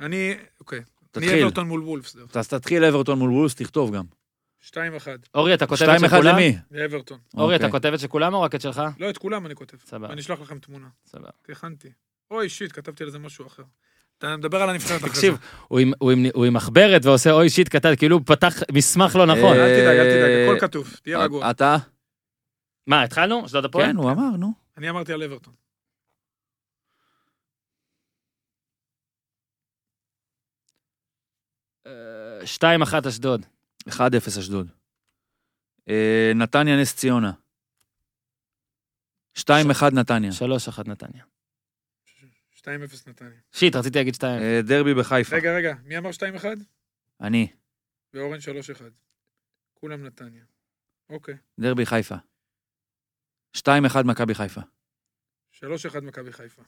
אני, אוקיי. אני תתחיל. אברטון מול וולפס, זהו. אז תתחיל אברטון מול וולס, תכתוב גם. שתיים אחד, אורי, אתה כותב את 2-1 שכולם? למי? זה אברטון. אורי, אתה אוקיי. כותב את שכולם או רק את שלך? לא, את כולם אני כותב. סבבה. אני אשלח לכם תמונה. סבבה. הכנתי. אוי, שיט, כתבתי על זה משהו אחר. אתה מדבר על הנבחרת אחרי תקשיב, זה. הוא עם- הוא עם- הוא עם מחברת ועושה אוי שיט קטן, כאילו הוא פתח מסמך לא נכון. אה, אל תדאג, אל תדאג, הכל כתוב, אה, תהיה רגוע. אתה? מה, התחלנו? אשדוד הפועל? כן, הוא אמר, נו. אני אמרתי על אברטון. אה, 2-1 אשדוד. 1-0 אשדוד. אה, נתניה נס ציונה. 2-1 נתניה. 3-1 נתניה. שתיים אפס נתניה. שיט, רציתי להגיד 2. אה, דרבי בחיפה. רגע, רגע, מי אמר שתיים אחד? אני. ואורן שלוש אחד. כולם נתניה. אוקיי. דרבי חיפה. 2-1 מכבי חיפה. 3-1 מכבי חיפה.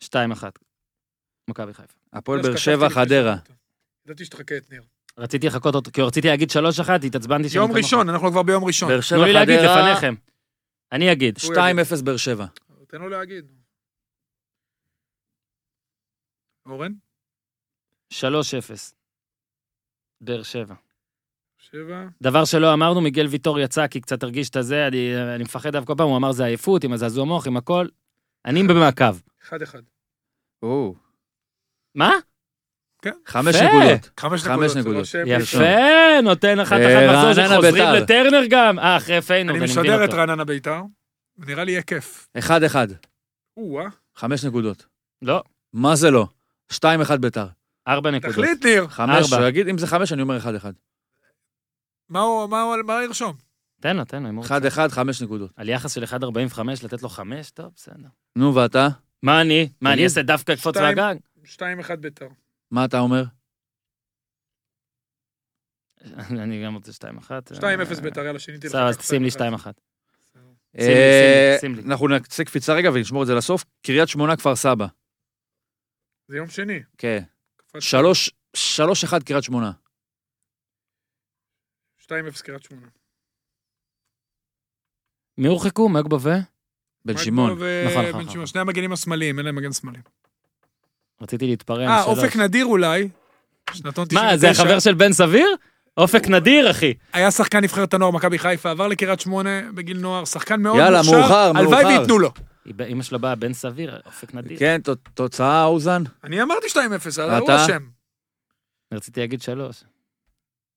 2-1. מכבי חיפה. הפועל דווקא באר שבע חשבתי לא, לפני חדרה. שאמרת. ידעתי שתחכה את ניר. רציתי לחכות אותו, כאילו רציתי להגיד 3-1, התעצבנתי שאני יום כמוך. ראשון, אנחנו כבר ביום ראשון. באר שבע תנו לי להגיד חדרה. לפניכם. אני אגיד. 2-0 באר שבע. תן לו להגיד. אורן? 3-0. באר שבע. שבע. דבר שלא אמרנו, מיגל ויטור יצא כי קצת הרגיש את הזה, אני, אני מפחד עליו כל פעם, הוא אמר זה עייפות, עם הזעזוע מוח, עם הכל. אני במעקב. אחד אחד. או, מה? חמש יפה. נקודות. חמש חמש נקודות. זה לא נקודות. שבע. יפה, נותן אחת אחת אה, מחזור רעננה שחוזרים בית"ר. לטרנר גם. אה, אחרי פיינורד, אני אני מבין משדר את אותו. רעננה ביתר, ונראה לי יהיה כיף. 1-1. או-אה. חמש נקודות. לא, מה זה לא? 2-1 ביתר. ארבע נקודות. תחליט, ניר. חמש, ארבע. להגיד, אם זה חמש, אני אומר 1-1. מה הוא- מה הוא- מה ירשום? תן לו, תן לו, הימור. 1-1, חמש נקודות. על יחס של 1.45, לתת לו 5? טוב, בסדר. נו, ואתה? מה אני? מה, אני תגיד. אעשה דווקא לקפוץ שתיים. מהגג? שתיים אחד ביתר. מה אתה אומר? אני גם רוצה 2-1. שתיים אפס ביתר, יאללה, שיניתי לך. סבבה, אז כך, שים לי שתיים 2-1. אחד. שים לי, אה, שים לי, שים לי. אנחנו נעשה קפיצה רגע ונשמור את זה לסוף. קריית שמונה, כפר סבא. זה יום שני. כן. קפצתי. שלוש, שלוש אחד קריית שמונה. שתיים אפס קריית שמונה. מי הורחקו? מגבה ו... בן שמעון. ו- נכון, נכון, בן נכון. שמעון, שני המגנים השמאליים, אין להם מגן שמאלי. רציתי להתפרע עם אה, כן, שלוש. אופק נדיר אולי, שנתון 99. מה, זה החבר של בן סביר? אופק נדיר, אחי. היה שחקן נבחרת הנוער מכבי חיפה, עבר לקריית שמונה בגיל נוער, שחקן מאוד יאללה, מוכשר, מאוחר, הלוואי מאוחר. וייתנו לו. אמא שלו באה בן סביר, אופק נדיר. כן, ת- תוצאה, אוזן? אני אמרתי 2-0, אבל הוא אתה? אשם. אני רציתי להגיד שלוש.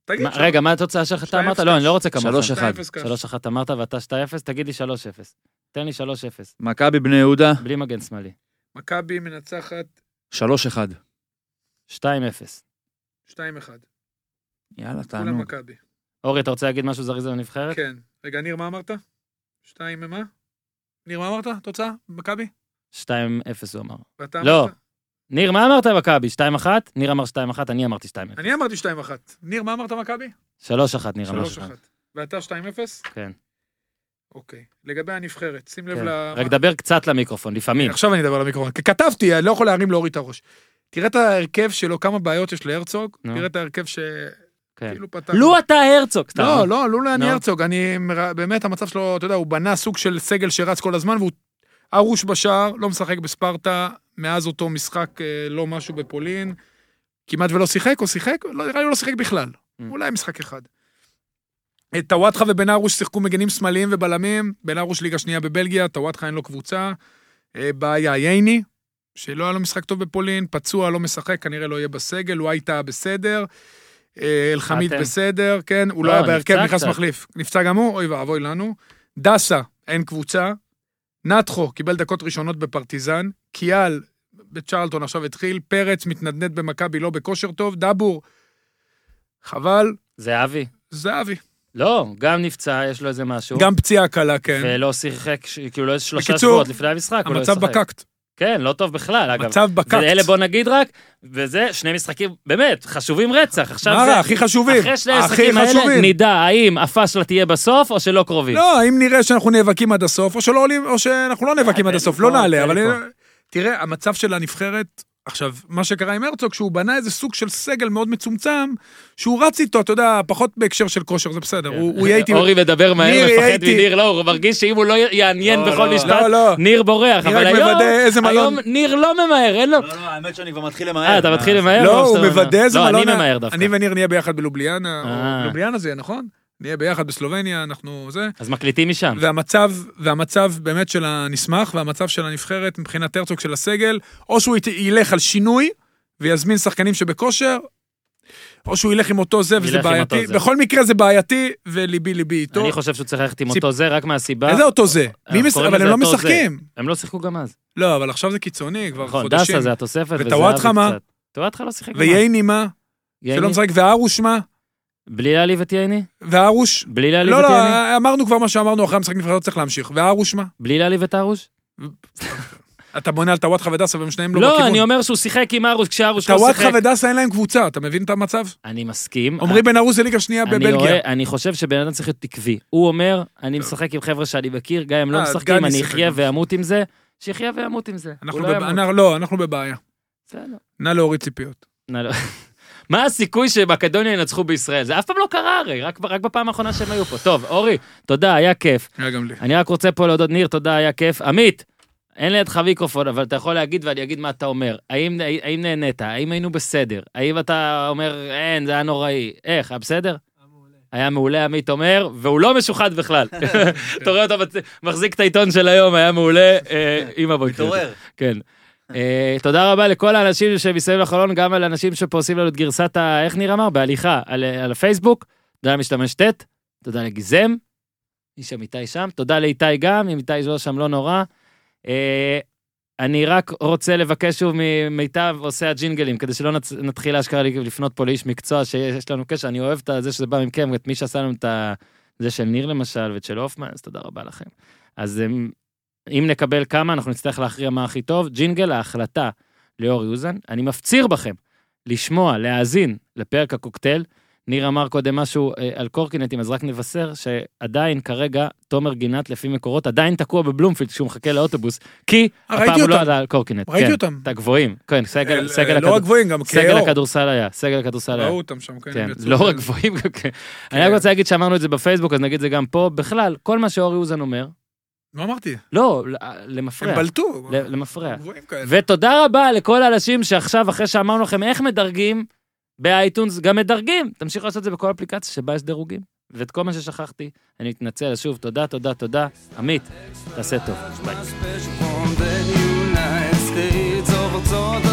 תגיד מה- שם. רגע, מה התוצאה שלך? אתה שתיים אמרת? כן, אפס. כן. לא, אני לא רוצה כמוך. 3-1. 2-0 ככה. 3-1 אמרת ואתה 2-0, תגיד לי 3-0. תן לי 3-0, מכבי בני יהודה, בלי מגן שמאלי. מכבי מנצחת 3-1. 2-0. 2-1. יאללה, כולם תענוג. מכבי. אורי, אתה רוצה להגיד משהו זריז על הנבחרת? כן. רגע, ניר, מה אמרת? 2 מה? ניר, מה אמרת? תוצאה? מכבי? 2-0 הוא אמר. ואתה לא. אמרת? ניר, מה אמרת מכבי? 2-1? ניר אמר 2-1, אני אמרתי 2-0. אני אמרתי 2-1. ניר, מה אמרת מכבי? 3-1 ניר אמר. 3-1. ואתה 2-0? כן. אוקיי. לגבי הנבחרת, שים לב כן. ל... רק דבר קצת למיקרופון, לפעמים. עכשיו אני אדבר למיקרופון. כי כתבתי, אני לא יכול להרים להוריד את הראש. תראה את ההרכב שלו, כמה בעיות יש להרצוג, נו. תראה את ההרכב כן. שכאילו פתח. לו אתה הרצוג! סתם. כאילו לא, לא, לא אני נו. הרצוג, אני מר- באמת המצב שלו, אתה יודע, הוא בנה סוג של סגל שרץ כל הזמן והוא ארוש בשער, לא משחק בספרטה, מאז אותו משחק אה, לא משהו בפולין, כמעט ולא שיחק, או שיחק, לא, נראה לי הוא לא שיחק בכלל, Mm. אולי משחק אחד. אה, טוואטחה ובן ארוש שיחקו מגנים שמאליים ובלמים, בן ארוש ליגה שנייה בבלגיה, טוואטחה אין לו קבוצה, אה, בעיה ייני, שלא היה לו משחק טוב בפולין, פצוע, לא משחק, כנראה לא יהיה בסגל, הוא הייתה בסדר. אה, אלחמיד אתם. בסדר, כן, הוא לא לא, היה בהרכב, נפצע נכנס קצת. מחליף. נפצע גם הוא, אוי ואבוי לנו. דסה, אין קבוצה. נטחו, קיבל דקות ראשונות בפרטיזן. קיאל, בצ'רלטון עכשיו התחיל. פרץ, מתנדנד במכבי, לא בכושר טוב. דבור, חבל, זהבי. זהבי. לא, גם נפצע, יש לו איזה משהו. גם פציעה קלה, כן. ולא שיחק, ש- כאילו לא איזה שלושה בקיצור, שבועות לפני המשחק, הוא לא המצב ישחק. בקקט. כן, לא טוב בכלל, אגב. מצב בקקט. ואלה בוא נגיד רק, וזה שני משחקים, באמת, חשובים רצח. עכשיו מה זה... רע, הכי חשובים. אחרי שני הכי המשחקים האלה, חשובים. נדע האם הפאשלה תהיה בסוף או שלא קרובים. לא, אם נראה שאנחנו נאבקים עד הסוף, או שלא עולים, או שאנחנו לא נאבקים עד הסוף, לא טלפון, נעלה, אבל טלפון. תראה, המצב של הנבחרת, עכשיו, מה שקרה עם הרצוג, שהוא בנה איזה סוג של סגל מאוד מצומצם, שהוא רץ איתו, אתה יודע, פחות בהקשר של כושר, זה בסדר, הוא הוא יהיה איתי... כן. אורי מדבר מהר, ניר יהיה מפחד איתי. מניר, לא, הוא מרגיש שאם הוא לא יעניין לא, בכל לא, משפט, לא, לא. ניר בורח, אני אבל רק היום, מוודא איזה מלון. היום ניר לא ממהר, אין לו... לא, לא, האמת שאני כבר מתחיל למהר. אה, אתה מתחיל למהר? לא, או הוא שאתה ממהר? מוודא איזה לא, מלון... אני ממהר דווקא. אני וניר נהיה ביחד בלובליאנה, אה. או בלובליאנה זה יהיה, נכון? נהיה ביחד בסלובניה, אנחנו זה. אז מקליטים משם. והמצב, והמצב באמת של הנסמך, והמצב של הנבחרת מבחינת הרצוג של הסגל, או שהוא ית- ילך על שינוי ויזמין שחקנים שבכושר, או שהוא ילך עם אותו זה ילך וזה עם בעייתי. אותו זה. בכל מקרה זה בעייתי, וליבי ליבי איתו. אני חושב שהוא צריך ללכת עם ציפ- אותו זה, רק מהסיבה... איזה אותו זה? מי אנחנו מש- קוראים אבל הם לזה לא אותו זה. משחקים. הם לא שיחקו גם אז. לא, אבל עכשיו זה קיצוני, כבר נכון, חודשים. דסה זה התוספת, וזהבי וטוואטחה מה? קצת. טוואטחה לא שיחק גם אז. וייני מה? שלא ייני? משחק, והרוש מה? בלי להעליב את ייני? והרוש? בלי להעליב לא, את לא, ייני? אמרנו כבר מה שאמרנו אחרי המשחק נבחרת, לא צריך להמשיך. והרוש מה? בלי להעליב את ארוש? אתה בונה על טוואטחה ודסה והם שניהם לא בכיוון. לא, אני אומר שהוא שיחק עם ארוש כשארוש לא טוואטחה שיחק. ודסה אין להם קבוצה, אתה מבין את המצב? אני מסכים. אה, עמרי בן ארוש זה ליגה שנייה אני בבלגיה. רואה- אני חושב שבן אדם צריך להיות עקבי. הוא אומר, אני משחק עם חבר'ה שאני מכיר, גם אם לא אה, משחקים, דני אני שיחק אחיה גם. ואמות עם זה. שיחיה וימות עם זה. אנחנו הוא לא בב- ימות. אנחנו- לא, אנחנו בבעיה. בסדר. נא להוריד ציפיות. נא לא- מה הסיכוי שמקדוניה ינצחו בישראל? זה אף פעם לא קרה הרי, רק רק בפעם האחרונה שהם היו פה. טוב, אורי, תודה, היה כיף. היה גם לי. אה, אני רק רוצה פה להודות, ניר, תודה, היה כיף. עמית, אין לידך מיקרופון, אבל אתה יכול להגיד ואני אגיד מה אתה אומר. האם, האם נהנית? האם היינו בסדר? האם אתה אומר, אין, זה היה נוראי? איך, היה בסדר? היה מעולה, עמית אומר, והוא לא משוחד בכלל. אתה רואה אותו מצ- מחזיק את העיתון של היום, היה מעולה, אה, אמא בואי. מתעורר. כן. אה, תודה רבה לכל האנשים שמסביב לחלון, גם על אנשים שפה עושים לנו את גרסת ה... איך ניר אמר? בהליכה, על, אה, על הפייסבוק. תודה למשתמש ט', תודה לגיזם, איש אמיתי שם, תודה לאיתי גם, אם איתי לא שם לא נורא. אה, אני רק רוצה לבקש שוב ממיטב עושה הג'ינגלים, כדי שלא נצ- נתחיל אשכרה לפנות פה לאיש מקצוע שיש לנו קשר, אני אוהב את זה שזה בא מכם, את מי שעשה לנו את ה... זה של ניר למשל ואת של הופמן, אז תודה רבה לכם. אז אמ, אם נקבל כמה, אנחנו נצטרך להכריע מה הכי טוב. ג'ינגל ההחלטה לאור יוזן, אני מפציר בכם לשמוע, להאזין לפרק הקוקטייל. ניר אמר קודם משהו אה, על קורקינטים, אז רק נבשר שעדיין כרגע תומר גינת, לפי מקורות, עדיין תקוע בבלומפילד כשהוא מחכה לאוטובוס, כי אה, ראיתי הפעם הוא לא אותם. עלה על קורקינט. ראיתי כן, אותם. את הגבוהים, כן, סגל, אל- סגל, לא הכדור, רק גבוהים, גם סגל כאור. הכדורסל היה, סגל הכדורסל היה. ראו אותם שם, כן. כן, הם יצאו לא רק שם. גבוהים גם כן. אני רק רוצה להגיד שאמרנו את זה בפייסבוק, אז נגיד זה גם פה. בכלל, כל מה שאורי אוזן אומר, לא אמרתי, הם לא, ל- למפרע. בלטו. ל- למפרע. גבוהים כאלה. ותודה רבה לכל האנשים שעכשיו, אחרי שאמרנו לכם איך מדרגים באייטונס, גם מדרגים. תמשיכו לעשות את זה בכל אפליקציה שבה יש דירוגים. ואת כל מה ששכחתי, אני מתנצל אז שוב. תודה, תודה, תודה. עמית, תעשה טוב. ביי. Special from the United States of Toda